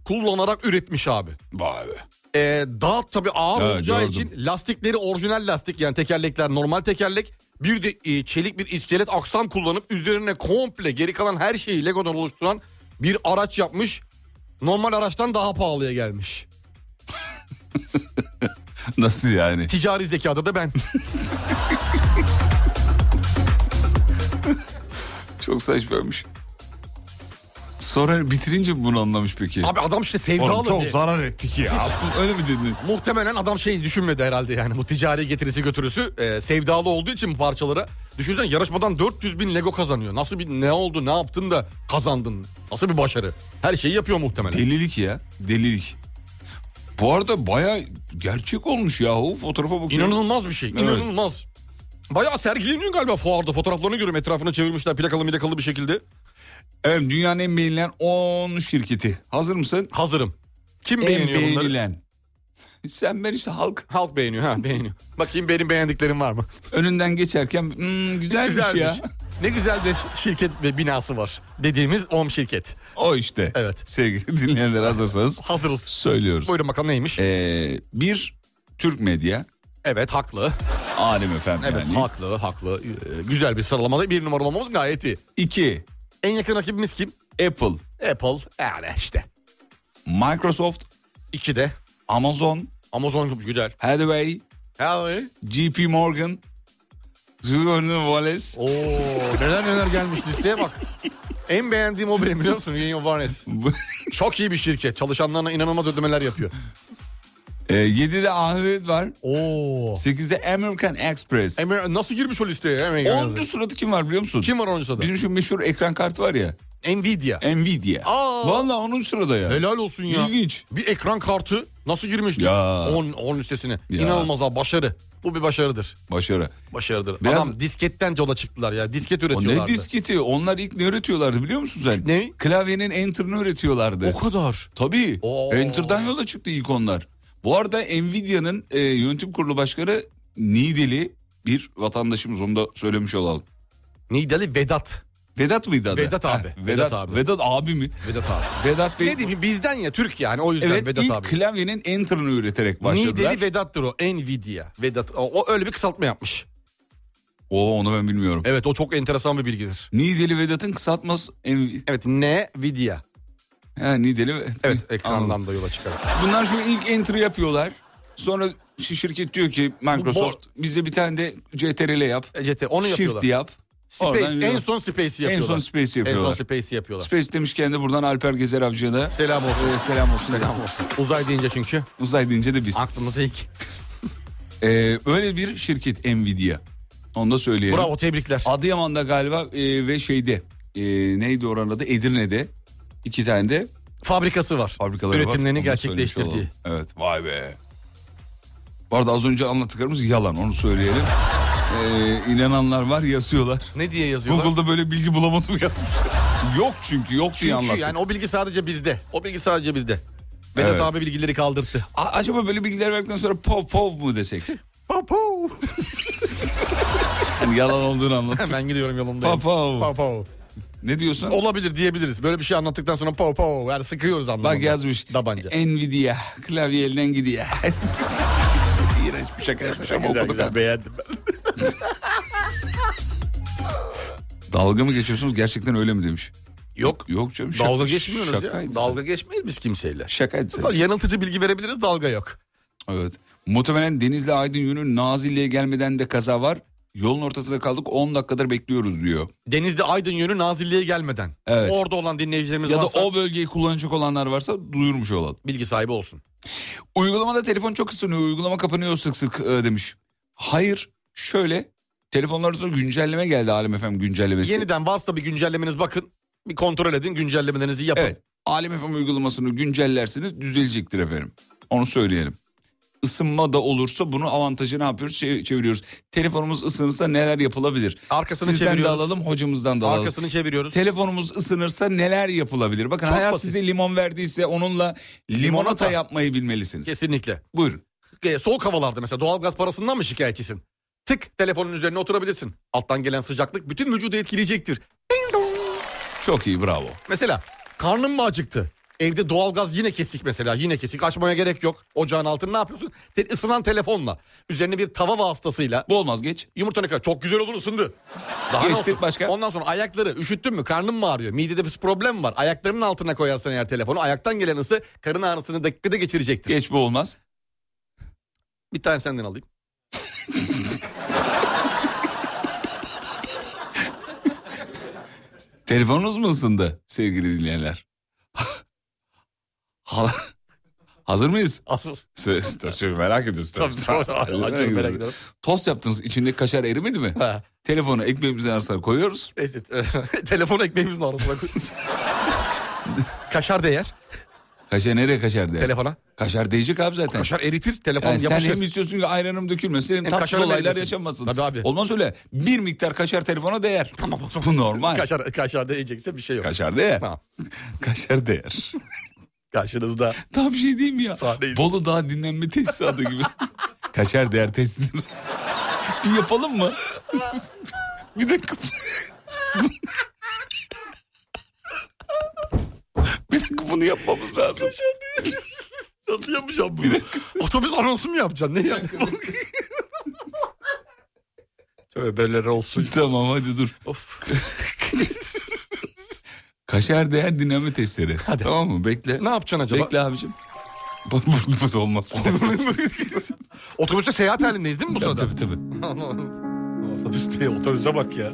[SPEAKER 5] kullanarak üretmiş abi.
[SPEAKER 4] Vay be. <laughs>
[SPEAKER 5] Ee, daha tabii ağır
[SPEAKER 4] Evet,
[SPEAKER 5] olacağı
[SPEAKER 4] gördüm.
[SPEAKER 5] için lastikleri orijinal lastik yani tekerlekler normal tekerlek. Bir de e, çelik bir iskelet aksam kullanıp üzerine komple geri kalan her şeyi Lego'dan oluşturan bir araç yapmış. Normal araçtan daha pahalıya gelmiş.
[SPEAKER 4] Nasıl yani?
[SPEAKER 5] Ticari zekada da ben.
[SPEAKER 4] Çok saçmaymış. Sonra bitirince mi bunu anlamış peki?
[SPEAKER 5] Abi adam işte sevdalı.
[SPEAKER 4] Oğlum çok
[SPEAKER 5] diye.
[SPEAKER 4] zarar ettik <laughs> <laughs> ya. Öyle mi dedin?
[SPEAKER 5] Muhtemelen adam şey düşünmedi herhalde yani bu ticari getirisi götürüsü e, sevdalı olduğu için bu parçalara. Düşünsene yarışmadan 400 bin Lego kazanıyor. Nasıl bir ne oldu ne yaptın da kazandın. Nasıl bir başarı. Her şeyi yapıyor muhtemelen.
[SPEAKER 4] Delilik ya. Delilik. Bu arada baya gerçek olmuş yahu fotoğrafa bakıyorum.
[SPEAKER 5] İnanılmaz bir şey.
[SPEAKER 4] Evet.
[SPEAKER 5] inanılmaz. Bayağı sergileniyor galiba fuarda. Fotoğraflarını görüyorum etrafına çevirmişler plakalı milakalı bir şekilde.
[SPEAKER 4] Evet dünyanın en beğenilen 10 şirketi. Hazır mısın?
[SPEAKER 5] Hazırım. Kim
[SPEAKER 4] en
[SPEAKER 5] beğeniyor bunları?
[SPEAKER 4] beğenilen. <laughs> Sen ben işte halk.
[SPEAKER 5] Halk beğeniyor ha beğeniyor. Bakayım benim beğendiklerim var mı?
[SPEAKER 4] Önünden geçerken "Hmm, güzelmiş, ya.
[SPEAKER 5] Ne güzel de şi- şirket ve binası var. Dediğimiz OM şirket.
[SPEAKER 4] O işte.
[SPEAKER 5] Evet.
[SPEAKER 4] Sevgili <laughs> dinleyenler hazırsanız
[SPEAKER 5] Hazırız.
[SPEAKER 4] söylüyoruz.
[SPEAKER 5] Buyurun bakalım neymiş?
[SPEAKER 4] Ee, bir Türk medya.
[SPEAKER 5] Evet haklı.
[SPEAKER 4] Alem efendim
[SPEAKER 5] Evet
[SPEAKER 4] yani.
[SPEAKER 5] haklı haklı. Ee, güzel bir sıralamada bir numara olmamız gayet iyi.
[SPEAKER 4] İki
[SPEAKER 5] En yakın rakibimiz kim?
[SPEAKER 4] Apple,
[SPEAKER 5] Apple. Yani işte.
[SPEAKER 4] Microsoft,
[SPEAKER 5] İki de.
[SPEAKER 4] Amazon,
[SPEAKER 5] Amazon güzel.
[SPEAKER 4] Hathaway,
[SPEAKER 5] Yani.
[SPEAKER 4] JP Morgan, Zuhur'un Wallace.
[SPEAKER 5] Oo neler neler gelmiş listeye bak. En beğendiğim o benim biliyor musun? Union Warnes. Çok iyi bir şirket. Çalışanlarına inanılmaz ödemeler yapıyor.
[SPEAKER 4] e, 7'de Ahmet var.
[SPEAKER 5] Oo.
[SPEAKER 4] 8'de American Express.
[SPEAKER 5] Emre nasıl girmiş o listeye? Emre Gönüz'e?
[SPEAKER 4] 10. sırada kim var biliyor musun?
[SPEAKER 5] Kim var 10. sırada?
[SPEAKER 4] Bizim şu meşhur ekran kartı var ya.
[SPEAKER 5] Nvidia.
[SPEAKER 4] Nvidia.
[SPEAKER 5] Aa.
[SPEAKER 4] Valla 10. sırada ya.
[SPEAKER 5] Helal olsun ya.
[SPEAKER 4] İlginç.
[SPEAKER 5] Bir ekran kartı nasıl girmiş?
[SPEAKER 4] Ya.
[SPEAKER 5] 10, 10 listesine.
[SPEAKER 4] Ya.
[SPEAKER 5] İnanılmaz abi başarı. Bu bir başarıdır.
[SPEAKER 4] Başarı.
[SPEAKER 5] Başarıdır.
[SPEAKER 4] Biraz-
[SPEAKER 5] Adam disketten yola çıktılar ya. Disket
[SPEAKER 4] O ne
[SPEAKER 5] üretiyorlardı.
[SPEAKER 4] disketi? Onlar ilk ne üretiyorlardı biliyor musun sen?
[SPEAKER 5] Ne?
[SPEAKER 4] Klavyenin enter'ını üretiyorlardı.
[SPEAKER 5] O kadar.
[SPEAKER 4] Tabii.
[SPEAKER 5] Oo.
[SPEAKER 4] Enter'dan yola çıktı ilk onlar. Bu arada Nvidia'nın e, yönetim kurulu başkanı Nideli bir vatandaşımız onu da söylemiş olalım.
[SPEAKER 5] Nidali Vedat.
[SPEAKER 4] Vedat mıydı adı?
[SPEAKER 5] Vedat abi.
[SPEAKER 4] Vedat,
[SPEAKER 5] Vedat
[SPEAKER 4] abi.
[SPEAKER 5] abi.
[SPEAKER 4] Vedat abi mi?
[SPEAKER 5] Vedat abi.
[SPEAKER 4] Vedat Bey.
[SPEAKER 5] ne diyeyim bizden ya Türk yani o yüzden
[SPEAKER 4] Evet
[SPEAKER 5] Vedat
[SPEAKER 4] ilk
[SPEAKER 5] abi.
[SPEAKER 4] klavyenin enter'ını üreterek başladılar.
[SPEAKER 5] Nideli Vedat'tır o. Nvidia. Vedat. O, o öyle bir kısaltma yapmış.
[SPEAKER 4] Oo onu ben bilmiyorum.
[SPEAKER 5] Evet o çok enteresan bir bilgidir.
[SPEAKER 4] Nideli Vedat'ın kısaltması Envi-
[SPEAKER 5] Evet Nvidia.
[SPEAKER 4] Ha, Nideli Vedat.
[SPEAKER 5] Evet ekrandan
[SPEAKER 4] Anladım.
[SPEAKER 5] da yola çıkarak.
[SPEAKER 4] Bunlar şimdi ilk entry yapıyorlar. Sonra şu şirket diyor ki Microsoft bize bir tane de CTRL yap.
[SPEAKER 5] ECT onu yapıyorlar.
[SPEAKER 4] Shift yap.
[SPEAKER 5] Space,
[SPEAKER 4] Oradan
[SPEAKER 5] en
[SPEAKER 4] yürü.
[SPEAKER 5] son Space'i
[SPEAKER 4] en
[SPEAKER 5] yapıyorlar.
[SPEAKER 4] son Space
[SPEAKER 5] En son
[SPEAKER 4] yapıyorlar.
[SPEAKER 5] Space'i yapıyorlar.
[SPEAKER 4] Space demişken de buradan Alper Gezer Avcı'ya da
[SPEAKER 5] Selam olsun.
[SPEAKER 4] e, selam olsun. Selam
[SPEAKER 5] Uzay deyince çünkü
[SPEAKER 4] Uzay deyince de biz.
[SPEAKER 5] aklımıza
[SPEAKER 4] <laughs>
[SPEAKER 5] ilk.
[SPEAKER 4] Ee, öyle bir şirket Nvidia. Onu da söyleyelim.
[SPEAKER 5] Bravo tebrikler.
[SPEAKER 4] Adıyaman'da galiba e, ve şeyde e, neydi oranın adı Edirne'de iki tane de
[SPEAKER 5] Fabrikası var.
[SPEAKER 4] fabrikaları var.
[SPEAKER 5] Üretimlerini
[SPEAKER 4] Onu da söylemiş
[SPEAKER 5] gerçekleştirdiği.
[SPEAKER 4] olalım. Evet vay be. Bu arada az önce anlattıklarımız yalan onu söyleyelim. Ee, inananlar var yazıyorlar.
[SPEAKER 5] Ne diye yazıyorlar?
[SPEAKER 4] Google'da böyle bilgi bulamadım yazmış. <laughs> yok çünkü yok diye
[SPEAKER 5] Çünkü
[SPEAKER 4] anlattık.
[SPEAKER 5] yani o bilgi sadece bizde. O bilgi sadece bizde. Vedat
[SPEAKER 4] Evet.
[SPEAKER 5] abi bilgileri kaldırdı.
[SPEAKER 4] A- acaba böyle bilgiler verdikten sonra pov pov
[SPEAKER 5] <laughs>
[SPEAKER 4] mu desek? Hani yalan
[SPEAKER 5] <laughs>
[SPEAKER 4] olduğunu anlat.
[SPEAKER 5] Hemen gidiyorum yolumdayım.
[SPEAKER 4] Papav.
[SPEAKER 5] Papav.
[SPEAKER 4] Ne diyorsun?
[SPEAKER 5] Olabilir diyebiliriz. Böyle bir şey anlattıktan sonra pow pow yani sıkıyoruz anlamında.
[SPEAKER 4] Bak yazmış.
[SPEAKER 5] Tabanca.
[SPEAKER 4] Nvidia. Klavye elden gidiyor. <laughs> İğrenç bir şaka yapmış ama okuduk artık.
[SPEAKER 5] beğendim ben.
[SPEAKER 4] Dalga mı geçiyorsunuz? Gerçekten öyle mi demiş?
[SPEAKER 5] Yok.
[SPEAKER 4] Yok canım. şaka-
[SPEAKER 5] Dalga geçmiyoruz
[SPEAKER 4] şakaydı
[SPEAKER 5] ya. Dalga geçmeyiz biz kimseyle.
[SPEAKER 4] Şakaydı sen.
[SPEAKER 5] Sadece yanıltıcı bilgi verebiliriz dalga yok.
[SPEAKER 4] Evet. Muhtemelen Denizli Aydın yönü Nazilli'ye gelmeden de kaza var. Yolun ortasında kaldık 10 dakikadır bekliyoruz diyor.
[SPEAKER 5] Denizli Aydın yönü Nazilli'ye gelmeden.
[SPEAKER 4] Evet.
[SPEAKER 5] Orada olan dinleyicilerimiz
[SPEAKER 4] Ya da
[SPEAKER 5] varsa
[SPEAKER 4] o bölgeyi kullanacak olanlar varsa duyurmuş olalım.
[SPEAKER 5] bilgi sahibi olsun.
[SPEAKER 4] Uygulamada telefon çok ısınıyor. Uygulama kapanıyor sık sık e, demiş. Hayır şöyle telefonlar arasında güncelleme geldi Alem efem güncellemesi.
[SPEAKER 5] Yeniden varsa bir güncellemeniz bakın. Bir kontrol edin güncellemelerinizi yapın.
[SPEAKER 4] Evet. Alem FM uygulamasını güncellerseniz düzelecektir efendim. Onu söyleyelim. ısınma da olursa bunu avantajı ne yapıyoruz? Çe- çeviriyoruz. Telefonumuz ısınırsa neler yapılabilir?
[SPEAKER 5] Arkasını
[SPEAKER 4] Sizden
[SPEAKER 5] çeviriyoruz.
[SPEAKER 4] de alalım, hocamızdan da alalım.
[SPEAKER 5] Arkasını çeviriyoruz.
[SPEAKER 4] Telefonumuz ısınırsa neler yapılabilir? Bakın
[SPEAKER 5] Çok
[SPEAKER 4] hayat
[SPEAKER 5] basit.
[SPEAKER 4] size limon verdiyse onunla limonata,
[SPEAKER 5] Limonata.
[SPEAKER 4] yapmayı bilmelisiniz.
[SPEAKER 5] Kesinlikle.
[SPEAKER 4] Buyurun.
[SPEAKER 5] E, soğuk havalarda mesela doğalgaz parasından mı şikayetçisin? Tık telefonun üzerine oturabilirsin. Alttan gelen sıcaklık bütün vücudu etkileyecektir.
[SPEAKER 4] Çok iyi bravo.
[SPEAKER 5] Mesela karnın mı acıktı? Evde doğalgaz yine kesik mesela yine kesik açmaya gerek yok. Ocağın altını ne yapıyorsun? Te- ısınan telefonla üzerine bir tava vasıtasıyla
[SPEAKER 4] Bu olmaz geç.
[SPEAKER 5] yumurtanı kır. Çok güzel olur ısındı. Daha ne
[SPEAKER 4] Geçtik
[SPEAKER 5] olsun?
[SPEAKER 4] başka.
[SPEAKER 5] Ondan sonra ayakları üşüttün mü karnın mı ağrıyor? Midede bir problem var. Ayaklarının altına koyarsan eğer telefonu ayaktan gelen ısı karın ağrısını dakikada geçirecektir.
[SPEAKER 4] Geç bu olmaz.
[SPEAKER 5] Bir tane senden <laughs> alayım.
[SPEAKER 4] Telefonunuz mu ısındı sevgili dinleyenler? <laughs> Ha- Hazır mıyız?
[SPEAKER 5] Asıl. <laughs>
[SPEAKER 4] Sö- sö- sö- Şey, merak ediyorsun.
[SPEAKER 5] Tabii,
[SPEAKER 4] Sö-
[SPEAKER 5] tabii.
[SPEAKER 4] merak
[SPEAKER 5] Acayip merak
[SPEAKER 4] ediyorum.
[SPEAKER 5] ediyorum.
[SPEAKER 4] Tost yaptınız içindeki kaşar erimedi mi?
[SPEAKER 5] Ha.
[SPEAKER 4] Telefonu ekmeğimizin arasına koyuyoruz.
[SPEAKER 5] <laughs> Evet, evet. Telefonu ekmeğimizin arasına <laughs> koy. Kaşar değer
[SPEAKER 4] Kaşar nereye E, kaşar diye.
[SPEAKER 5] telefona.
[SPEAKER 4] Kaşar değecek abi zaten.
[SPEAKER 5] Kaşar eritir telefon
[SPEAKER 4] Yani sen
[SPEAKER 5] yapışır.
[SPEAKER 4] hem istiyorsun ki ayranım dökülmesin hem
[SPEAKER 5] Hem
[SPEAKER 4] tatsız
[SPEAKER 5] kaşarı
[SPEAKER 4] olaylar
[SPEAKER 5] verirsin.
[SPEAKER 4] yaşanmasın.
[SPEAKER 5] Tabii abi.
[SPEAKER 4] Olmaz öyle. Bir miktar kaşar telefona değer. Tamam Bu normal. Kaşar,
[SPEAKER 5] Kaşar, <laughs> kaşar değecekse bir şey yok.
[SPEAKER 4] değer.
[SPEAKER 5] Tamam.
[SPEAKER 4] <laughs> Kaşar değer.
[SPEAKER 5] <laughs> Karşınızda
[SPEAKER 4] Tam bir şey değil mi ya?
[SPEAKER 5] Sahneyiz.
[SPEAKER 4] Bolu Dağı dinlenme tesisi adı
[SPEAKER 5] <laughs>
[SPEAKER 4] gibi. kaşar değer tesisini. <laughs> bir yapalım mı? bir dakika. bir dakika bunu yapmamız lazım.
[SPEAKER 5] nasıl yapacağım bunu? Otobüs anonsu mu yapacaksın? Ne yapacaksın? Tövbeler olsun.
[SPEAKER 4] <laughs> tamam hadi dur.
[SPEAKER 5] Of.
[SPEAKER 4] <laughs> Kaşar değer dinlenme testleri. Tamam mı? Bekle.
[SPEAKER 5] Ne yapacaksın acaba?
[SPEAKER 4] Bekle abicim. Bu, bu, bu da olmaz.
[SPEAKER 5] <laughs> Otobüste seyahat halindeyiz değil mi bu
[SPEAKER 4] tabii
[SPEAKER 5] sırada?
[SPEAKER 4] tabii. tabii.
[SPEAKER 5] <laughs> Otobüs değil, otobüse bak ya.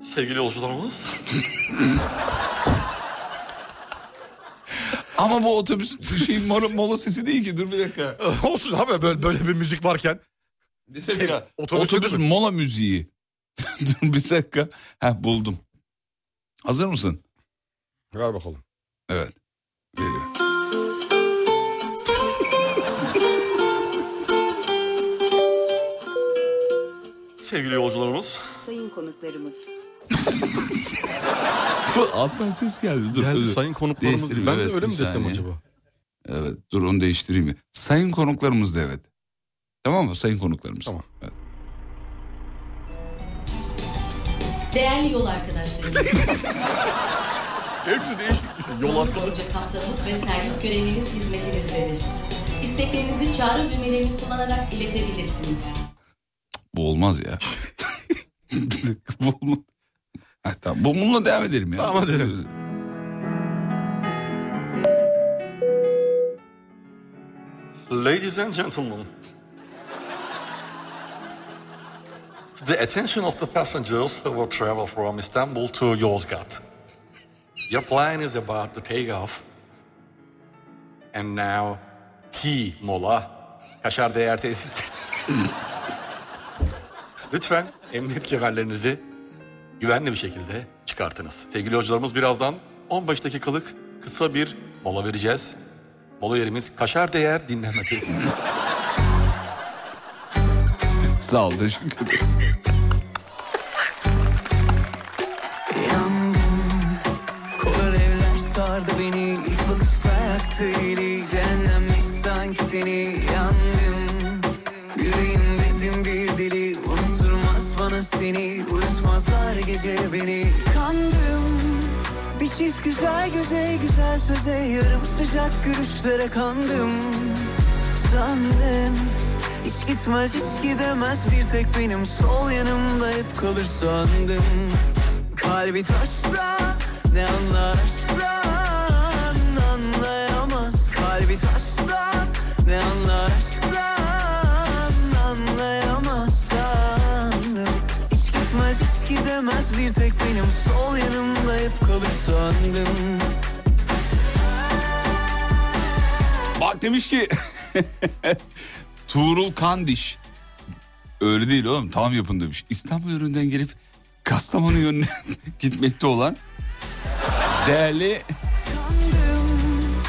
[SPEAKER 5] Sevgili
[SPEAKER 4] <laughs>
[SPEAKER 5] yolcularımız.
[SPEAKER 4] Ama bu <laughs> otobüs şey mola, mola sesi değil ki. Dur bir dakika.
[SPEAKER 5] Olsun abi böyle, böyle bir müzik varken.
[SPEAKER 4] Bir dakika.
[SPEAKER 5] Şey, otobüs
[SPEAKER 4] otobüs
[SPEAKER 5] değil mi?
[SPEAKER 4] mola müziği. <laughs> Dur bir dakika. Ha buldum. Hazır mısın?
[SPEAKER 5] Ver bakalım.
[SPEAKER 4] Evet. Geliyor.
[SPEAKER 5] Sevgili yolcularımız.
[SPEAKER 1] Sayın konuklarımız,
[SPEAKER 4] Bu Alttan ses geldi. Dur.
[SPEAKER 5] Geldi
[SPEAKER 4] dur.
[SPEAKER 5] sayın konuklarımız.
[SPEAKER 4] Değiştireyim,
[SPEAKER 5] Ben
[SPEAKER 4] evet,
[SPEAKER 5] de öyle
[SPEAKER 4] bir
[SPEAKER 5] mi desem
[SPEAKER 4] saniye.
[SPEAKER 5] acaba?
[SPEAKER 4] Evet. Dur onu değiştireyim. ya. Sayın konuklarımız da evet. Tamam mı? Sayın konuklarımız.
[SPEAKER 5] Tamam.
[SPEAKER 4] Evet.
[SPEAKER 12] Değerli yol arkadaşlarımız,
[SPEAKER 5] <laughs> Hepsi değişik. şey. Yol atları.
[SPEAKER 12] yolcu kaptanımız ve servis görevliniz hizmetinizdedir. İsteklerinizi çağrı düğmelerini kullanarak iletebilirsiniz.
[SPEAKER 4] Bu olmaz ya. <laughs> bir dakika. Bu olmaz. Ha, tamam. Bu- Bununla devam edelim ya.
[SPEAKER 5] Tamam, edelim. Ladies and gentlemen. The attention of the passengers who will travel from Istanbul to Yozgat. Your plane is about to take off. And now T mola. Kaşar değer tesis. <laughs> Lütfen emniyet kemerlerinizi güvenli bir şekilde çıkartınız. Sevgili yolcularımız birazdan 15 dakikalık kısa bir mola vereceğiz. Mola yerimiz kaşar değer dinlenme <laughs> tesisi.
[SPEAKER 4] Sağ ol. Teşekkür ederiz.
[SPEAKER 8] Kolar evler sardı beni İlk bakışta yaktı eli Cehennemmiş sanki seni Yandım Yüreğim dedim bir deli Unutturmaz bana seni Uyutmazlar gece beni Kandım Bir çift güzel göze güzel söze Yarım sıcak görüşlere kandım Sandım Hiç gitmez hiç gidemez Bir tek benim sol yanımda hep kalır sandım Kalbi taşsa ne anlar aşktan anlayamaz Kalbi taşsa ne anlar aşktan anlayamaz sandım Hiç gitmez hiç gidemez bir tek benim sol yanımda hep kalır sandım
[SPEAKER 4] Bak demiş ki <laughs> Tuğrul Kandiş. Öyle değil oğlum tam yapın demiş. İstanbul yönünden gelip Kastamonu yönüne gitmekte olan değerli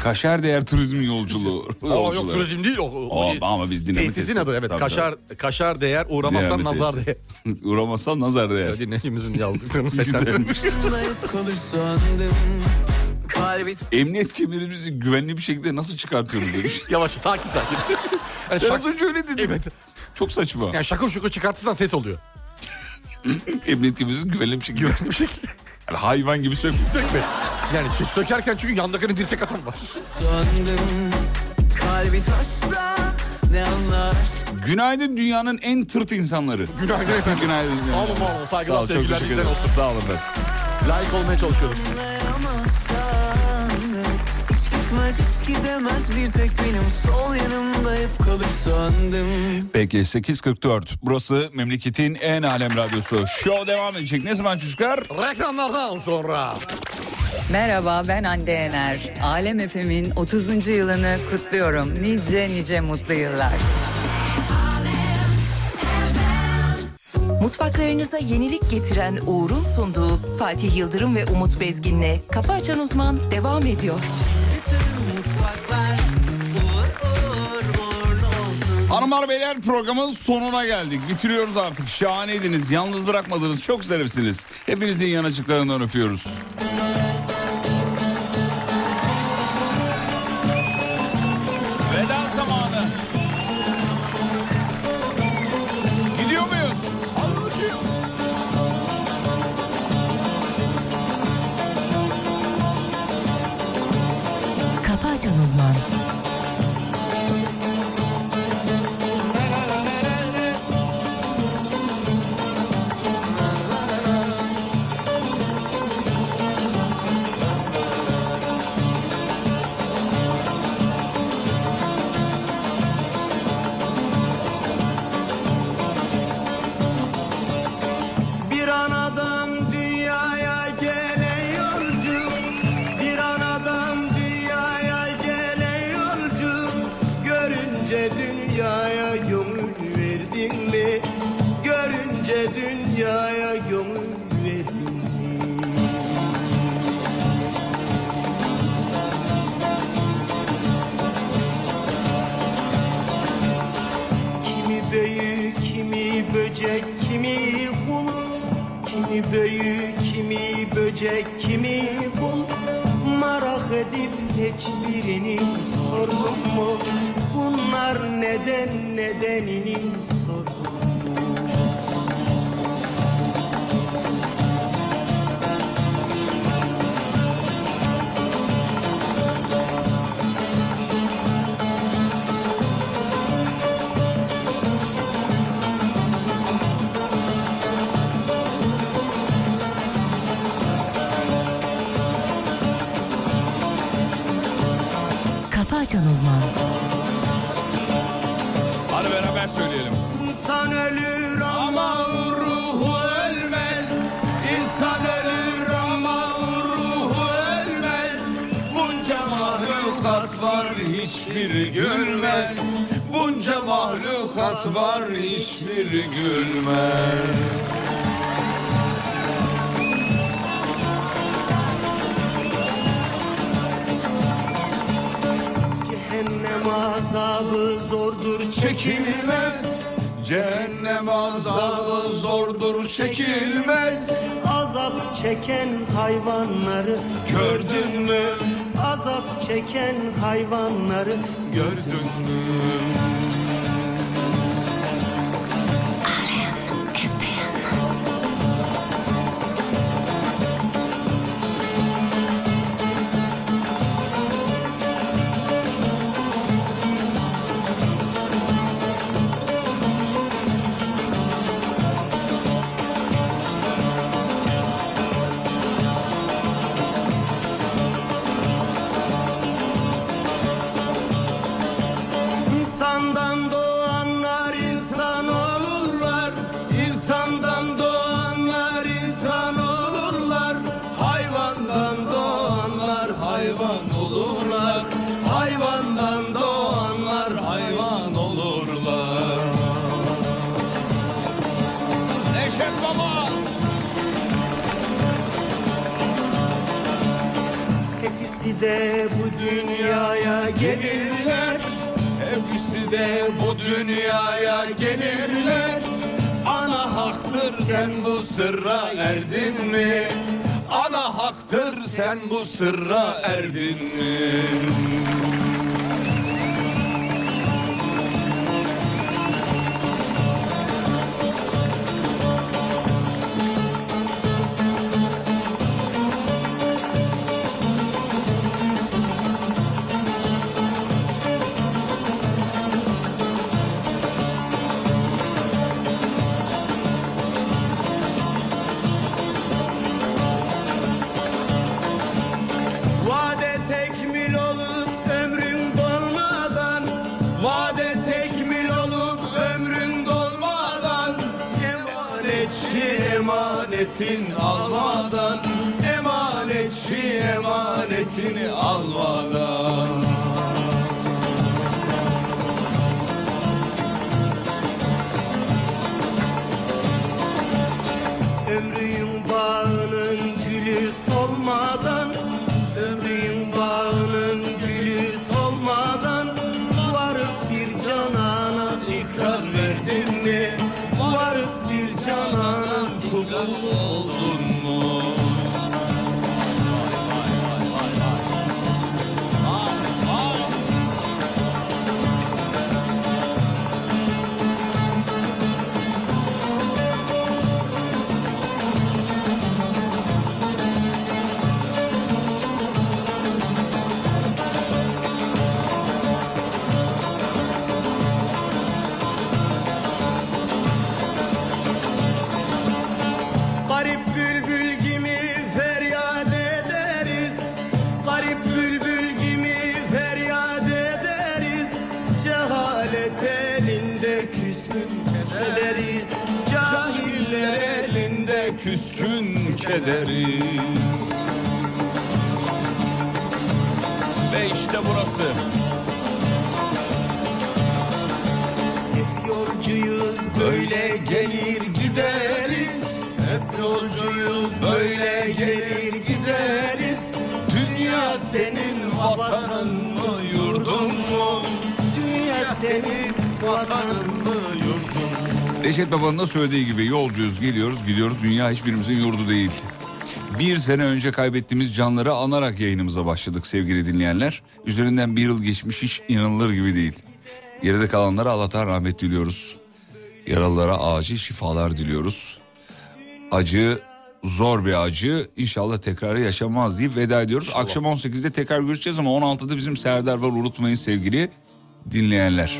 [SPEAKER 4] Kaşar değer turizm yolculuğu.
[SPEAKER 5] Aa, yok
[SPEAKER 4] yolcuları.
[SPEAKER 5] turizm değil o. o-
[SPEAKER 4] Aa, ama biz dinleme
[SPEAKER 5] Tesisin
[SPEAKER 4] tesisi.
[SPEAKER 5] adı evet.
[SPEAKER 4] Tabii,
[SPEAKER 5] kaşar kaşar değer uğramazsan
[SPEAKER 4] Değerli
[SPEAKER 5] nazar
[SPEAKER 4] tesisi. <laughs>
[SPEAKER 5] değer.
[SPEAKER 4] Uğramazsan nazar değer.
[SPEAKER 5] Dinleyicimizin
[SPEAKER 4] <laughs>
[SPEAKER 5] yazdıklarını
[SPEAKER 4] Güzelmiş.
[SPEAKER 8] Zıplayıp kalır sandım Kalbi
[SPEAKER 4] Emniyet kemerimizi güvenli bir şekilde nasıl çıkartıyoruz demiş.
[SPEAKER 5] <laughs> Yavaş sakin sakin. <laughs> Yani
[SPEAKER 4] Sen
[SPEAKER 5] şak-
[SPEAKER 4] az önce öyle dedin.
[SPEAKER 5] Evet.
[SPEAKER 4] Çok saçma. <laughs>
[SPEAKER 5] Yani şakır şukur çıkartırsan ses oluyor.
[SPEAKER 4] Emniyet kemerimizin güvenli bir şekilde.
[SPEAKER 5] Bir şekilde
[SPEAKER 4] Yani hayvan gibi sök.
[SPEAKER 5] Sökme. Yani şey sökerken çünkü yandakini dirsek atan var.
[SPEAKER 8] sandım Kalbi taşsa ne anlar aşk
[SPEAKER 4] Günaydın dünyanın en tırt insanları.
[SPEAKER 5] Günaydın efendim.
[SPEAKER 4] Günaydın.
[SPEAKER 5] Sağ olun var olun.
[SPEAKER 4] Sağ
[SPEAKER 5] Saygılar
[SPEAKER 4] ol, çok
[SPEAKER 5] sevgiler
[SPEAKER 4] teşekkür
[SPEAKER 5] bizden
[SPEAKER 4] ederim.
[SPEAKER 5] olsun. Sağ olun efendim. Layık olmaya çalışıyoruz.
[SPEAKER 8] anlayamaz sandım Hiç gitmez hiç gidemez bir tek benim Sol yanımda hep kalır sandım
[SPEAKER 4] Peki 8.44 burası memleketin en alem radyosu. Show devam edecek. Ne zaman çocuklar?
[SPEAKER 5] Reklamlardan sonra.
[SPEAKER 13] Merhaba ben Hande Ener. Alem Efem'in 30. yılını kutluyorum. Nice nice mutlu yıllar.
[SPEAKER 1] Mutfaklarınıza yenilik getiren Uğur'un sunduğu Fatih Yıldırım ve Umut Bezgin'le Kafa Açan Uzman devam ediyor.
[SPEAKER 4] Hanımlar beyler programın sonuna geldik. Bitiriyoruz artık. Şahaneydiniz. Yalnız bırakmadınız. Çok zarifsiniz. Hepinizin yanacıklarından öpüyoruz. Veda zamanı. Gidiyor muyuz?
[SPEAKER 1] Kafa Açan Uzman
[SPEAKER 7] Bir anadan dünyaya gelen yolcu Bir anadan dünyaya gelen yolcu Görünce dünyaya gömül verdin mi? Görünce dünyaya gömül verdin Kimi büyük, kimi böcek, kimi kul Kimi büyük, kimi böcek, kimi kul Marak edip hiçbirini sordum mu? Bunlar neden nedenini sordum
[SPEAKER 1] Kafa Açan Uzman
[SPEAKER 4] Hadi beraber söyleyelim.
[SPEAKER 7] İnsan ölür ama ruhu ölmez İnsan ölür ama ruhu ölmez Bunca mahlukat var hiçbiri gülmez Bunca mahlukat var hiçbiri gülmez Cehennem azabı zordur çekilmez Cehennem azabı zordur çekilmez Azap çeken hayvanları gördün mü? Azap çeken hayvanları gördün mü? İnsan
[SPEAKER 2] Hepsi de bu dünyaya gelirler Hepsi de bu dünyaya gelirler Ana haktır sen bu sırra erdin mi? Ana haktır sen bu sırra erdin mi?
[SPEAKER 7] Vade tekmil olup ömrün dolmadan Vade tekmil olup ömrün dolmadan
[SPEAKER 2] Emanetçi emanetin almadan Emanetçi emanetini almadan
[SPEAKER 7] Ömrün bağının gülü solmadan Ömrün bağının gülü solmadan Varıp bir canana ikrar verdin mi? Varıp bir canana kul oldun mu? Garip bülbül gibi feryat ederiz Garip bülbül gibi feryat ederiz Cehalet elinde küskün kederiz Cahiller elinde küskün kederiz Ve işte burası Hep yolcuyuz böyle gelir gideriz Hep yolcuyuz böyle gelir gideriz Dünya senin vatanın mı yurdun mu? Dünya senin vatanın mı yurdun mu?
[SPEAKER 4] Reşet Baba'nın da söylediği gibi yolcuyuz, geliyoruz, gidiyoruz. Dünya hiçbirimizin yurdu değil. Bir sene önce kaybettiğimiz canları anarak yayınımıza başladık sevgili dinleyenler. Üzerinden bir yıl geçmiş hiç inanılır gibi değil. Geride kalanlara Allah'tan rahmet diliyoruz. Yaralılara acil şifalar diliyoruz. Acı zor bir acı İnşallah tekrarı yaşamaz deyip veda ediyoruz. Akşam 18'de tekrar görüşeceğiz ama 16'da bizim Serdar var unutmayın sevgili dinleyenler.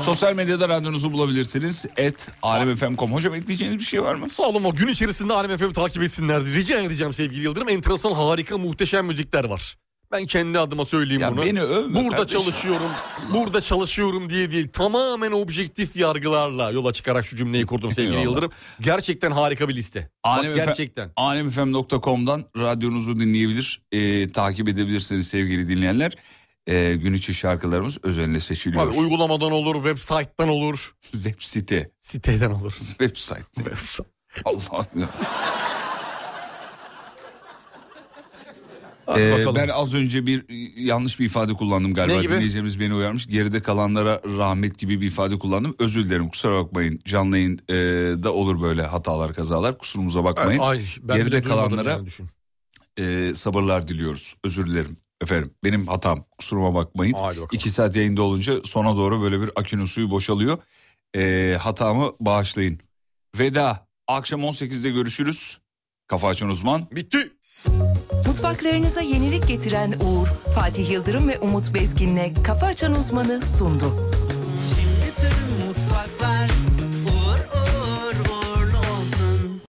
[SPEAKER 4] Sosyal medyada radyonuzu bulabilirsiniz. Et alemfm.com. Hocam ekleyeceğiniz bir şey var mı?
[SPEAKER 5] Sağ olun o gün içerisinde Alem FM takip etsinler. Rica edeceğim sevgili Yıldırım. Enteresan, harika, muhteşem müzikler var. Ben kendi adıma söyleyeyim bunu.
[SPEAKER 4] beni övme
[SPEAKER 5] Burada
[SPEAKER 4] kardeşim.
[SPEAKER 5] çalışıyorum, burada çalışıyorum diye değil. Tamamen objektif yargılarla yola çıkarak şu cümleyi
[SPEAKER 4] <laughs>
[SPEAKER 5] kurdum sevgili
[SPEAKER 4] Eyvallah.
[SPEAKER 5] Yıldırım. Gerçekten harika bir liste. Bak,
[SPEAKER 4] Alem Efe-
[SPEAKER 5] gerçekten.
[SPEAKER 4] alemfm.com'dan radyonuzu dinleyebilir, e, takip edebilirsiniz sevgili dinleyenler. E, gün içi şarkılarımız özenle seçiliyor.
[SPEAKER 5] Abi, uygulamadan olur, website'den olur.
[SPEAKER 4] Web site.
[SPEAKER 5] Siteden olur.
[SPEAKER 4] Website. Allah'ım ya.
[SPEAKER 5] Hadi
[SPEAKER 4] Ee,
[SPEAKER 5] bakalım.
[SPEAKER 4] ben az önce bir e, yanlış bir ifade kullandım galiba.
[SPEAKER 5] Ne gibi?
[SPEAKER 4] Dinleyeceğimiz beni uyarmış. Geride kalanlara rahmet gibi bir ifade kullandım. Özür dilerim kusura bakmayın. Canlı yayın, e, da olur böyle hatalar kazalar. Kusurumuza bakmayın.
[SPEAKER 5] Evet, ay, ben bile
[SPEAKER 4] Geride
[SPEAKER 5] duymadım
[SPEAKER 4] kalanlara
[SPEAKER 5] yani, düşün.
[SPEAKER 4] e, sabırlar diliyoruz. Özür dilerim efendim. Benim hatam. Kusuruma bakmayın. İki saat yayında olunca sona doğru böyle bir akünün suyu boşalıyor. E, hatamı bağışlayın. Veda. Akşam 18'de görüşürüz. Kafa açan uzman.
[SPEAKER 5] Bitti.
[SPEAKER 1] Mutfaklarınıza yenilik getiren Uğur, Fatih Yıldırım ve Umut Bezgin'le Kafa Açan Uzman'ı sundu.